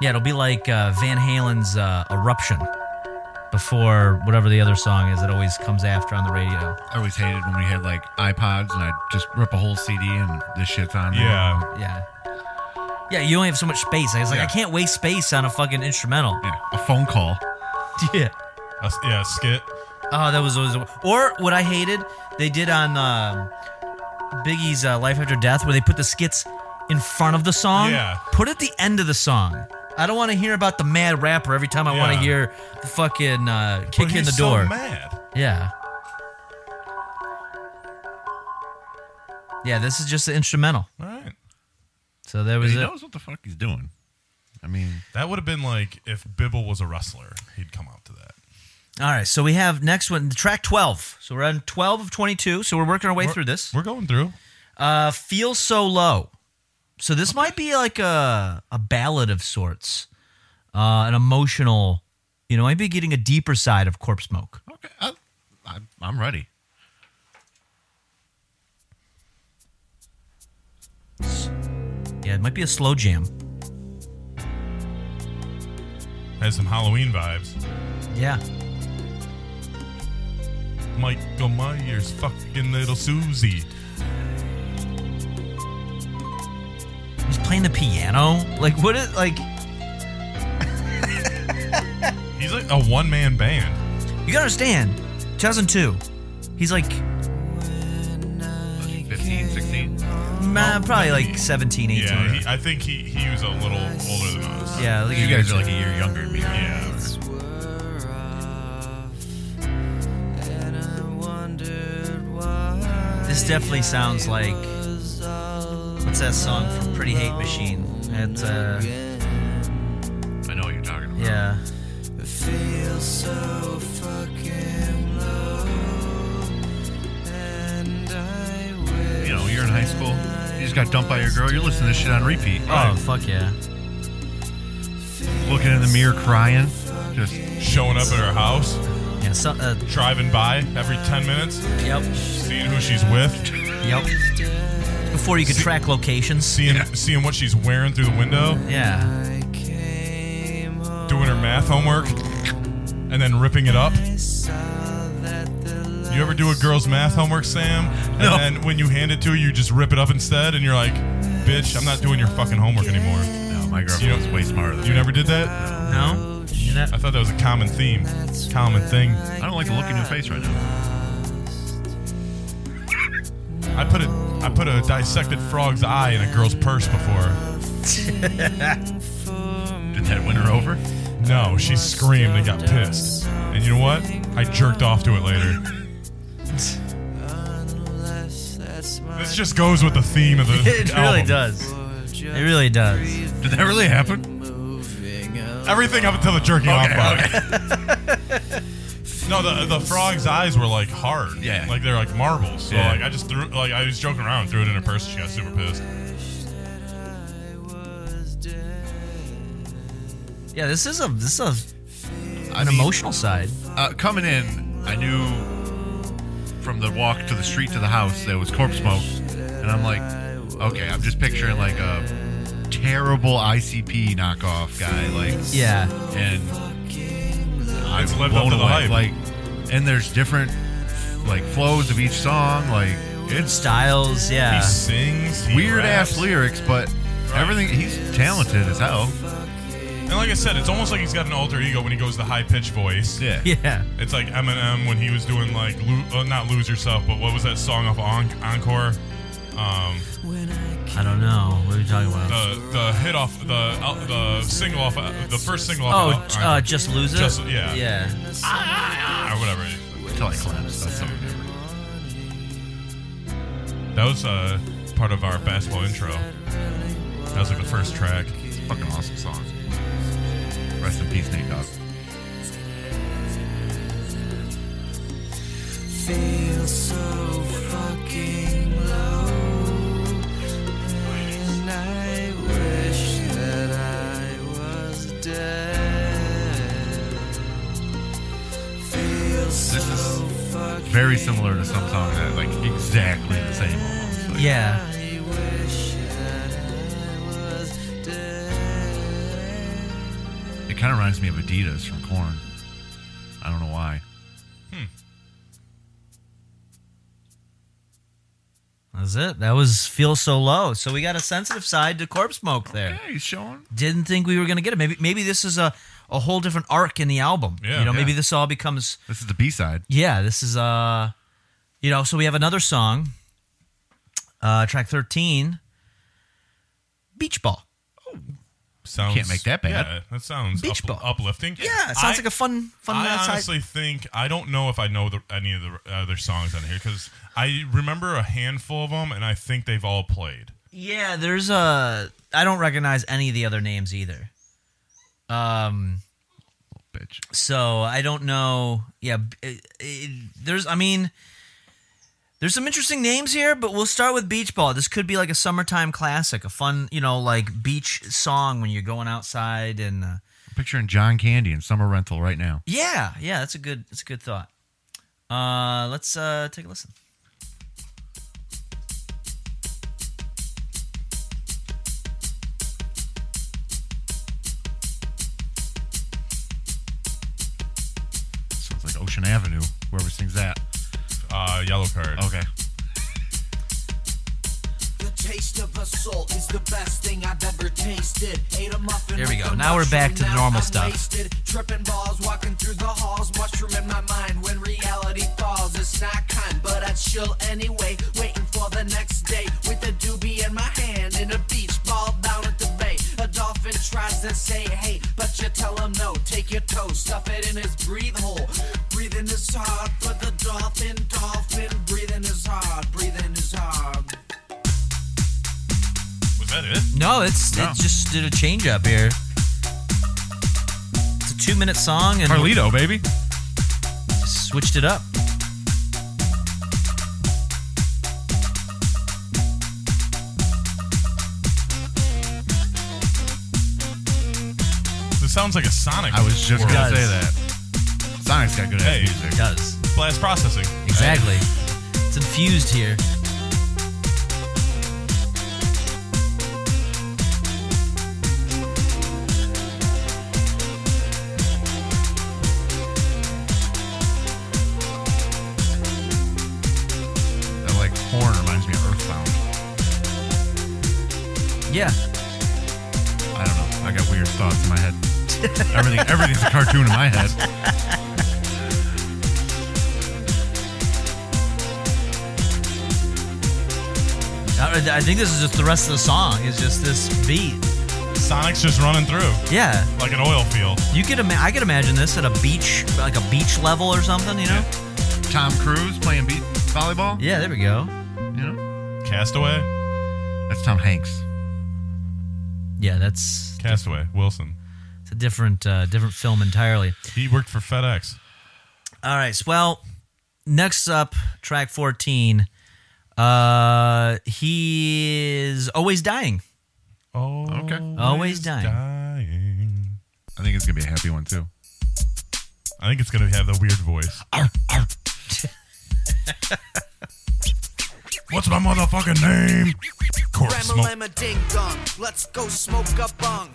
Speaker 4: Yeah, it'll be like uh, Van Halen's uh, Eruption before whatever the other song is that always comes after on the radio.
Speaker 5: I always hated when we had like iPods and I'd just rip a whole CD and this shit's on. there.
Speaker 3: Yeah.
Speaker 4: Yeah. Yeah, you only have so much space. I was like,
Speaker 5: Yeah.
Speaker 4: I can't waste space on a fucking instrumental.
Speaker 5: Yeah. A phone call.
Speaker 4: Yeah.
Speaker 3: A s- yeah, a skit.
Speaker 4: Oh, that was always. Or what I hated, they did on um, Biggie's uh, Life After Death, where they put the skits in front of the song.
Speaker 3: Yeah.
Speaker 4: Put it at the end of the song. I don't want to hear about the mad rapper every time I want to
Speaker 3: Yeah.
Speaker 4: hear the fucking uh, kick
Speaker 3: But
Speaker 4: in
Speaker 3: he's
Speaker 4: the
Speaker 3: so
Speaker 4: door.
Speaker 3: mad.
Speaker 4: yeah. Yeah, this is just the instrumental.
Speaker 3: All right.
Speaker 4: So there was
Speaker 5: He
Speaker 4: it.
Speaker 5: knows what the fuck he's doing. I mean,
Speaker 3: That would have been like if Bibble was a wrestler, he'd come out to that.
Speaker 4: All right, so we have next one, track 12. So we're on 12 of 22, so we're working our way through this.
Speaker 3: We're going through.
Speaker 4: Uh, Feel So Low. So this might be like a, a ballad of sorts, uh, an emotional, you know, might be getting a deeper side of Corpse Smoke.
Speaker 5: okay, I, I, I'm ready.
Speaker 4: Yeah, it might be a slow jam.
Speaker 3: Has some Halloween vibes.
Speaker 4: Yeah.
Speaker 3: Michael Myers, fucking little Susie.
Speaker 4: He's playing the piano. Like, what is, like,
Speaker 3: He's like a one man band.
Speaker 4: you gotta understand, 2002, he's like,
Speaker 5: 15, 16.
Speaker 4: nah, probably like 17, 18.
Speaker 3: Yeah, he, I think he, he was a little older than us.
Speaker 4: Yeah, look at
Speaker 5: You guys are like a year younger than me. Yeah.
Speaker 4: This definitely sounds like what's that song from Pretty Hate Machine? It's uh
Speaker 5: I know what you're talking about.
Speaker 4: yeah.
Speaker 5: You know, you're in high school. You just got dumped by your girl. You're listening to this shit on repeat.
Speaker 4: Oh fuck yeah.
Speaker 5: Looking in the mirror, crying. Just
Speaker 3: Showing up at her house,
Speaker 4: Yeah. So, uh,
Speaker 3: driving by every 10 minutes,
Speaker 4: yep.
Speaker 3: seeing who she's with,
Speaker 4: Yep. Before you could track locations.
Speaker 3: seeing seeing what she's wearing through the window,
Speaker 4: Yeah.
Speaker 3: doing her math homework, and then ripping it up. You ever do a girl's math homework, Sam? And
Speaker 5: No.
Speaker 3: then when you hand it to her, you just rip it up instead, and you're like, bitch, I'm not doing your fucking homework anymore.
Speaker 5: no, my
Speaker 3: You know-
Speaker 5: girlfriend's way smarter than
Speaker 3: You
Speaker 5: me.
Speaker 3: never did that?
Speaker 4: No. You know-
Speaker 3: I thought that was a common theme, common thing.
Speaker 5: I don't like the look in your face right now.
Speaker 3: I put a I put a dissected frog's eye in a girl's purse before.
Speaker 5: Did that win her over?
Speaker 3: No, she screamed and got pissed. And you know what? I jerked off to it later. This just goes with the theme of the.
Speaker 4: It really
Speaker 3: album.
Speaker 4: does. It really does.
Speaker 5: Did that really happen?
Speaker 3: Everything up until the jerking off
Speaker 5: Okay,
Speaker 3: part. No, the the frog's eyes were like hard.
Speaker 5: Yeah.
Speaker 3: Like they're like marbles. So
Speaker 5: Yeah.
Speaker 3: like I just threw like I was joking around, threw it in her purse, she got super pissed.
Speaker 4: Yeah, this is a this is a,
Speaker 5: I
Speaker 4: an
Speaker 5: mean,
Speaker 4: emotional side.
Speaker 5: Uh, coming in, I knew from the walk to the street to the house there was corpse smoke, and I'm like, okay, I'm just picturing like a terrible ICP knockoff guy, like,
Speaker 4: Yeah.
Speaker 5: and I'm
Speaker 3: It's lived up
Speaker 5: blown
Speaker 3: to the
Speaker 5: away.
Speaker 3: hype.
Speaker 5: Like, and there's different like flows of each song, like it's
Speaker 4: Styles.
Speaker 3: He
Speaker 4: Yeah.
Speaker 3: sings he
Speaker 5: weird
Speaker 3: raps.
Speaker 5: ass lyrics, but everything he's talented as hell.
Speaker 3: And like I said, it's almost like he's got an alter ego when he goes the high pitched voice.
Speaker 5: Yeah.
Speaker 4: Yeah.
Speaker 3: It's like Eminem when he was doing like lo- uh, not lose yourself, but what was that song off en- Encore? Um,
Speaker 4: I don't know. What are you talking about?
Speaker 3: the the hit off the uh, the single off uh, the first single
Speaker 4: Oh,
Speaker 3: off.
Speaker 4: j-
Speaker 3: Encore,
Speaker 4: uh, just lose it.
Speaker 3: Just- yeah.
Speaker 4: Yeah. Ah,
Speaker 3: or whatever. it is.
Speaker 5: Until I collapse. That's something different.
Speaker 3: That was uh, part of our basketball intro. That was like the first track.
Speaker 5: Fucking awesome song. Rest in peace, Nate Dogg. This is very similar to some song that, like, exactly the same. Almost. Like,
Speaker 4: Yeah.
Speaker 5: It kind of reminds me of Adidas from Corn. I don't know why.
Speaker 4: That's it. That was feel so low. So we got a sensitive side to corpse smoke there.
Speaker 5: Yeah, he's showing.
Speaker 4: Didn't think we were gonna get it. Maybe maybe this is a a whole different arc in the album.
Speaker 3: Yeah.
Speaker 4: you know, maybe
Speaker 5: Yeah.
Speaker 4: this all becomes
Speaker 5: This is the B side.
Speaker 4: yeah. This is uh, you know. So we have another song, uh, track thirteen, beach ball.
Speaker 3: Sounds
Speaker 5: Can't make that bad.
Speaker 3: Yeah, that sounds
Speaker 4: Beach
Speaker 3: up-
Speaker 4: ball.
Speaker 3: uplifting.
Speaker 4: Yeah, it sounds
Speaker 3: I-
Speaker 4: like a fun fun uh,
Speaker 3: I
Speaker 4: outside-
Speaker 3: honestly think I don't know if I know the, any of the other songs on here because I remember a handful of them and I think they've all played.
Speaker 4: Yeah, there's a. I don't recognize any of the other names either. Um.
Speaker 5: Bitch.
Speaker 4: So I don't know. Yeah, b- it, it- there's. I mean, there's some interesting names here, but we'll start with beach ball. This could be like a summertime classic, a fun, you know, like beach song when you're going outside and. Uh,
Speaker 5: I'm picturing John Candy in Summer Rental right now.
Speaker 4: yeah, yeah, that's a good. That's a good thought. Uh, let's uh take a listen.
Speaker 5: Sounds like Ocean Avenue, whoever sings that.
Speaker 3: Uh, yellow card.
Speaker 5: Okay.
Speaker 6: The taste of a soul is the best thing I've ever tasted. Ate a muffin.
Speaker 4: There we
Speaker 6: with
Speaker 4: go.
Speaker 6: a
Speaker 4: Now we're back to the
Speaker 6: mushroom,
Speaker 4: normal
Speaker 6: I'm
Speaker 4: stuff.
Speaker 6: wasted. Tripping balls, walking through the halls, mushroom in my mind. When reality falls, it's not kind, but I chill anyway. Waiting for the next day with a doobie in my hand and a beach ball down at the bay. A dolphin tries to say hey, but you tell him no. Take your toe, stuff it in his breathe hole. Breathing is hard for the dolphin, dolphin. Breathing is hard, breathing is hard.
Speaker 3: Was that it?
Speaker 4: No, it's
Speaker 5: No.
Speaker 4: it just did a change up here. It's a two minute song and
Speaker 5: Carlito, baby.
Speaker 4: switched it up.
Speaker 3: This sounds like a Sonic.
Speaker 5: I was just
Speaker 3: world.
Speaker 5: gonna
Speaker 4: Does.
Speaker 5: say that. Sonic's got good ass
Speaker 3: Hey.
Speaker 5: music.
Speaker 4: It does.
Speaker 3: blast processing.
Speaker 4: Exactly. It's infused here.
Speaker 5: That like horn reminds me of Earthbound.
Speaker 4: Yeah.
Speaker 5: I don't know. I got weird thoughts in my head. Everything, everything's a cartoon in my head.
Speaker 4: I, I think this is just the rest of the song. It's just this beat.
Speaker 3: Sonic's just running through
Speaker 4: Yeah.
Speaker 3: like an oil field.
Speaker 4: You could ima- I could imagine this at a beach, like a beach level or something. You know?
Speaker 5: Tom Cruise playing beat volleyball.
Speaker 4: Yeah. there we go.
Speaker 5: You know,
Speaker 3: Castaway.
Speaker 5: that's Tom Hanks.
Speaker 4: Yeah, that's
Speaker 3: Castaway. Wilson.
Speaker 4: it's a different uh, different film entirely.
Speaker 3: He worked for FedEx.
Speaker 4: All right. So, well, next up, track 14. Uh, he is always dying.
Speaker 3: Oh.
Speaker 5: Okay.
Speaker 4: Always dying.
Speaker 3: dying.
Speaker 5: I think it's gonna be a happy one too.
Speaker 3: I think it's gonna have the weird voice. What's my motherfucking name? Corpse smoke.
Speaker 6: Ramalama ding dong, let's go smoke a bong.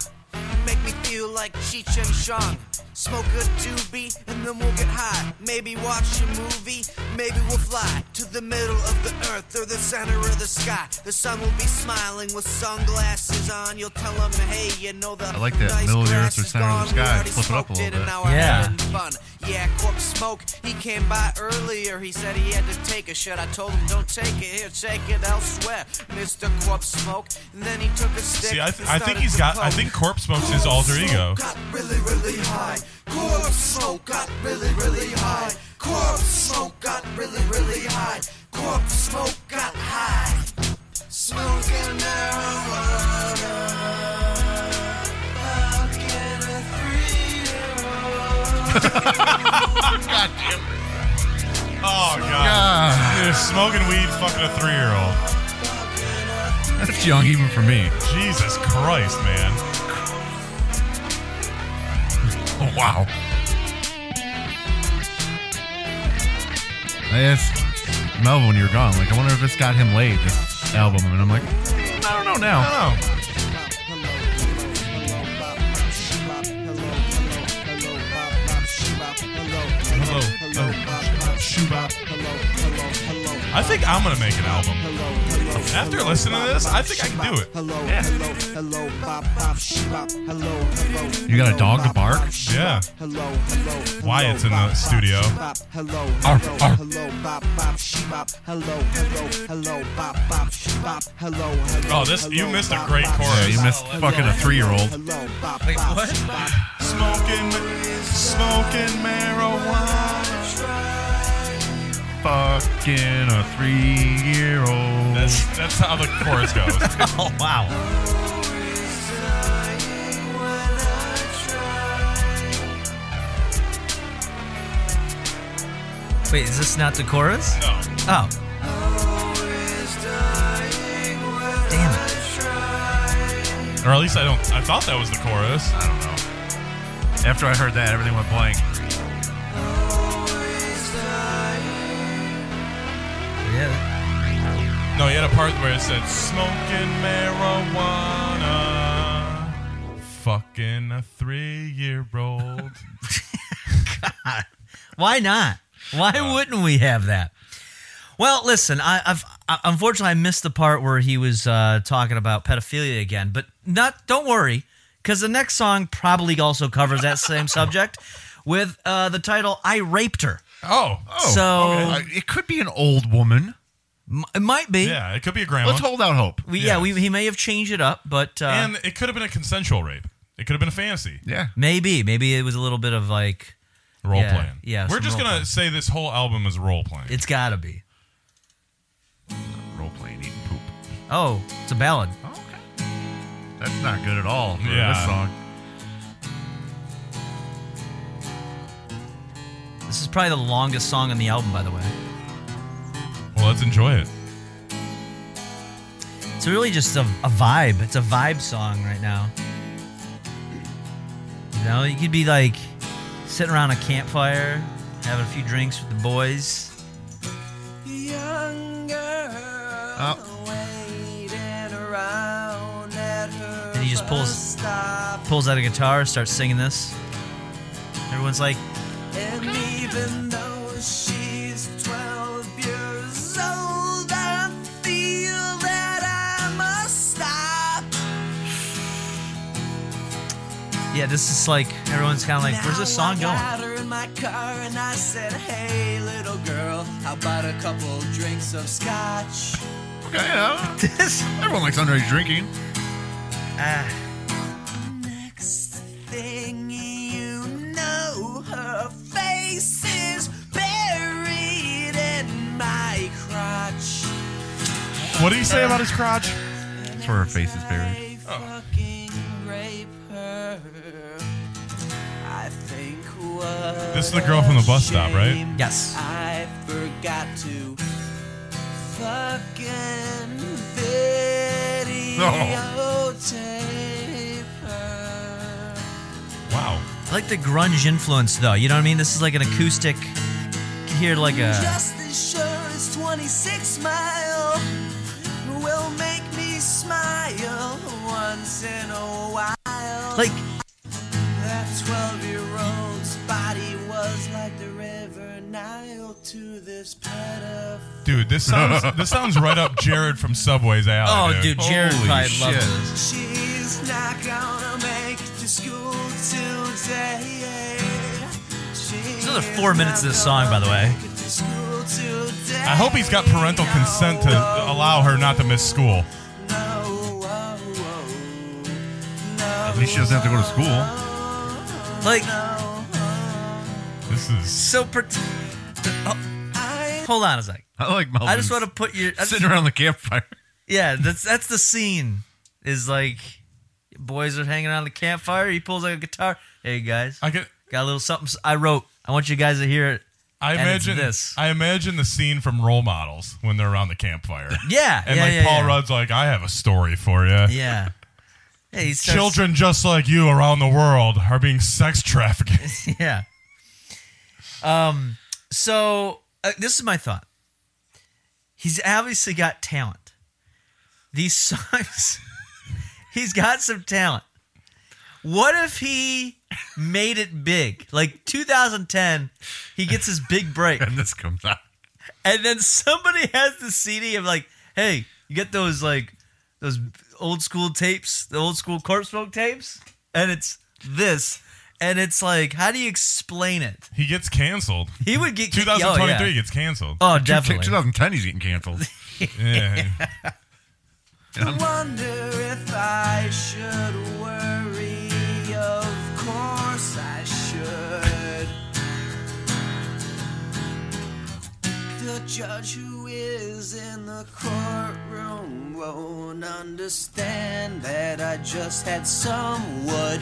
Speaker 6: Make me feel like Cheech and Chong. Smoke a doobie and then we'll get high. Maybe watch a movie, maybe we'll fly to the middle of the earth or the center of the sky. The sun will be smiling with sunglasses on. You'll tell them, hey, you know the
Speaker 5: I like that
Speaker 6: nice
Speaker 5: middle of the
Speaker 6: grass
Speaker 5: earth or
Speaker 6: is
Speaker 5: center of the
Speaker 6: gone. We
Speaker 5: sky.
Speaker 6: already
Speaker 5: Flip it up a
Speaker 6: smoked
Speaker 5: little
Speaker 6: and
Speaker 5: bit.
Speaker 6: now we're
Speaker 4: Yeah.
Speaker 6: having fun. Yeah, Corp Smoke, he came by earlier. He said he had to take a shit. I told him, don't take it here, take it elsewhere, Mr. Corp Smoke. And then he took a stick.
Speaker 3: See, I,
Speaker 6: and
Speaker 3: th- I think
Speaker 6: started
Speaker 3: he's
Speaker 6: to
Speaker 3: got. I
Speaker 6: poke.
Speaker 3: think Corpse Smoke's his alter ego.
Speaker 6: Got really, really high. Corp Smoke got really, really high. Corp Smoke got really, really high. Corp Smoke got high. Smoking marijuana. Fucking a three-year-old.
Speaker 3: Oh god.
Speaker 5: Ah,
Speaker 3: You're smoking weed, fucking a three-year-old.
Speaker 5: that's young even for me.
Speaker 3: Jesus Christ, man.
Speaker 5: Oh wow. I asked Melvin when you were gone, like, I wonder if it's got him laid this album, and I'm like, "Mm, I don't know now.
Speaker 3: I don't know. Hello. Oh, shoot. I think I'm gonna make an album. After listening to this, I think I can do it.
Speaker 5: You got a dog to bark?
Speaker 3: Yeah. Wyatt's in the studio.
Speaker 5: Arf, arf.
Speaker 3: Oh, this you missed a great
Speaker 5: Yeah,
Speaker 3: chorus.
Speaker 5: you missed fucking a three-year-old.
Speaker 4: Wait, what?
Speaker 3: Smoking, smoking marijuana.
Speaker 5: Fucking a three-year-old.
Speaker 3: That's that's how the chorus goes.
Speaker 4: Oh, wow. Wait, is this not the chorus?
Speaker 3: No.
Speaker 4: Oh. Damn it.
Speaker 3: Or at least I don't. I thought that was the chorus.
Speaker 5: I don't know. After I heard that, everything went blank.
Speaker 4: Yeah.
Speaker 3: No, he had a part where it said smoking marijuana, fucking a three-year-old.
Speaker 4: Why not? Why wouldn't we have that? Well, listen, I, I've I, unfortunately I missed the part where he was uh, talking about pedophilia again, but not. Don't worry, because the next song probably also covers that same subject with uh, the title "I Raped Her."
Speaker 3: oh, oh,
Speaker 4: so
Speaker 5: Uh, it could be an old woman.
Speaker 4: m- it might be.
Speaker 3: yeah, it could be a grandma.
Speaker 5: Let's hold out hope.
Speaker 4: We, yeah,
Speaker 3: Yeah.
Speaker 4: we, he may have changed it up, but uh,
Speaker 3: and it could have been a consensual rape. It could have been a fantasy
Speaker 5: Yeah.
Speaker 4: Maybe, maybe it was a little bit of like
Speaker 3: role
Speaker 4: Yeah,
Speaker 3: playing.
Speaker 4: yeah,
Speaker 3: we're
Speaker 4: some
Speaker 3: just
Speaker 4: role
Speaker 3: gonna
Speaker 4: playing.
Speaker 3: say this whole album is role playing.
Speaker 4: it's gotta be.
Speaker 5: Role playing eating poop.
Speaker 4: Oh, it's a ballad.
Speaker 5: Okay. That's not good at all for
Speaker 3: Yeah.
Speaker 5: this song.
Speaker 4: This is probably the longest song on the album, by the way.
Speaker 3: well, let's enjoy it.
Speaker 4: It's really just a, a vibe. It's a vibe song right now. You know, you could be like sitting around a campfire, having a few drinks with the boys.
Speaker 5: Oh,
Speaker 4: And he just pulls pulls out a guitar, starts singing this. Everyone's like, yeah, this is like everyone's kind of like, where's this song going?
Speaker 6: I got her in my car and I said, hey, little girl, how about a couple drinks of scotch?
Speaker 5: okay. yeah.
Speaker 4: This,
Speaker 5: Everyone likes underage drinking.
Speaker 4: ah,
Speaker 6: Next thing you know, her face is buried in my crotch.
Speaker 3: What did he say about his crotch?
Speaker 5: That's where her face is buried.
Speaker 6: I fucking rape her. I think what
Speaker 3: This is the girl from the bus
Speaker 6: a
Speaker 3: stop, right?
Speaker 6: shame
Speaker 4: yes.
Speaker 6: I forgot to fucking videotape her.
Speaker 3: Wow.
Speaker 4: I like the grunge influence, though. You know what I mean? This is like an acoustic. You can hear like a.
Speaker 6: Just as sure as 26 Mile will make me smile once in a while.
Speaker 4: Like,
Speaker 6: That 12 year old's body was like the river Nile to this pedophile.
Speaker 3: Dude, this sounds this sounds right up Jared from Subway's
Speaker 4: oh,
Speaker 3: alley.
Speaker 4: dude, Jared
Speaker 5: Holy
Speaker 4: probably loved
Speaker 5: shit.
Speaker 4: this.
Speaker 6: She's not gonna make it to school today. She's
Speaker 4: another four minutes of this song, by the way.
Speaker 3: I hope he's got parental consent to allow her not to miss school.
Speaker 6: Oh,
Speaker 5: At least she doesn't have to go to school.
Speaker 4: Like,
Speaker 3: This is
Speaker 4: so. Per- oh, hold on a sec.
Speaker 5: I like Melvin.
Speaker 4: I just want to put your. I just-
Speaker 5: sitting around the campfire.
Speaker 4: yeah, that's that's the scene. Is like, boys are hanging around the campfire. He pulls out a guitar. Hey guys,
Speaker 3: I get
Speaker 4: got a little something s- I wrote. I want you guys to hear it.
Speaker 3: I
Speaker 4: And it's
Speaker 3: imagine
Speaker 4: this.
Speaker 3: I imagine the scene from Role Models when they're around the campfire.
Speaker 4: Yeah,
Speaker 3: And
Speaker 4: yeah,
Speaker 3: like
Speaker 4: yeah,
Speaker 3: Paul
Speaker 4: yeah.
Speaker 3: Rudd's like, I have a story for you.
Speaker 4: Yeah. Yeah, he starts-
Speaker 3: Children just like you around the world are being sex trafficked.
Speaker 4: yeah. Um. So uh, this is my thought. He's obviously got talent. These songs, he's got some talent. What if he made it big? Like 2010, he gets his big break,
Speaker 5: And this comes out.
Speaker 4: and then somebody has the CD of like, "Hey, you get those like those old school tapes, the old school corpse smoke tapes?" And it's this, and it's like, how do you explain it?
Speaker 3: He gets canceled.
Speaker 4: He would get
Speaker 3: 2023
Speaker 4: Oh, yeah.
Speaker 3: gets canceled.
Speaker 4: oh
Speaker 5: Two-
Speaker 4: definitely.
Speaker 5: 2010, he's getting canceled.
Speaker 3: Yeah.
Speaker 6: Wonder if I should worry. Of course I should. The judge who is in the courtroom won't understand that I just had some wood.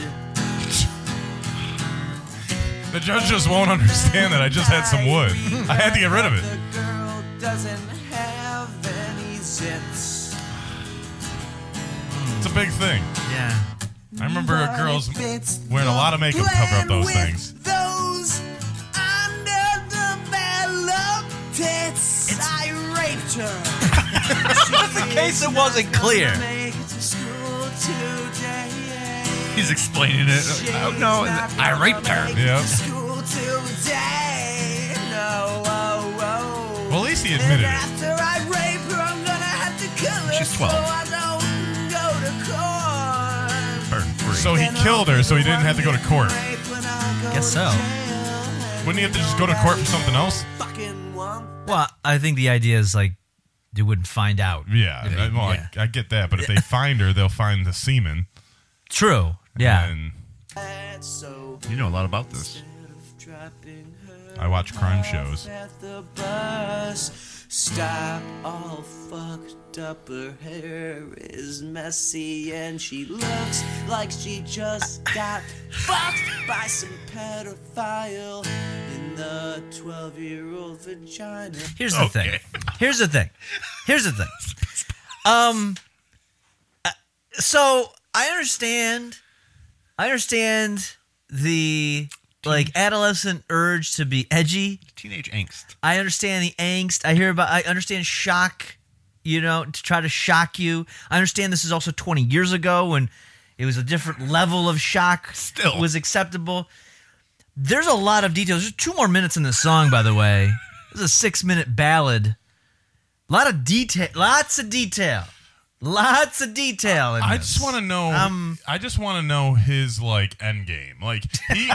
Speaker 3: The judge just won't understand that I just had some wood. I had to get rid of it.
Speaker 6: The girl doesn't have any zits.
Speaker 3: It's a big thing.
Speaker 4: yeah.
Speaker 3: I remember a girls
Speaker 6: But if it's
Speaker 3: wearing a
Speaker 6: the
Speaker 3: lot of makeup cover up
Speaker 6: plan
Speaker 3: those
Speaker 6: with
Speaker 3: things.
Speaker 6: Those underdeveloped tits. I raped her.
Speaker 4: In case it wasn't clear.
Speaker 6: Make it to school today.
Speaker 5: He's explaining it.
Speaker 6: She's
Speaker 5: Oh, no.
Speaker 6: not
Speaker 5: I
Speaker 6: gonna
Speaker 5: raped her.
Speaker 6: make it to
Speaker 3: Yep.
Speaker 6: School today. No, oh, oh.
Speaker 3: Well, at least he admitted
Speaker 6: And
Speaker 3: it.
Speaker 6: after I rape her, I'm gonna have to kill her.
Speaker 5: She's
Speaker 6: So
Speaker 5: 12.
Speaker 6: I don't go to court.
Speaker 5: Burn free.
Speaker 3: So he killed her so he didn't have to go to court.
Speaker 4: Guess so.
Speaker 3: Wouldn't he have to just go to court for something else?
Speaker 4: Well, I think the idea is like they wouldn't find out.
Speaker 3: Yeah. I, well,
Speaker 4: yeah.
Speaker 3: I, I get that. But if they find her, they'll find the semen.
Speaker 4: True. Yeah.
Speaker 3: And
Speaker 5: You know a lot about this.
Speaker 3: I watch crime shows.
Speaker 6: at the bus stop all fucked up her hair is messy and she looks like she just got fucked by some pedophile in the 12 year old vagina
Speaker 4: Here's the
Speaker 5: Okay.
Speaker 4: thing. Here's the thing. Here's the thing. Um, uh, so I understand. I understand the like adolescent urge to be edgy.
Speaker 5: Teenage angst.
Speaker 4: I understand the angst. I hear about. I understand shock. You know, to try to shock you. I understand this is also 20 years ago when it was a different level of shock.
Speaker 5: Still.
Speaker 4: was acceptable. There's a lot of details. There's two more minutes in this song, by the way. This is a six minute ballad. A lot of detail. Lots of detail. Lots of detail. in
Speaker 3: I
Speaker 4: this.
Speaker 3: just want to know.
Speaker 4: Um,
Speaker 3: I just want to know his like end game. Like he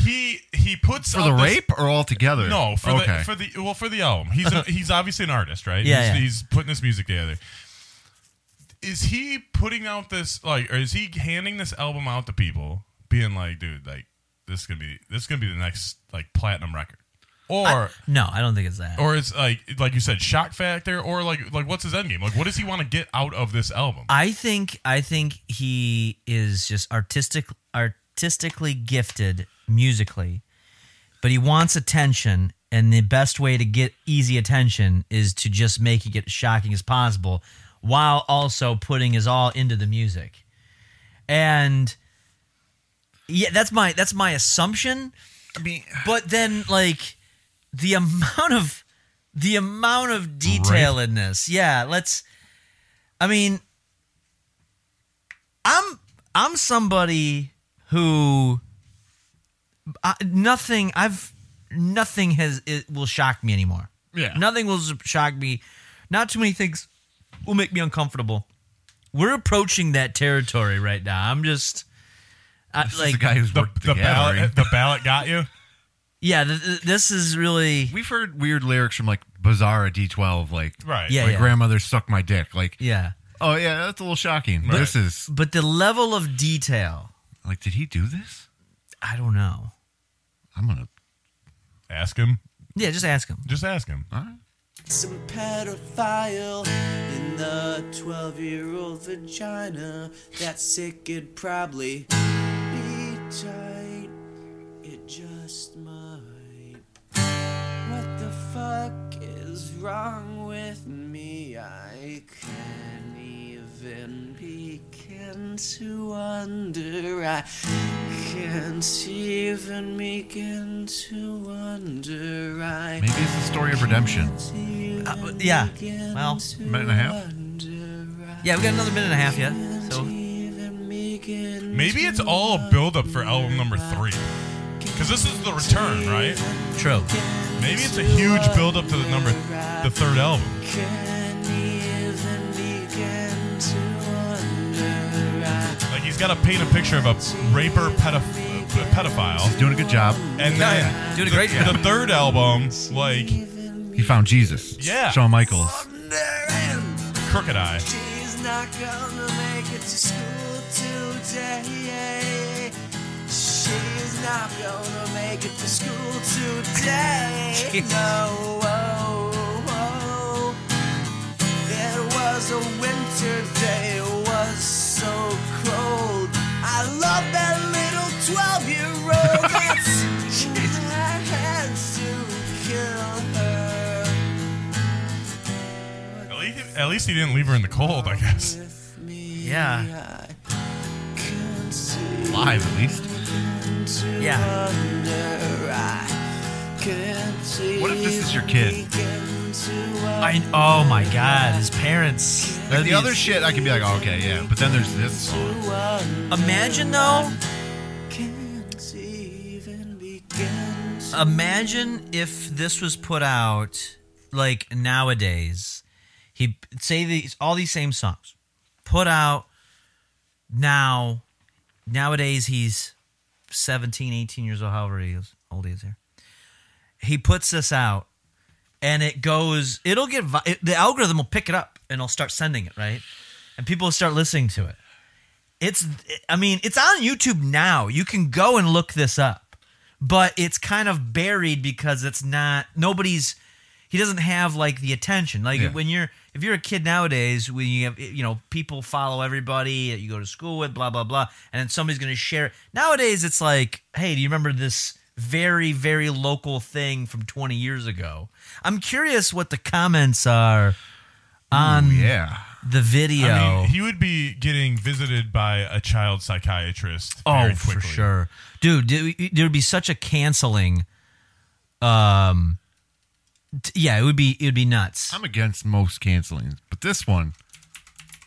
Speaker 3: he he puts
Speaker 5: For
Speaker 3: up
Speaker 5: the
Speaker 3: this-
Speaker 5: rape or altogether?
Speaker 3: No, for
Speaker 5: okay.
Speaker 3: the for the well for the album. He's a, he's obviously an artist, right?
Speaker 4: Yeah,
Speaker 3: he's,
Speaker 4: yeah.
Speaker 3: he's putting this music together. Is he putting out this like, or is he handing this album out to people, being like, dude, like this is gonna be this is gonna be the next like platinum record, or
Speaker 4: No, I don't think it's that.
Speaker 3: or it's like like you said, shock factor, or like like what's his end game? Like, what does he want to get out of this album?
Speaker 4: I think I think he is just artistic artistically gifted musically, but he wants attention and the best way to get easy attention is to just make it get shocking as possible while also putting his all into the music. And yeah, that's my that's my assumption
Speaker 5: I mean,
Speaker 4: but then like the amount of the amount of detail in this yeah let's i mean i'm i'm somebody who I, nothing i've nothing has it will shock me anymore
Speaker 5: Yeah.
Speaker 4: nothing will shock me not too many things will make me uncomfortable we're approaching that territory right now i'm just I,
Speaker 5: this is
Speaker 4: like
Speaker 5: the guy who's
Speaker 3: the,
Speaker 5: worked at
Speaker 3: the eh.
Speaker 5: the gallery.
Speaker 3: ballot the ballot got you.
Speaker 4: yeah th- th- this is really
Speaker 5: We've heard weird lyrics from like Bizarre D12, like
Speaker 3: Right.
Speaker 4: Yeah,
Speaker 5: my
Speaker 4: yeah.
Speaker 5: grandmother sucked my dick. Like,
Speaker 4: yeah
Speaker 5: oh yeah, that's a little shocking. This is
Speaker 4: but the level of detail,
Speaker 5: like, did he do this?
Speaker 4: I don't know.
Speaker 5: I'm gonna.
Speaker 3: Ask him.
Speaker 4: Yeah, just ask him.
Speaker 3: Just ask him.
Speaker 5: All right.
Speaker 6: some pedophile in the 12 year old vagina that sick could probably be tight it just might what the fuck is wrong with me i can't even begin to wonder i can't even begin to wonder i
Speaker 5: Maybe it's the story of redemption.
Speaker 4: Uh, yeah. Well,
Speaker 5: Minute and a half.
Speaker 4: yeah, we got another minute and a half yet. So
Speaker 3: Maybe it's all a buildup for album number three. Because this is the return, right?
Speaker 4: true.
Speaker 3: Maybe it's a huge buildup to the number, the third album. Like he's got to paint a picture of a raper pedoph- uh, pedophile,
Speaker 5: Doing a good job.
Speaker 3: and
Speaker 4: Yeah,
Speaker 3: then
Speaker 4: yeah. Doing a
Speaker 3: the-
Speaker 4: great job.
Speaker 3: The third album, like
Speaker 5: He found Jesus.
Speaker 3: Yeah.
Speaker 5: Shawn Michaels.
Speaker 3: Crooked Eye.
Speaker 6: She's not gonna make it to school today. She's not gonna make it to school today.
Speaker 4: Jeez.
Speaker 6: no. oh, oh. It was a winter day. It was so cold. I love that little 12 year old. I had to kill her.
Speaker 3: At least, at least he didn't leave her in the cold, I guess.
Speaker 4: Yeah,
Speaker 5: Live, at least.
Speaker 4: yeah.
Speaker 5: What if this is your kid?
Speaker 4: I, oh my God, his parents.
Speaker 5: Like the other shit, I could be like, oh, okay, yeah. But then there's this song.
Speaker 4: Imagine though. Imagine if this was put out like nowadays. He say these all these same songs put out now. Nowadays he's 17, 18 years old, however he is, old he is here. He puts this out and it goes, it'll get, vi- it, the algorithm will pick it up and it'll start sending it, right? And people will start listening to it It's I mean, it's on YouTube now. You can go and look this up. But it's kind of buried because it's not nobody's he doesn't have like the attention. Like
Speaker 5: Yeah.
Speaker 4: when you're if you're a kid nowadays, when you have you know, people follow everybody that you go to school with, blah blah blah, and then somebody's gonna share it. Nowadays it's like, hey, do you remember this very, very local thing from twenty years ago? I'm curious what the comments are on
Speaker 5: Yeah.
Speaker 4: the video.
Speaker 3: I mean, he would be getting visited by a child psychiatrist.
Speaker 4: Oh,
Speaker 3: very
Speaker 4: for
Speaker 3: quickly.
Speaker 4: sure, dude. there- There'd be such a canceling. Um, t- yeah, it would be it would be nuts.
Speaker 5: I'm against most cancelings, but this one,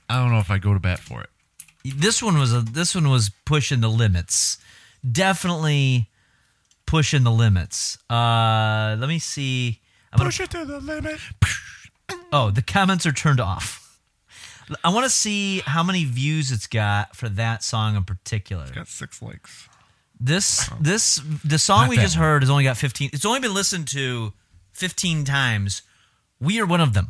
Speaker 5: I don't know if I go to bat for it.
Speaker 4: this one was a this one was pushing the limits. Definitely pushing the limits. Uh, let me see. I'm gonna,
Speaker 3: Push it to the limit.
Speaker 4: oh, the comments are turned off. I want to see how many views it's got for that song in particular.
Speaker 5: Got six likes.
Speaker 4: This this the song
Speaker 5: Not
Speaker 4: we
Speaker 5: that
Speaker 4: just heard has only got 15. It's only been listened to 15 times. We are one of them.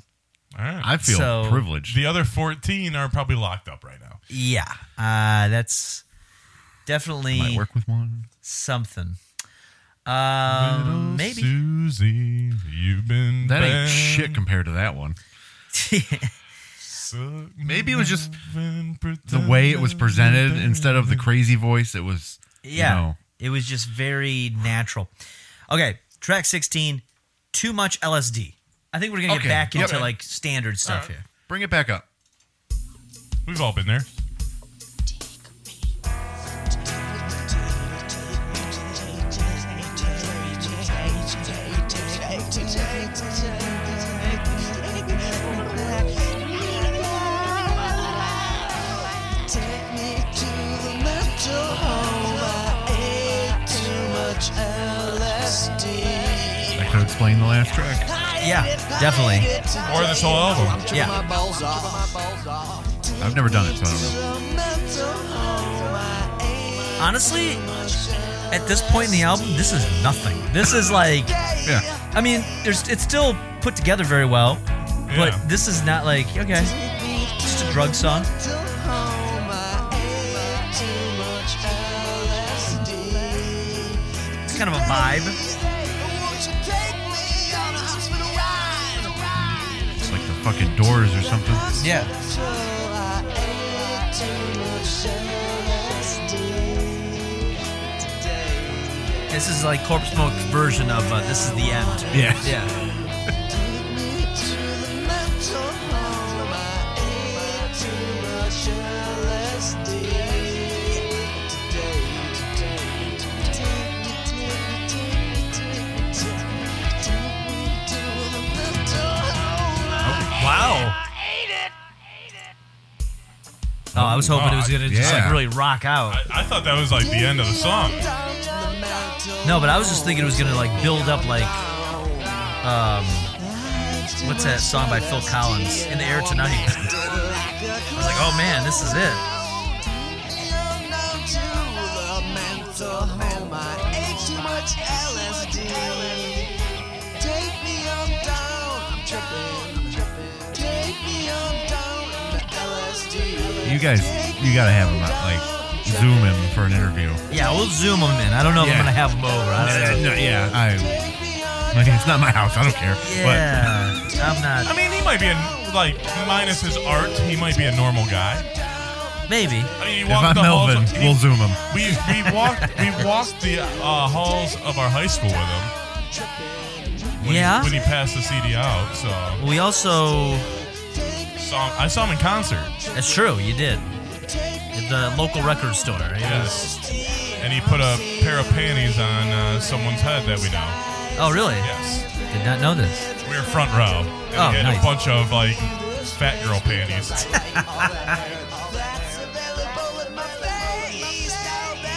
Speaker 3: All right.
Speaker 5: I feel
Speaker 4: So-
Speaker 5: privileged.
Speaker 3: The other 14 are probably locked up right now.
Speaker 4: Yeah. Uh that's
Speaker 5: Might
Speaker 4: definitely
Speaker 5: work with one.
Speaker 4: something. Um maybe
Speaker 3: Susie, you've been
Speaker 5: That ain't
Speaker 3: banned.
Speaker 5: shit compared to that one.
Speaker 3: Suck
Speaker 5: Maybe it was just
Speaker 3: and
Speaker 5: the
Speaker 3: pretend
Speaker 5: way it was presented
Speaker 3: that-
Speaker 5: instead of the crazy voice. It was
Speaker 4: yeah.
Speaker 5: You know,
Speaker 4: It was just very natural. Okay, track 16, too much LSD. I think we're going to get
Speaker 5: Okay,
Speaker 4: back into
Speaker 5: okay.
Speaker 4: like standard stuff here.
Speaker 5: bring it back up.
Speaker 3: We've all been there.
Speaker 14: Take me to the mental home. I ate too much LSD.
Speaker 5: That could explain the last track.
Speaker 4: Yeah, definitely.
Speaker 3: Or this whole album.
Speaker 4: Yeah.
Speaker 5: I've never done it, so I don't know.
Speaker 4: Honestly, at this point in the album, this is nothing. This is like
Speaker 5: Yeah,
Speaker 4: I mean, there's it's still put together very well, but
Speaker 3: Yeah.
Speaker 4: this is not like okay, just a drug song. It's kind of a vibe.
Speaker 5: it's like the fucking Doors or something.
Speaker 4: Yeah. This is like Corpse Smoke version of uh, "This Is the End."
Speaker 5: Yeah.
Speaker 4: Yeah. Wow. Oh, I was hoping it was gonna just like
Speaker 5: Yeah.
Speaker 4: really rock out.
Speaker 3: I, I thought that was like the end of the song.
Speaker 4: No, but I was just thinking it was gonna like build up like um what's that song by Phil Collins? In the air tonight. I was like, oh man, this is it.
Speaker 5: You guys, you gotta have them like zoom in for an interview.
Speaker 4: Yeah, we'll zoom them in. I don't know if I'm
Speaker 5: Yeah.
Speaker 4: gonna have them over. I don't know.
Speaker 5: Uh, no, yeah, I like it's not my house. I don't care.
Speaker 4: Yeah, I'm not.
Speaker 3: I mean, he might be a, like, minus his art, he might be a normal guy.
Speaker 4: Maybe.
Speaker 3: I mean, he
Speaker 5: But if
Speaker 3: walked
Speaker 5: I'm
Speaker 3: the halls
Speaker 5: Melvin,
Speaker 3: of- he-
Speaker 5: we'll zoom him.
Speaker 3: we, we walked we walked the uh, halls of our high school with him
Speaker 4: Yeah.
Speaker 3: when he passed the CD out. So
Speaker 4: We also.
Speaker 3: saw him- I saw him in concert,
Speaker 4: That's true. You did. At the local record store. It was.
Speaker 3: and he put a pair of panties on uh, someone's head that we know.
Speaker 4: Oh, really?
Speaker 3: Yes,
Speaker 4: Did not know this.
Speaker 3: we were front row. And
Speaker 4: Oh,
Speaker 3: he had
Speaker 4: nice.
Speaker 3: a bunch of like fat girl panties.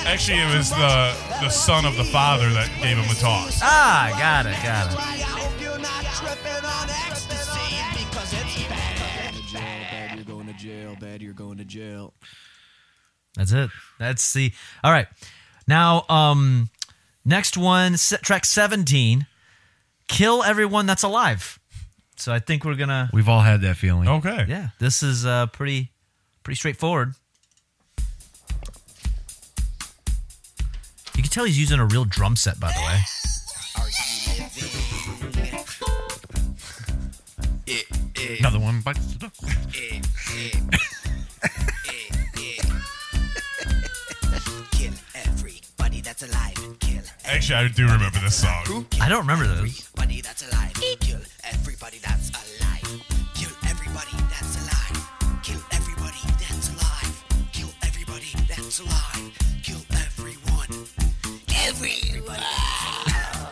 Speaker 3: Actually, it was the the son of the father that gave him a toss.
Speaker 4: Ah, got it, got it.
Speaker 6: You're going to jail, bad. You're going to jail.
Speaker 4: That's it. That's the. All right. Now, um, next one, se- track 17 Kill Everyone That's Alive. So I think we're going to.
Speaker 5: We've all had that feeling.
Speaker 3: Okay.
Speaker 4: Yeah, this is uh, pretty pretty straightforward. tell he's using a real drum set, by the way.
Speaker 5: Another one bites the dust.
Speaker 14: Kill everybody that's alive. Kill
Speaker 3: Actually, I do remember this song.
Speaker 4: I don't remember those.
Speaker 14: everybody that's alive. Kill everybody that's alive. Kill everybody that's alive. Kill everybody that's alive. Kill everybody that's alive. Kill everyone. Everyone.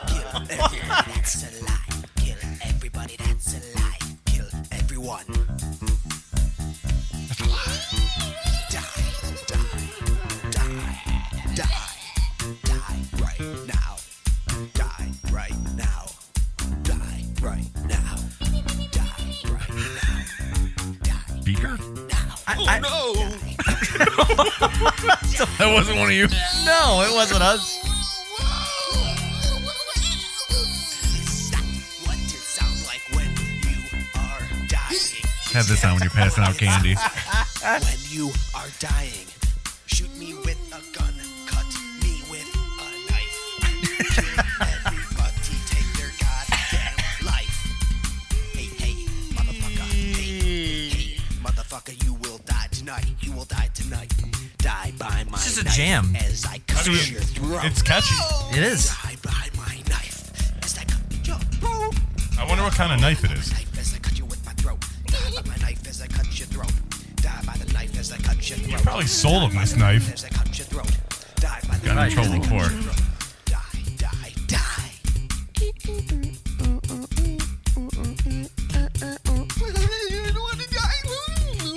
Speaker 14: Kill everyone that's alive. Kill everybody that's alive. Kill everyone. Die, die, die, die, die right now. Die right now. Die right now. Die right now. Die
Speaker 5: Beaker? Oh,
Speaker 14: now.
Speaker 4: I-
Speaker 5: That wasn't one of you.
Speaker 4: no, it wasn't us.
Speaker 14: Stop what it sounds like when you are dying.
Speaker 5: Have this on when you're passing out candy.
Speaker 14: when you are dying. Shoot me with a gun, cut me with a knife. Kill everybody, take their goddamn life. Hey, hey, motherfucker. Hey, hey, motherfucker, you will die tonight. You will die tonight. Die by my
Speaker 4: This is a
Speaker 14: knife
Speaker 4: jam.
Speaker 14: As I cut
Speaker 3: I mean,
Speaker 14: your throat.
Speaker 3: It's catchy.
Speaker 4: It is.
Speaker 14: Die by my knife. As I cut your throat.
Speaker 3: I wonder what kind of knife it is.
Speaker 14: Die by my knife as I cut you with my throat. Die by my knife as I cut your throat. Die by the knife as I cut your throat.
Speaker 3: Probably sold him this knife.
Speaker 14: There's a cut your throat. Die by the
Speaker 5: Got in
Speaker 14: knife.
Speaker 5: trouble before.
Speaker 14: Die, die, die.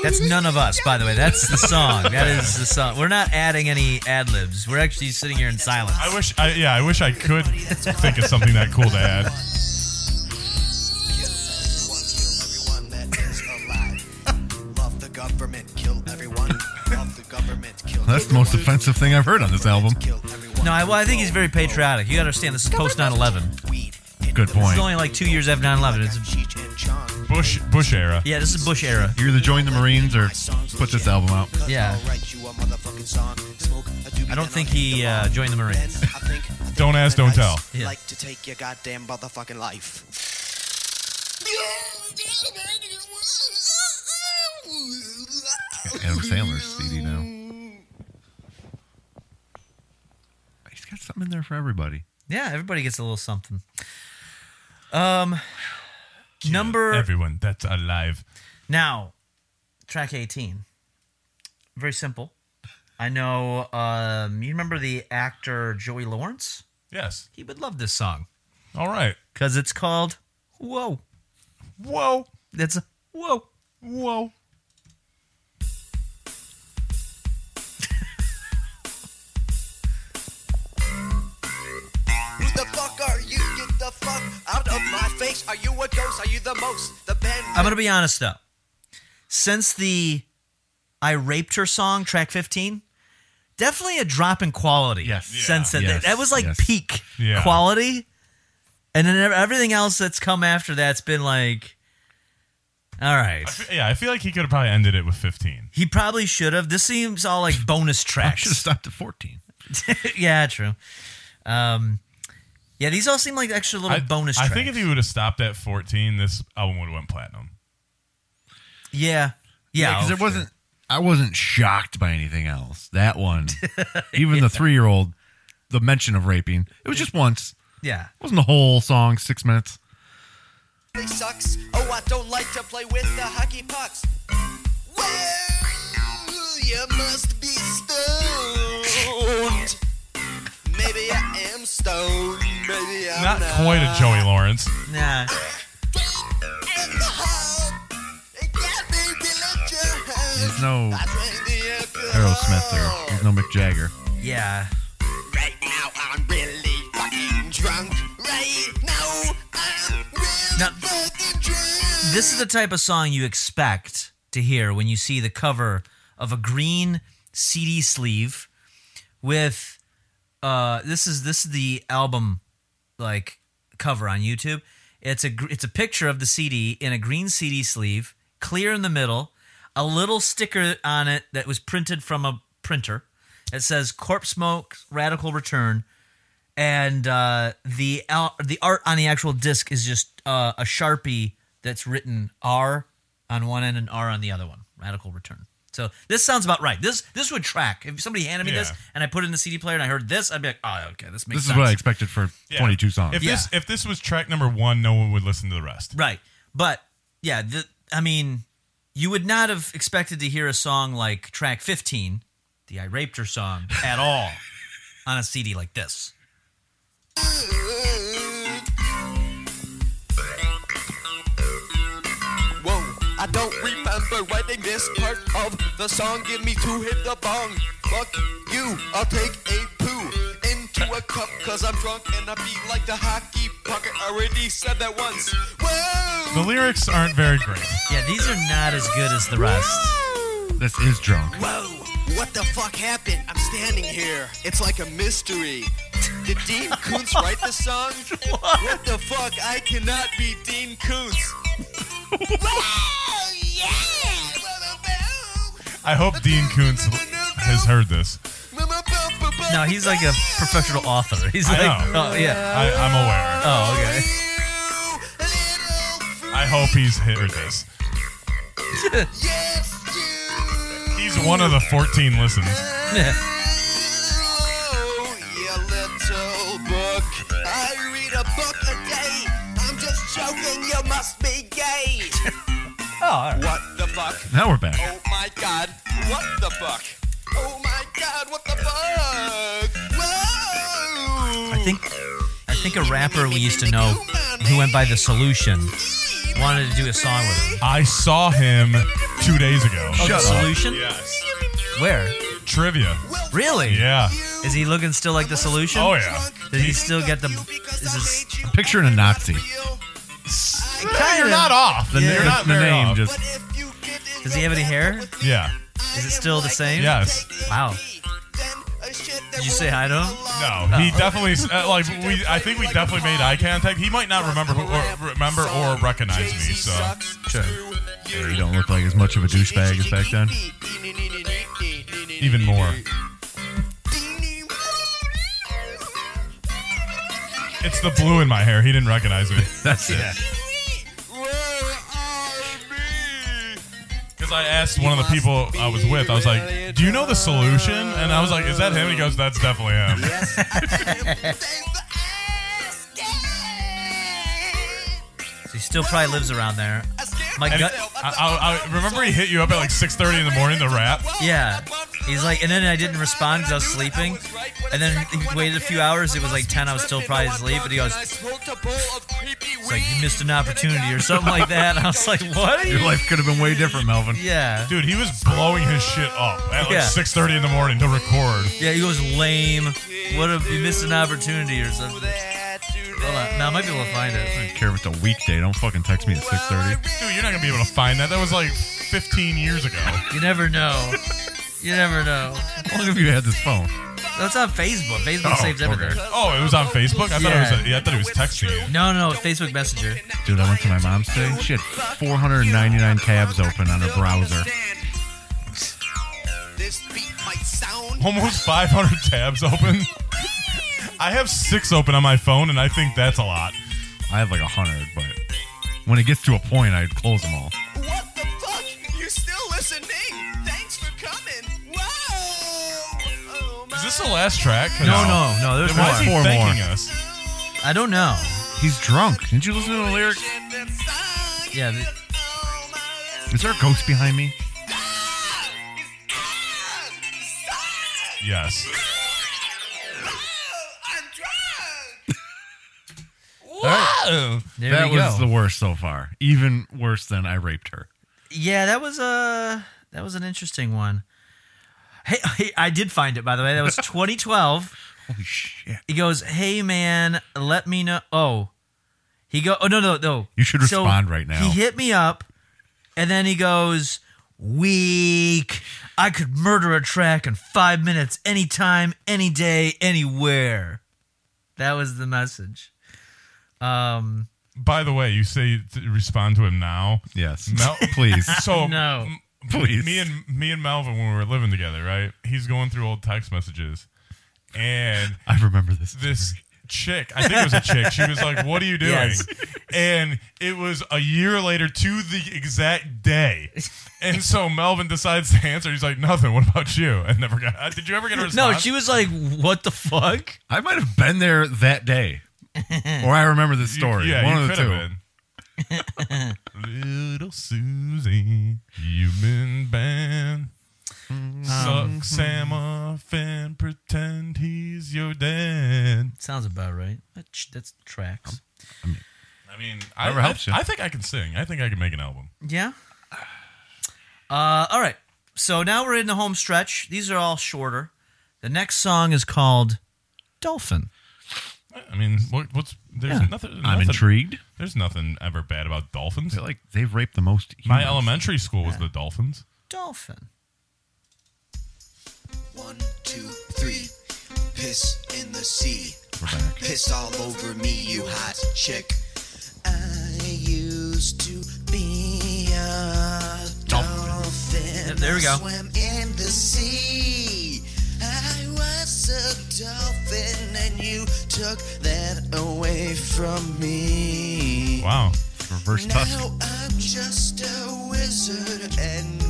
Speaker 4: That's none of us, by the way. That's the song. That is the song. We're not adding any ad libs. We're actually sitting here in silence.
Speaker 3: I wish, I, yeah, I wish I could think of something that cool to add.
Speaker 14: Kill everyone, kill everyone that is alive. Love the government, kill everyone. Love the government, kill
Speaker 5: That's the most offensive thing I've heard on this album.
Speaker 14: Kill everyone.
Speaker 4: No, I, well, I think he's very patriotic. You got to understand, this is post 9 11.
Speaker 14: Weed in
Speaker 5: Good
Speaker 14: the
Speaker 5: point.
Speaker 4: It's only like two years after 9 11. It's
Speaker 14: Cheech and Chong.
Speaker 3: Bush, Bush era.
Speaker 4: Yeah, this is Bush era.
Speaker 5: You either join the Marines or put this album out.
Speaker 4: Yeah.
Speaker 14: I
Speaker 4: I don't think he uh, joined the Marines.
Speaker 3: Don't ask, don't tell.
Speaker 4: Yeah.
Speaker 14: Like to take your goddamn motherfucking life.
Speaker 5: Adam Sandler's CD now. He's got something in there for everybody.
Speaker 4: Yeah, everybody gets a little something. Um, number
Speaker 3: Everyone that's alive.
Speaker 4: now, track eighteen. Very simple. I know. Um, you remember the actor Joey Lawrence?
Speaker 3: Yes.
Speaker 4: He would love this song
Speaker 3: All right.
Speaker 4: because it's called "Whoa."
Speaker 3: Whoa.
Speaker 4: That's a, whoa.
Speaker 3: Whoa.
Speaker 14: Who the fuck are you? Get the fuck out of my face. Are you a ghost? Are you the most? The band.
Speaker 4: I'm gonna be honest though. Since the "I Raped Her" song, track fifteen, definitely a drop in quality.
Speaker 5: Yes.
Speaker 4: since that
Speaker 5: Yes.
Speaker 4: that was like
Speaker 5: Yes.
Speaker 4: peak
Speaker 3: Yeah.
Speaker 4: quality, and then ev- everything else that's come after that's been like, all right.
Speaker 3: I fe- yeah, I feel like he could have probably ended it with 15.
Speaker 4: He probably should have. This seems all like bonus
Speaker 5: I should have
Speaker 4: tracks.
Speaker 5: stopped at 14.
Speaker 4: yeah, true. Um, yeah, these all seem like extra little
Speaker 3: I,
Speaker 4: bonus.
Speaker 3: I
Speaker 4: tracks.
Speaker 3: think if he would have stopped at 14, this album would have went platinum.
Speaker 4: yeah, yeah,
Speaker 5: because
Speaker 4: oh,
Speaker 5: there
Speaker 4: sure.
Speaker 5: wasn't. I wasn't shocked by anything else. That one, even the three-year-old, the mention of raping, it was just once.
Speaker 4: Yeah,
Speaker 5: It wasn't the whole song, six minutes.
Speaker 14: really sucks. Oh, I don't like to play with the hockey pucks. Well, you must be stoned. Maybe I am stoned. Maybe I'm
Speaker 3: Not
Speaker 14: not.
Speaker 3: quite a Joey Lawrence.
Speaker 4: nah.
Speaker 14: In the heart. It got me delicious.
Speaker 5: There's no
Speaker 14: I drank the alcohol.
Speaker 5: Aerosmith there. There's no Mick Jagger.
Speaker 4: Yeah,
Speaker 14: Right now I'm really fucking drunk. Right now I'm really
Speaker 4: Now-
Speaker 14: fucking drunk.
Speaker 4: this is the type of song you expect to hear when you see the cover of a green CD sleeve with uh this is this is the album like cover on YouTube. It's a gr- it's a picture of the CD in a green CD sleeve, clear in the middle, a little sticker on it that was printed from a printer that says Corpse Smoke Radical Return and uh, the al- the art on the actual disc is just uh, a sharpie that's written R on one end and R on the other one. Radical Return. So this sounds about right. This this would track if somebody handed me this
Speaker 3: Yeah.
Speaker 4: and I put it in the CD player and I heard this. I'd be like, oh, okay, this makes
Speaker 5: This
Speaker 4: sense.
Speaker 5: is what I expected for
Speaker 3: Yeah.
Speaker 5: 22 songs.
Speaker 3: If this
Speaker 4: Yeah.
Speaker 3: if this was track number one, no one would listen to the rest.
Speaker 4: Right. But yeah, the, I mean, you would not have expected to hear a song like track 15, the I Raped Her song, at all on a CD like this.
Speaker 2: Whoa, I don't remember writing this part of the song. Give me two, hit the bong. Fuck you, I'll take a poo into a cup cause I'm drunk and I be like the hockey puck. I already said that once. Whoa!
Speaker 3: The lyrics aren't very great.
Speaker 4: Yeah, these are not as good as the rest.
Speaker 5: This is drunk.
Speaker 2: Whoa! What the fuck happened? I'm standing here. It's like a mystery. Did Dean Koontz write the song? What? the fuck? I cannot be Dean Koontz.
Speaker 3: I hope Dean Koontz has heard this.
Speaker 4: No, he's like a professional author. He's
Speaker 3: I
Speaker 4: like,
Speaker 3: know.
Speaker 4: oh, yeah.
Speaker 3: I, I'm aware.
Speaker 4: Oh, okay.
Speaker 3: I hope he's heard this. He's one of the 14 listens.
Speaker 4: Yeah.
Speaker 2: You little book. I read a book a day. I'm just joking, you must be gay.
Speaker 4: Oh, all right.
Speaker 2: What the fuck?
Speaker 5: Now we're back.
Speaker 2: Oh my god, what the fuck? Oh my god, what the fuck? Whoa!
Speaker 4: I think I think a rapper we used to know who went by The Solution wanted to do a song with it.
Speaker 3: I saw him two days ago.
Speaker 4: the Solution?
Speaker 3: Yes.
Speaker 4: Where?
Speaker 3: Trivia.
Speaker 4: Really?
Speaker 3: Yeah.
Speaker 4: Is he looking still like The Solution?
Speaker 3: Oh, yeah.
Speaker 4: Does he still get the? Is this,
Speaker 5: I'm picturing a Nazi.
Speaker 3: You're not off.
Speaker 5: The,
Speaker 3: You're
Speaker 5: the-
Speaker 3: not
Speaker 5: the
Speaker 3: very
Speaker 5: name
Speaker 3: off.
Speaker 5: just.
Speaker 4: does he have any hair?
Speaker 3: Yeah.
Speaker 4: Is it still the same?
Speaker 3: Yes.
Speaker 4: Wow. Did you say hi to him?
Speaker 3: No, he
Speaker 5: Oh.
Speaker 3: definitely uh, like we. I think we definitely made eye contact. He might not remember who, or remember or recognize me. So
Speaker 5: Sure. Yeah, you don't look like as much of a douchebag as back then.
Speaker 3: even more. It's the blue in my hair. He didn't recognize me
Speaker 5: That's it.
Speaker 3: because I asked one of the people I was with. I was like, "Do you know the solution?" And I was like, "Is that him?" He goes, "That's definitely him."
Speaker 4: So he still probably lives around there. My
Speaker 3: And
Speaker 4: gut.
Speaker 3: it- I, I, I remember he hit you up at like 6:30 in the morning to rap.
Speaker 4: Yeah. He's like, and then I didn't respond because I was sleeping. And then he waited a few hours. It was like 10. I was still probably asleep. And he goes, it's like, you missed an opportunity or something like that. And I was like, what?
Speaker 5: Your life could have been way different, Melvin.
Speaker 4: Yeah.
Speaker 3: Dude, he was blowing his shit up at like
Speaker 4: Yeah.
Speaker 3: 6:30 in the morning to record.
Speaker 4: Yeah, he goes, lame. What if you missed an opportunity or something? Hold on. Now I might be able to find
Speaker 5: I
Speaker 4: it.
Speaker 5: don't care if it's a weekday. Don't fucking text me at 6:30.
Speaker 3: Dude, you're not gonna be able to find that. That was like 15 years ago.
Speaker 4: You never know. You never know.
Speaker 5: How long have you had this phone?
Speaker 4: That's on Facebook. Facebook
Speaker 5: Oh,
Speaker 4: saves everything.
Speaker 5: okay.
Speaker 3: Oh, it was on Facebook. I thought it was.
Speaker 4: Yeah.
Speaker 3: A, yeah, I thought it was texting you.
Speaker 4: No, no, Facebook Messenger.
Speaker 5: Dude, I went to my mom's today. and She had 499 tabs open on her browser.
Speaker 3: Almost 500 tabs open. I have six open on my phone, and I think that's a lot.
Speaker 5: I have like a hundred, but when it gets to a point, I'd close them all.
Speaker 2: What the fuck? You're still listening. Thanks for coming. Whoa! Oh my
Speaker 3: Is this the last track? 'Cause-
Speaker 4: No, no, no. There's
Speaker 3: Then why is he
Speaker 4: more.
Speaker 5: Four more.
Speaker 3: thanking us?
Speaker 4: I don't know.
Speaker 5: He's drunk. Didn't you listen to the lyrics?
Speaker 4: Yeah. th-
Speaker 5: Is there a ghost behind me?
Speaker 3: Yes.
Speaker 4: There
Speaker 5: Oh, that
Speaker 4: we
Speaker 5: was
Speaker 4: go.
Speaker 5: the worst so far. Even worse than I raped her.
Speaker 4: yeah, that was a that was an interesting one. Hey, hey, I did find it by the way. That was 2012.
Speaker 5: Holy shit!
Speaker 4: He goes, "Hey man, let me know." Oh, he go. Oh no, no, no.
Speaker 5: You should
Speaker 4: So
Speaker 5: respond right now.
Speaker 4: He hit me up, and then he goes, "Weak. I could murder a track in five minutes, anytime, any day, anywhere." That was the message. Um.
Speaker 3: By the way, you say to respond to him now.
Speaker 5: Yes.
Speaker 3: Mel-
Speaker 5: please,
Speaker 3: So
Speaker 4: No.
Speaker 3: m-
Speaker 5: please.
Speaker 3: me and me and Melvin when we were living together, right? He's going through old text messages, and
Speaker 5: I remember this.
Speaker 3: this chick i think it was a chick she was like what are you doing
Speaker 4: Yes.
Speaker 3: and it was a year later to the exact day and so melvin decides to answer he's like nothing what about you and never got uh, did you ever get a
Speaker 4: No,
Speaker 3: response
Speaker 4: she was like, "What the fuck?"
Speaker 5: I might have been there that day, or I remember this
Speaker 3: You-
Speaker 5: story.
Speaker 3: yeah
Speaker 5: one
Speaker 3: you
Speaker 5: of the
Speaker 3: could
Speaker 5: two.
Speaker 3: have been little susie you've been banned suck sam off and pretend he's your dad
Speaker 4: Sounds about right. That ch- that's tracks.
Speaker 3: i mean I,
Speaker 5: Never helps you.
Speaker 3: I, I think i can sing i think i can make an album
Speaker 4: Yeah. Uh, all right. So now we're in the home stretch. These are all shorter. The next song is called "Dolphin."
Speaker 3: I mean, what, what's there's
Speaker 4: Yeah.
Speaker 3: nothing.
Speaker 5: I'm
Speaker 3: nothing-
Speaker 5: intrigued.
Speaker 3: There's nothing ever bad about dolphins.
Speaker 5: They're like they've raped the most.
Speaker 3: My
Speaker 5: humans.
Speaker 3: elementary school was the dolphins.
Speaker 4: Dolphin.
Speaker 6: One, two, three. Piss in the sea.
Speaker 5: We're back.
Speaker 6: Piss all over me, you hot chick. I used to be a dolphin.
Speaker 4: There we go.
Speaker 6: I swam in the sea. I was a dolphin, and you took that away from me.
Speaker 3: Wow.
Speaker 5: Reverse tusk.
Speaker 6: Now I'm just a wizard and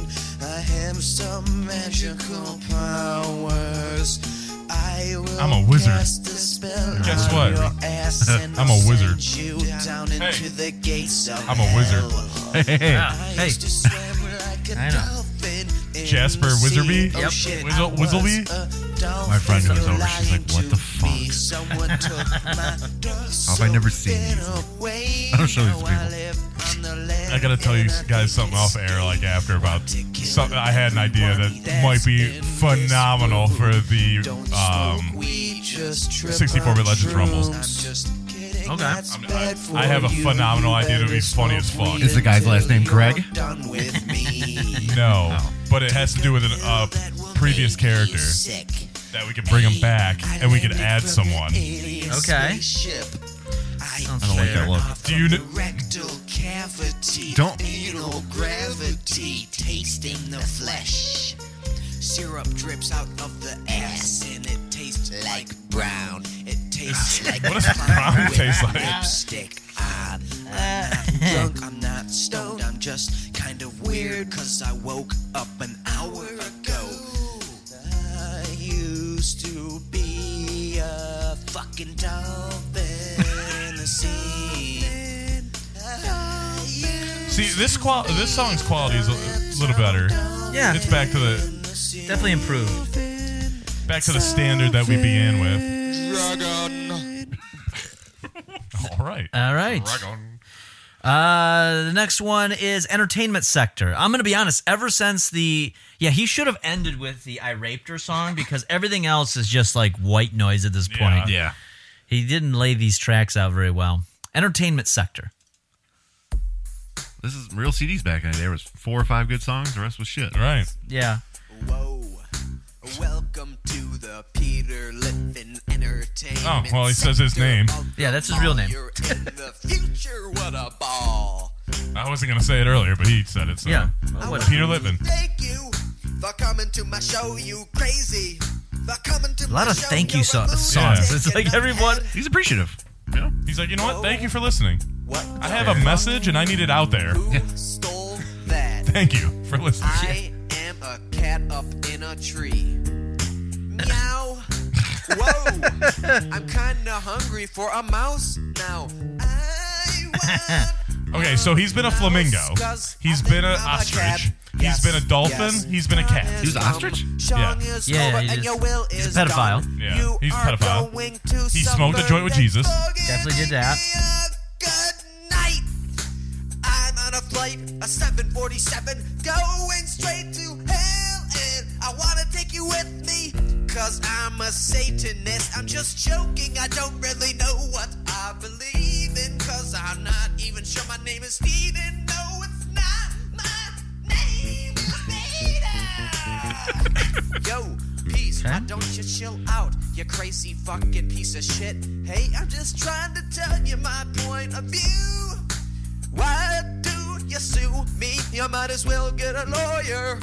Speaker 6: I have some magical powers. I will
Speaker 3: I'm a wizard.
Speaker 6: cast a spell
Speaker 3: Guess
Speaker 6: on
Speaker 3: what?
Speaker 6: your ass and
Speaker 3: I'm a
Speaker 6: I'll
Speaker 3: wizard.
Speaker 6: send You down into the gates of
Speaker 3: I'm a wizard.
Speaker 6: hell.
Speaker 5: Hey, hey, hey.
Speaker 6: I
Speaker 4: Hey,
Speaker 6: used to swim like a
Speaker 4: I know.
Speaker 6: dolphin in
Speaker 3: Jasper
Speaker 6: the
Speaker 3: Wizardby?
Speaker 6: sea. Oh,
Speaker 4: Yep.
Speaker 6: shit,
Speaker 3: Wizzle-
Speaker 6: I was
Speaker 3: Wizzleby?
Speaker 6: a dolphin.
Speaker 5: My friend who was
Speaker 6: You're
Speaker 5: over, she's
Speaker 6: lying
Speaker 5: like, "What
Speaker 6: to
Speaker 5: the
Speaker 6: me.
Speaker 5: fuck?"
Speaker 6: Someone took my How
Speaker 5: have I never seen these? I don't show these to people.
Speaker 6: I
Speaker 3: I gotta tell you guys something off air, like after about something. I had an idea that might be phenomenal for the um, 64
Speaker 6: 64
Speaker 3: bit Legends Rumbles.
Speaker 4: Okay.
Speaker 3: I'm- I- I have a phenomenal idea that would be funny as fuck.
Speaker 5: Is the guy's last name Greg?
Speaker 6: Done with me.
Speaker 3: no, but it has to do with a uh, previous character
Speaker 6: Sick.
Speaker 3: that we could bring him back and we could add someone.
Speaker 4: Okay.
Speaker 6: Sounds
Speaker 5: I don't like that look.
Speaker 3: Do you kn-
Speaker 6: rectal cavity?
Speaker 5: Don't-
Speaker 6: Anal gravity tasting the flesh. Syrup drips out of the ass and it tastes like brown. It tastes like
Speaker 3: What does brown
Speaker 6: pine with
Speaker 3: taste like?
Speaker 6: Lipstick on. I'm not drunk, I'm not stoned, I'm just kind of weird cuz I woke up an hour ago. I used to be a fucking dolphin in the sea. I used
Speaker 3: See, this qual this song's quality is a little better.
Speaker 4: Yeah,
Speaker 3: It's back to the
Speaker 6: to see
Speaker 4: definitely improved.
Speaker 3: back to the standard that we began with.
Speaker 6: dragon.
Speaker 3: All right.
Speaker 4: All right. Uh, the next one is entertainment sector. I'm gonna be honest. Ever since the yeah, he should have ended with the "I raped her" song because everything else is just like white noise at this point.
Speaker 5: Yeah.
Speaker 4: He didn't lay these tracks out very well. Entertainment sector.
Speaker 5: This is real CDs back in the day. There was four or five good songs. The rest was shit.
Speaker 3: All right.
Speaker 4: Yeah.
Speaker 6: Whoa. Welcome to the Peter Liffin Entertainment.
Speaker 3: Oh, well, he says his
Speaker 6: Sector
Speaker 3: name.
Speaker 6: of the
Speaker 4: Yeah, that's his real name.
Speaker 6: ball. You're in the future, what a ball.
Speaker 3: I wasn't gonna say it earlier, but he said it. So.
Speaker 4: Yeah. Well, whatever.
Speaker 3: Peter Lippman.
Speaker 6: Thank you for coming to my show, you crazy. For coming to
Speaker 4: A lot
Speaker 6: my
Speaker 4: of
Speaker 6: show,
Speaker 4: thank you
Speaker 6: you're
Speaker 4: so-
Speaker 6: a
Speaker 4: songs.
Speaker 6: lunatic
Speaker 4: It's like
Speaker 6: and a
Speaker 4: everyone.
Speaker 5: He's appreciative. You know?
Speaker 3: He's like, you know what? Thank you for listening.
Speaker 6: What
Speaker 3: I have a message and I need it out there.
Speaker 6: Who stole that?
Speaker 3: Thank you for listening.
Speaker 6: I am a cat up in a tree. Meow. Whoa. I'm kinda hungry for a mouse now. I want
Speaker 3: Okay, so he's been a flamingo. He's been an ostrich. He's been a dolphin. He's been a cat.
Speaker 5: He was an ostrich?
Speaker 6: Yeah.
Speaker 4: Yeah, he is. He's a pedophile.
Speaker 3: Yeah, he's a pedophile.
Speaker 6: He
Speaker 3: smoked a joint with Jesus.
Speaker 4: Definitely did that.
Speaker 6: Good night. I'm on a flight, a 747, going straight to hell, and I wanna take you with me, cause I'm a Satanist. I'm just joking, I don't really know what I believe in, cause I'm not even sure my name is Steven. No, it's not my name, it's Peter. Yo, peace. Why don't you chill out, you crazy fucking piece of shit? Hey, I'm just trying to tell you my point of view. Why do you sue me? You might as well get a lawyer.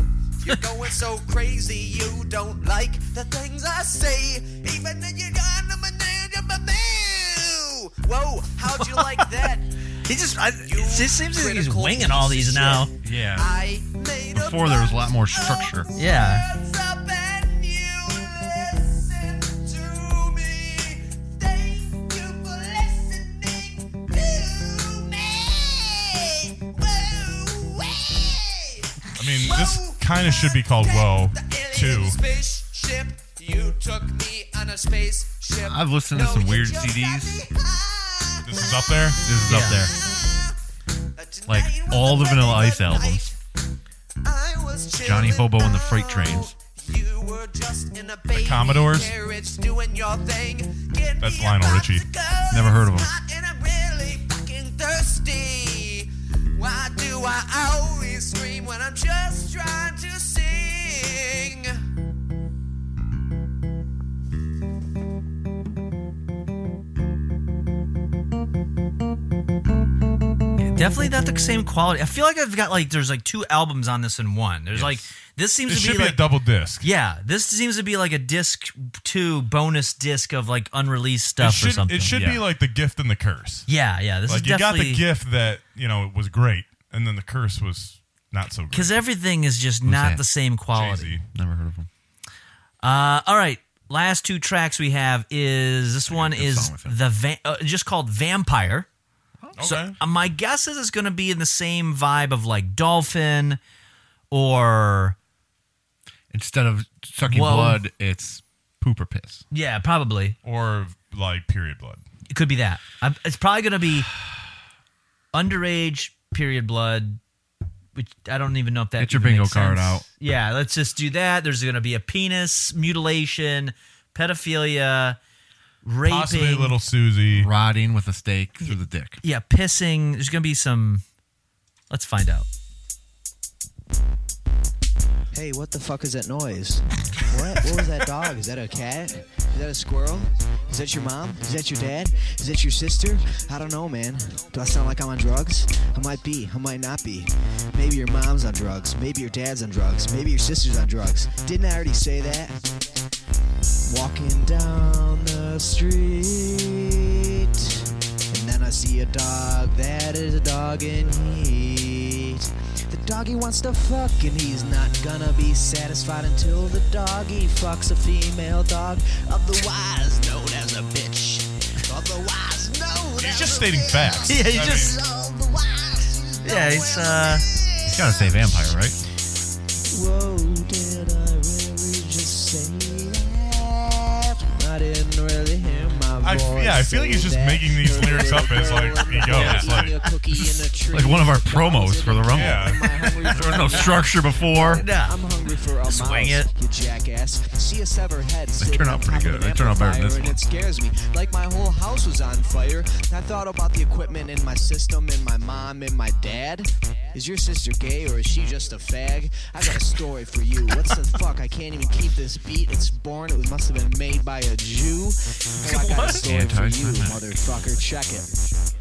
Speaker 6: You're going so crazy, you don't like the things I say. Even then, you got them and then you're my man. Whoa, how'd you like that?
Speaker 4: He just, I, it
Speaker 6: You
Speaker 4: just seems like he's
Speaker 6: critical
Speaker 4: winging all
Speaker 6: piece
Speaker 4: these
Speaker 6: of
Speaker 4: now.
Speaker 6: shit.
Speaker 15: Yeah.
Speaker 6: I made
Speaker 15: Before, there was a lot more structure.
Speaker 4: Yeah.
Speaker 3: I mean, this kind of should be called Whoa, too.
Speaker 6: Spaceship, you took me on a spaceship.
Speaker 15: I've listened to some weird CDs.
Speaker 3: This is up there.
Speaker 15: This is
Speaker 4: Yeah.
Speaker 15: up there. Like, all the Vanilla Ice albums. Johnny Hobo and the Freight Trains.
Speaker 6: You were just in a baby
Speaker 3: Commodores?
Speaker 6: carriage doing your thing. Get
Speaker 3: That's
Speaker 6: me a
Speaker 3: Lionel Richie.
Speaker 6: popsicle,
Speaker 15: Never heard of him.
Speaker 6: it's hot and I'm really fucking thirsty. Why do I always scream when I'm just trying to sing?
Speaker 4: Definitely not the same quality. I feel like I've got like, there's like two albums on this in one. There's like, this seems
Speaker 3: It
Speaker 4: to
Speaker 3: should
Speaker 4: be,
Speaker 3: be a
Speaker 4: like,
Speaker 3: double disc.
Speaker 4: yeah, this seems to be like a disc two bonus disc of like unreleased
Speaker 3: It
Speaker 4: stuff or
Speaker 3: should,
Speaker 4: something.
Speaker 3: it should
Speaker 15: yeah.
Speaker 3: be like the gift and the curse.
Speaker 4: yeah, yeah. This
Speaker 3: Like
Speaker 4: is
Speaker 3: you got
Speaker 4: definitely
Speaker 3: the gift that you know it was great, and then the curse was not so great.
Speaker 4: because everything is just not
Speaker 15: that?
Speaker 4: the same quality.
Speaker 3: Jay-Z.
Speaker 15: Never heard of them.
Speaker 4: Uh, all right. Last two tracks we have is this one
Speaker 15: good
Speaker 4: is
Speaker 15: song with him.
Speaker 4: the va- uh, just called Vampire.
Speaker 3: Okay.
Speaker 4: So uh, my guess is it's going to be in the same vibe of like Dolphin or
Speaker 15: Instead of sucking
Speaker 4: Whoa.
Speaker 15: blood, it's poop or piss.
Speaker 4: yeah, probably
Speaker 3: or like period blood.
Speaker 4: it could be that. i it's probably going to be underage period blood. Which I don't even know if that
Speaker 15: Get your
Speaker 4: even
Speaker 15: bingo
Speaker 4: makes
Speaker 15: card
Speaker 4: sense.
Speaker 15: out.
Speaker 4: Yeah, let's just do that. There's going to be a penis mutilation, pedophilia, raping,
Speaker 3: Possibly little Susie.
Speaker 15: Rotting with a stake through the dick.
Speaker 4: yeah, pissing. There's gonna be some. Let's find out.
Speaker 5: Hey, what the fuck is that noise? What? What was that dog? Is that a cat? Is that a squirrel? Is that your mom? Is that your dad? Is that your sister? I don't know, man. Do I sound like I'm on drugs? I might be. I might not be. Maybe your mom's on drugs. Maybe your dad's on drugs. Maybe your sister's on drugs. Didn't I already say that? Walking down the street, and then I see a dog that is a dog in heat. The doggy wants to fuck, and he's not gonna be satisfied until the doggy fucks a female dog, otherwise known as a bitch. Otherwise known
Speaker 3: He's
Speaker 5: as
Speaker 3: just
Speaker 5: a
Speaker 3: stating
Speaker 5: bitch.
Speaker 3: facts.
Speaker 4: Yeah, he
Speaker 3: I
Speaker 4: just-
Speaker 3: mean,
Speaker 5: Otherwise known
Speaker 4: Yeah, it's uh.
Speaker 15: You gotta say vampire, right?
Speaker 5: Whoa, did I really just say that? I didn't really hear my
Speaker 3: I
Speaker 5: voice.
Speaker 3: f- yeah, I feel like he's just
Speaker 5: say
Speaker 3: making these
Speaker 5: that.
Speaker 3: lyrics up as, like, he goes, like-
Speaker 5: Eating a cookie in a tree.
Speaker 15: Like one of our promos for the Rumble.
Speaker 3: yeah.
Speaker 5: Am I hungry for
Speaker 15: There was no structure before.
Speaker 4: Yeah.
Speaker 5: I'm hungry for a
Speaker 4: Swing
Speaker 5: mouse,
Speaker 4: it.
Speaker 5: you jackass. See a severed head. sitting
Speaker 15: turn out
Speaker 5: on
Speaker 15: pretty
Speaker 5: top of
Speaker 15: good.
Speaker 5: an
Speaker 15: They turn out better than
Speaker 5: amplifier,
Speaker 15: this
Speaker 5: and
Speaker 15: one.
Speaker 5: It scares me. Like my whole house was on fire. I thought about the equipment in my system and my mom and my dad. Is your sister gay or is she just a fag? I got a story for you. What's the fuck? I can't even keep this beat. It's born. It was- must have been made by a Jew. Oh, I got a story for you,
Speaker 15: Anti-Semitic.
Speaker 5: motherfucker. Check it.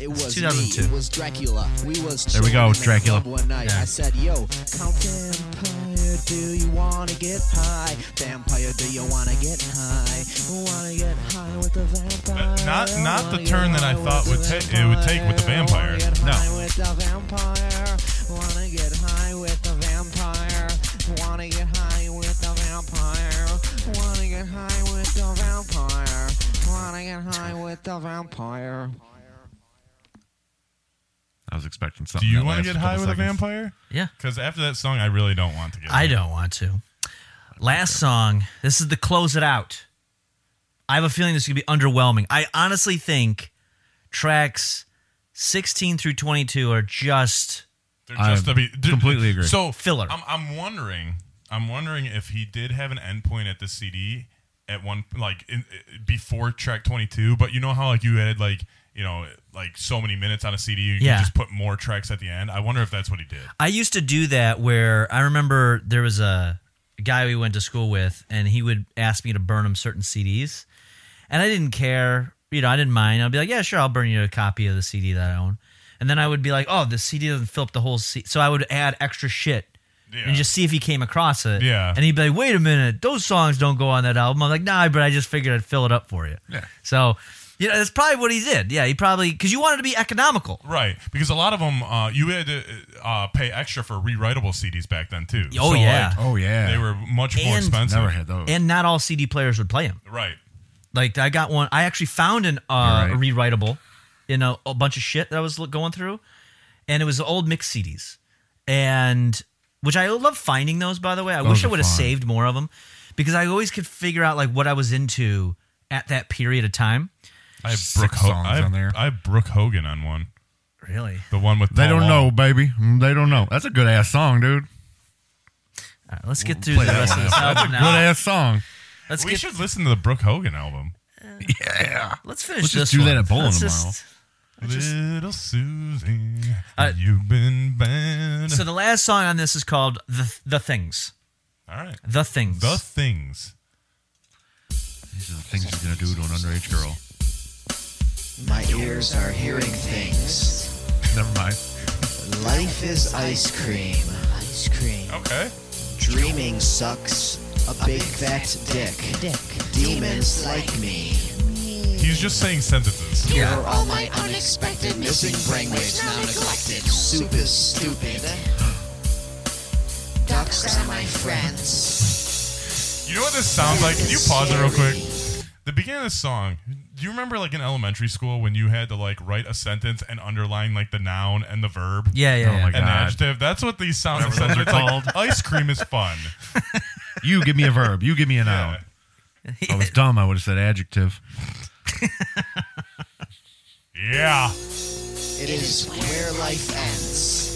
Speaker 5: It was
Speaker 4: 2002.
Speaker 5: Me. It was Dracula. We was
Speaker 15: There we go,
Speaker 5: chilling in the
Speaker 15: Dracula.
Speaker 5: club One night, I said, "Yo, count vampire, do you wanna get high? Vampire, do you wanna get high? Wanna get high with the vampire?
Speaker 3: Uh, not- not the
Speaker 5: Wanna get
Speaker 3: turn that I
Speaker 5: high with
Speaker 3: thought
Speaker 5: the
Speaker 3: would ta- it would take with the vampire.
Speaker 5: Wanna get
Speaker 3: No.
Speaker 5: high with the vampire. Wanna get high with the vampire. Wanna get high with the vampire. Wanna get high with the vampire. Wanna get high with the vampire."
Speaker 15: I was expecting something.
Speaker 3: Do you
Speaker 15: that
Speaker 3: want
Speaker 15: lasts
Speaker 3: to get
Speaker 15: couple
Speaker 3: high with a
Speaker 15: seconds.
Speaker 3: vampire?
Speaker 4: Yeah.
Speaker 3: Because after that song, I really don't want to get.
Speaker 4: I
Speaker 3: high.
Speaker 4: don't want to. Last song. This is the close it out. I have a feeling this is gonna be underwhelming. I honestly think tracks 16 through 22 are just
Speaker 3: They're
Speaker 15: I
Speaker 3: just to be- they're-
Speaker 15: completely agree.
Speaker 3: So
Speaker 4: Filler.
Speaker 3: I'm, I'm wondering. I'm wondering if he did have an endpoint at the CD at one like in, before track 22. But you know how like you had like you know like so many minutes on a CD, you
Speaker 4: Yeah.
Speaker 3: can just put more tracks at the end. I wonder if that's what he did.
Speaker 4: I used to do that where I remember there was a guy we went to school with, and he would ask me to burn him certain CDs, and I didn't care. You know, I didn't mind. I'd be like, yeah, sure, I'll burn you a copy of the CD that I own, and then I would be like, oh, the CD doesn't fill up the whole. C-. So I would add extra shit
Speaker 3: Yeah.
Speaker 4: and just see if he came across it.
Speaker 3: Yeah.
Speaker 4: And he'd be like, wait a minute, those songs don't go on that album. I'm like, nah, but I just figured I'd fill it up for you.
Speaker 5: Yeah.
Speaker 4: So, you know, that's probably what he did. Yeah. He probably, because you wanted to be economical.
Speaker 3: Right, because a lot of them uh, you had to uh, pay extra for rewritable CDs back then too.
Speaker 4: Oh, yeah.
Speaker 5: Oh, yeah.
Speaker 3: they were much more
Speaker 4: And-
Speaker 3: expensive.
Speaker 5: Never had those.
Speaker 4: And not all CD players would play him.
Speaker 3: Right,
Speaker 4: Like I got one. I actually found an uh,
Speaker 5: You're right.
Speaker 4: a rewritable in a, a bunch of shit that I was lo- going through, and it was the old mix CDs, and which I love finding those. By the way, I wish I
Speaker 5: are
Speaker 4: would have
Speaker 5: fun.
Speaker 4: saved more of them because I always could figure out like what I was into at that period of time.
Speaker 3: I have
Speaker 5: Six
Speaker 3: Brooke Ho-
Speaker 5: songs
Speaker 3: I have,
Speaker 5: on there.
Speaker 3: I have Brooke Hogan on one,
Speaker 4: Really?
Speaker 3: the one with
Speaker 5: They
Speaker 3: Paul
Speaker 5: don't
Speaker 3: Wall.
Speaker 5: know, baby. Mm, They don't know. That's a good ass song, dude.
Speaker 4: All right, let's get through the rest of this album
Speaker 5: Good
Speaker 4: now.
Speaker 5: ass song.
Speaker 4: Let's
Speaker 3: We
Speaker 4: get.
Speaker 3: should listen to the Brooke Hogan album.
Speaker 5: Yeah.
Speaker 4: Let's finish
Speaker 5: let's
Speaker 4: this.
Speaker 5: just do
Speaker 4: one.
Speaker 5: that at bowling
Speaker 4: Let's
Speaker 5: tomorrow.
Speaker 4: just-
Speaker 3: Little Susie,
Speaker 4: Uh,
Speaker 3: you've been banned.
Speaker 4: So the last song on this is called the the things.
Speaker 3: All right,
Speaker 4: The things.
Speaker 3: the things.
Speaker 5: These are the things you're gonna do to an underage girl.
Speaker 16: My ears are hearing things.
Speaker 5: Never mind.
Speaker 16: Life is ice cream. Ice cream.
Speaker 3: Okay,
Speaker 16: Dreaming sucks. A big fat dick. Dick. Demons like me.
Speaker 3: he's just saying sentences.
Speaker 16: Here
Speaker 4: Yeah.
Speaker 16: are all my unexpected missing brainwaves now neglected. Soup is stupid. Ducks are my friends.
Speaker 3: You know what this sounds like? Can you pause it real quick? The beginning of this song. Do you remember, like in elementary school, when you had to like write a sentence and underline like the noun and the verb?
Speaker 4: Yeah, yeah.
Speaker 5: Oh
Speaker 4: yeah.
Speaker 5: my
Speaker 3: an
Speaker 5: God.
Speaker 3: adjective. That's what these sounds and
Speaker 5: Whatever those
Speaker 3: sentences are
Speaker 5: are
Speaker 3: called. Ice cream is fun.
Speaker 5: You give me a verb. You give me a noun. If I was dumb, I would have said adjective.
Speaker 3: Yeah.
Speaker 16: It is where life ends.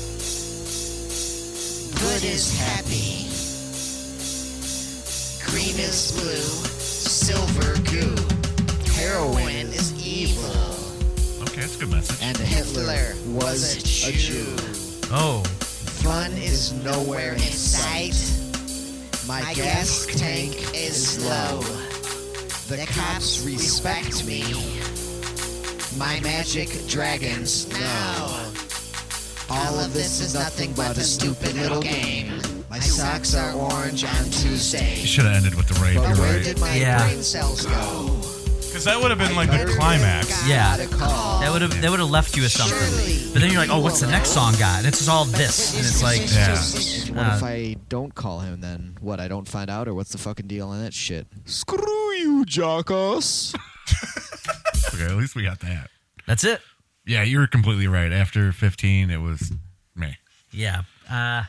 Speaker 16: Good is happy. Green is blue. Silver goo. Heroin is evil.
Speaker 5: Okay, that's a good message.
Speaker 16: And Hitler was a Jew.
Speaker 4: Oh.
Speaker 16: Fun is nowhere in sight. My gas tank is low. The cops respect me. My magic dragons know. All of this is nothing but a stupid little game. My socks are orange on Tuesday.
Speaker 5: You should have ended with the rape.
Speaker 16: But
Speaker 5: You're
Speaker 16: where
Speaker 5: right.
Speaker 16: did my
Speaker 4: Yeah.
Speaker 16: brain cells go?
Speaker 3: Because that would have been like the
Speaker 16: Better
Speaker 3: climax.
Speaker 16: than
Speaker 4: Yeah.
Speaker 16: God, a call.
Speaker 4: That would have that would have left you with something.
Speaker 16: Surely.
Speaker 4: But then you're like, oh, what's the next song got? And it's just all this, and it's like,
Speaker 5: Yeah.
Speaker 16: What
Speaker 4: Uh,
Speaker 16: if I don't call him then? What, I don't find out, or what's the fucking deal on that shit? Screw you, Jockoss.
Speaker 5: Okay, at least we got that.
Speaker 4: that's it.
Speaker 5: Yeah, you were completely right. After 15, it was me.
Speaker 4: Yeah. Uh,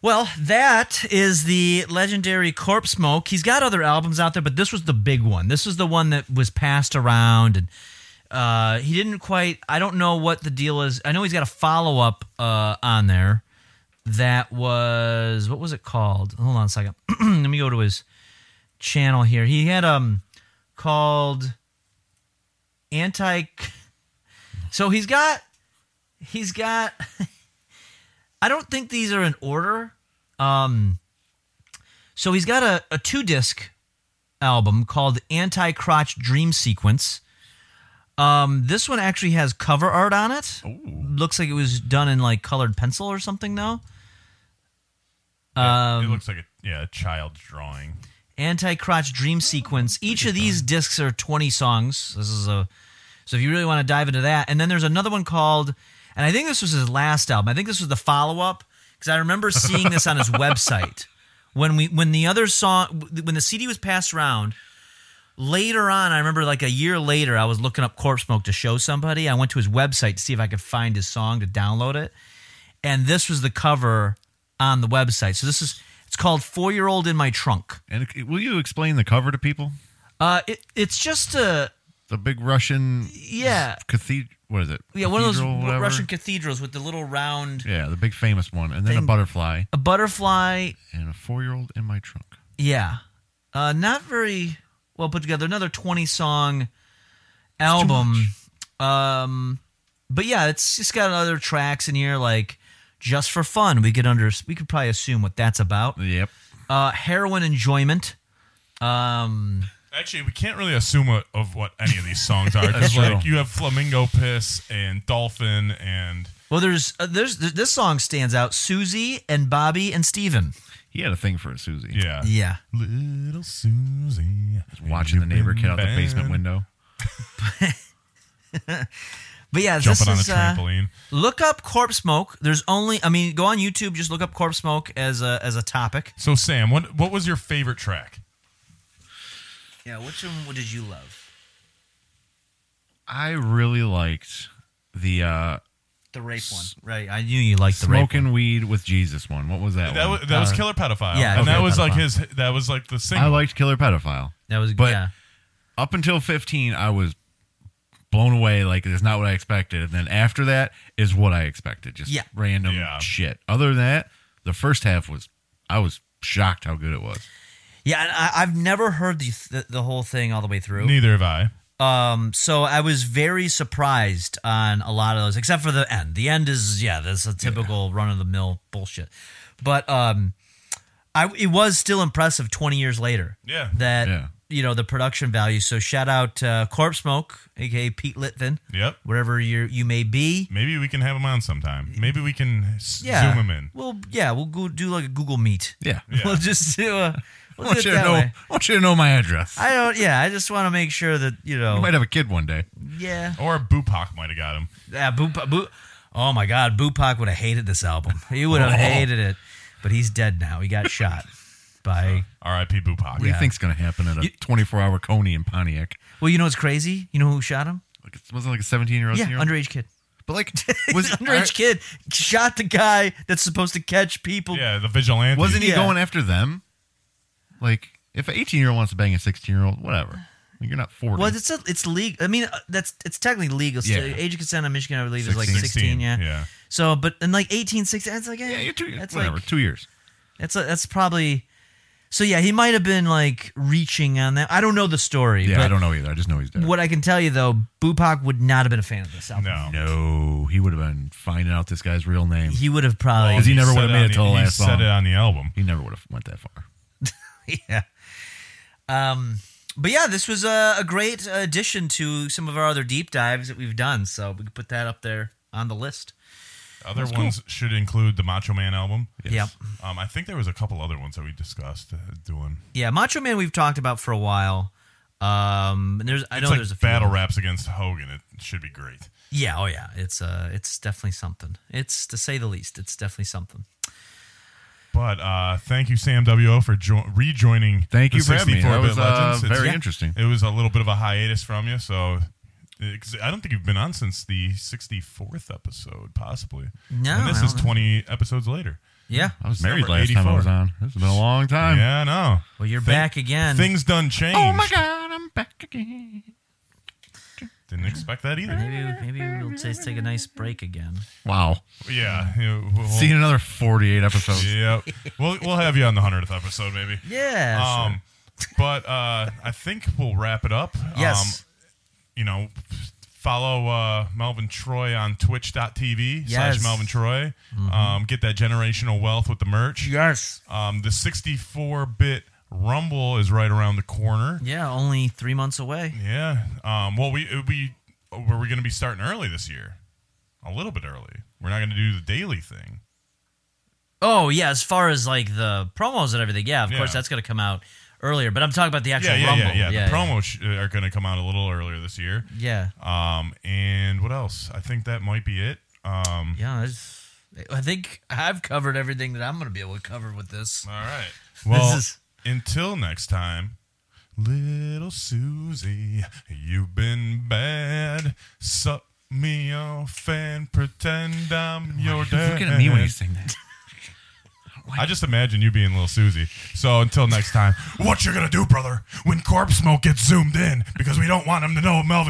Speaker 4: well, that is the legendary Corpse Smoke. He's got other albums out there, but this was the big one. This was the one that was passed around, and uh, he didn't quite. I don't know what the deal is. I know he's got a follow up uh, on there. That was what was it called? Hold on a second. Let me go to his channel here. He had um called anti. So he's got he's got I don't think these are in order. Um, so he's got a, a two disc album called Anti Crotch Dream Sequence. Um, this one actually has cover art on it. Looks like it was done in like colored pencil or something, though.
Speaker 5: Um,
Speaker 3: it looks like a yeah a child's drawing.
Speaker 4: Anti Crotch Dream Sequence. Each of these discs are 20 songs. This is a so if you really want to dive into that, and then there's another one called, and I think this was his last album. I think this was the follow up because I remember seeing this on his website when we when the other song when the CD was passed around. Later on, I remember like a year later, I was looking up Corpse Smoke to show somebody. I went to his website to see if I could find his song to download it, and this was the cover on the website. So this is it's called Four Year Old in My Trunk.
Speaker 5: And it- will you explain the cover to people?
Speaker 4: Uh, it, it's just a
Speaker 5: The big Russian
Speaker 4: yeah,
Speaker 5: cathedral. What is it?
Speaker 4: yeah, one of those
Speaker 5: Cathedral, whatever?
Speaker 4: Russian cathedrals with the little round
Speaker 5: Yeah, the big famous one. And then a
Speaker 4: Thing.
Speaker 5: butterfly
Speaker 4: a butterfly.
Speaker 5: and a four year old in my trunk.
Speaker 4: Yeah, uh, not very well put together. Another twenty song album. Um, but yeah, it's just got other tracks in here like just for fun. We could under we could probably assume what that's about.
Speaker 5: Yep.
Speaker 4: Uh, heroin enjoyment. Um,
Speaker 3: Actually, we can't really assume what, of what any of these songs are because
Speaker 5: That's
Speaker 3: like
Speaker 5: true.
Speaker 3: you have flamingo piss and dolphin and
Speaker 4: Well, there's uh, there's th- this song stands out. Susie and Bobby and Steven.
Speaker 5: He had a thing for a Susie.
Speaker 3: Yeah.
Speaker 4: Yeah.
Speaker 3: Little Susie.
Speaker 5: Watching the neighbor kid out the basement window.
Speaker 4: But yeah,
Speaker 3: Jumping
Speaker 4: this
Speaker 3: on
Speaker 4: is
Speaker 3: a
Speaker 4: uh,
Speaker 3: trampoline.
Speaker 4: look up Corpse Smoke. There's only I mean, go on YouTube, just look up Corpse Smoke as a as a topic.
Speaker 3: So Sam, what what was your favorite track?
Speaker 4: Yeah, which one did you love?
Speaker 5: I really liked the uh,
Speaker 4: The rape one. Right. I knew you liked the rape.
Speaker 5: smoking weed with Jesus one. What was that?
Speaker 3: That
Speaker 5: one?
Speaker 3: was, that was Killer Pedophile.
Speaker 4: yeah,
Speaker 3: and that
Speaker 5: Uh, Killer
Speaker 3: was like
Speaker 5: Pedophile.
Speaker 3: his. That was like the single.
Speaker 5: I liked Killer Pedophile.
Speaker 4: That was
Speaker 5: But-
Speaker 4: yeah.
Speaker 5: Up until 15, I was blown away. Like it's not what I expected. And then after that is what I expected. Just
Speaker 4: Yeah.
Speaker 5: random
Speaker 3: Yeah.
Speaker 5: shit. Other than that, the first half was I was shocked how good it was.
Speaker 4: Yeah, and I, I've never heard the, the the whole thing all the way through.
Speaker 3: Neither have I.
Speaker 4: Um, so I was very surprised on a lot of those, except for the end. The end is yeah, that's a typical run of the mill bullshit. But um, I it was still impressive twenty years later.
Speaker 3: Yeah.
Speaker 4: that
Speaker 5: Yeah.
Speaker 4: you know the production value. So shout out uh, Corpse Smoke, aka Pete Litvin,
Speaker 3: Yep.
Speaker 4: wherever you you may be.
Speaker 3: Maybe we can have him on sometime. Maybe we can s-
Speaker 4: Yeah,
Speaker 3: zoom him in.
Speaker 4: Well, yeah, we'll go do like a Google Meet.
Speaker 5: Yeah.
Speaker 4: We'll just do a.
Speaker 5: I
Speaker 4: We'll do
Speaker 5: want
Speaker 4: it
Speaker 5: you to
Speaker 4: that
Speaker 5: know.
Speaker 4: way.
Speaker 5: I want you to know my address. I
Speaker 4: I don't. Yeah, I just want to make sure that you know.
Speaker 5: might have a kid one day.
Speaker 4: yeah.
Speaker 3: Or Bupak might have got him.
Speaker 4: Yeah, Bup- Bu- Oh my God, Bupac would have hated this album. He would have
Speaker 5: Oh.
Speaker 4: hated it, but he's dead now. He got shot by.
Speaker 3: R.I.P. Bupak.
Speaker 5: What do you think's going to happen at a 24 hour Coney in Pontiac?
Speaker 4: Well, you know what's crazy? You know who shot him?
Speaker 5: Like, it wasn't like a 17 year old.
Speaker 4: Yeah, underage kid.
Speaker 5: But like, was
Speaker 4: underage kid shot the guy that's supposed to catch people.
Speaker 3: Yeah, the vigilante.
Speaker 5: Wasn't he
Speaker 4: Yeah.
Speaker 5: going after them? Like, if an 18 year old wants to bang a 16 year old, whatever. Like, you're not 40.
Speaker 4: Well, it's a, it's legal. I mean, uh, that's it's technically legal. So
Speaker 5: Yeah.
Speaker 4: Age of consent in Michigan, I believe, is like
Speaker 5: 16.
Speaker 4: 16. yeah.
Speaker 3: Yeah.
Speaker 4: So, but in like 18, 16, that's like eh,
Speaker 5: yeah, you're two years.
Speaker 4: That's
Speaker 5: Whatever,
Speaker 4: like
Speaker 5: two years.
Speaker 4: That's a, that's probably. So yeah, he might have been like reaching on that. I don't know the story.
Speaker 5: Yeah,
Speaker 4: but
Speaker 5: I don't know either. I just know he's dead.
Speaker 4: What I can tell you though, Bupac would not have been a fan of this album.
Speaker 3: No.
Speaker 5: No, he would have been finding out this guy's real name. He,
Speaker 4: He would have probably.
Speaker 5: Well, he never
Speaker 3: said
Speaker 5: would've made
Speaker 3: on
Speaker 5: it
Speaker 3: the-
Speaker 5: till the
Speaker 3: he
Speaker 5: last
Speaker 3: said
Speaker 5: song.
Speaker 3: it on the album.
Speaker 5: never would have went that far.
Speaker 4: yeah. Um, but yeah, this was a, a great addition to some of our other deep dives that we've done. So we could put that up there on the list.
Speaker 3: Other ones should include the Macho Man album.
Speaker 4: Yep.
Speaker 3: Um, I think there was a couple other ones that we discussed uh, doing.
Speaker 4: Yeah, Macho Man we've talked about for a while. Um, and there's I
Speaker 3: It's
Speaker 4: know
Speaker 3: like
Speaker 4: there's a few
Speaker 3: battle
Speaker 4: others.
Speaker 3: raps against Hogan. It should be great.
Speaker 4: Yeah, oh yeah, it's uh, it's definitely something. It's to say the least, it's definitely something.
Speaker 3: But uh, thank you, Sam W.O., for jo- rejoining.
Speaker 5: Thank you
Speaker 3: the
Speaker 5: for having me.
Speaker 3: 64
Speaker 5: That
Speaker 3: Bit
Speaker 5: was uh,
Speaker 3: Legends. It's-
Speaker 5: very
Speaker 4: Yeah.
Speaker 5: interesting.
Speaker 3: It was a little bit of a hiatus from you, so. it- 'cause I don't think you've been on since the 64th episode, possibly.
Speaker 4: No,
Speaker 3: And this
Speaker 4: I
Speaker 3: is
Speaker 4: don't-
Speaker 3: 20 episodes later.
Speaker 4: Yeah,
Speaker 5: I was
Speaker 3: It's number
Speaker 5: married last time I
Speaker 3: 84.
Speaker 5: was on. This has been a long time.
Speaker 3: Yeah, I know.
Speaker 4: well you're
Speaker 3: Thing-
Speaker 4: back again.
Speaker 3: Things done changed.
Speaker 5: Oh my God, I'm back again.
Speaker 3: Didn't expect that either.
Speaker 4: maybe maybe we'll just take a nice break again.
Speaker 5: Wow.
Speaker 3: Yeah. yeah, we'll-
Speaker 5: See you in another 48 episodes.
Speaker 3: Yep. we'll we'll have you on the hundredth episode, maybe.
Speaker 4: Yeah,
Speaker 3: Um, but uh, I think we'll wrap it up. Um,
Speaker 4: Yes.
Speaker 3: you know, follow uh, Melvin Troy on twitch.tv slash
Speaker 4: Yes. Mm-hmm.
Speaker 3: Melvin Troy. Um, get that generational wealth with the merch.
Speaker 4: yes.
Speaker 3: Um, the 64 bit Rumble is right around the corner.
Speaker 4: Yeah, only three months away.
Speaker 3: Yeah. Um, well, we, we were we going to be starting early this year? A little bit early. We're not going to do the daily thing.
Speaker 4: Oh yeah, as far as like the promos and everything, yeah, of
Speaker 3: Yeah.
Speaker 4: course that's gonna come out earlier. But I'm talking about the actual
Speaker 3: Yeah, yeah,
Speaker 4: rumble.
Speaker 3: yeah, yeah, The promos sh- are going to come out a little earlier this year.
Speaker 4: Yeah,
Speaker 3: Um, and what else? I think that might be it. Um,
Speaker 4: yeah. that's- I think I've covered everything that I'm gonna be able to cover with this.
Speaker 3: all right. Well,
Speaker 4: is-
Speaker 3: until next time, little Susie, you've been bad. Suck me off and pretend I'm your
Speaker 5: Look
Speaker 3: dad.
Speaker 5: at me when you sing that.
Speaker 3: I just imagine you being little Susie. So until next time, what you gonna do, brother, when Corpse Smoke gets zoomed in? Because we don't want him to know Melvin.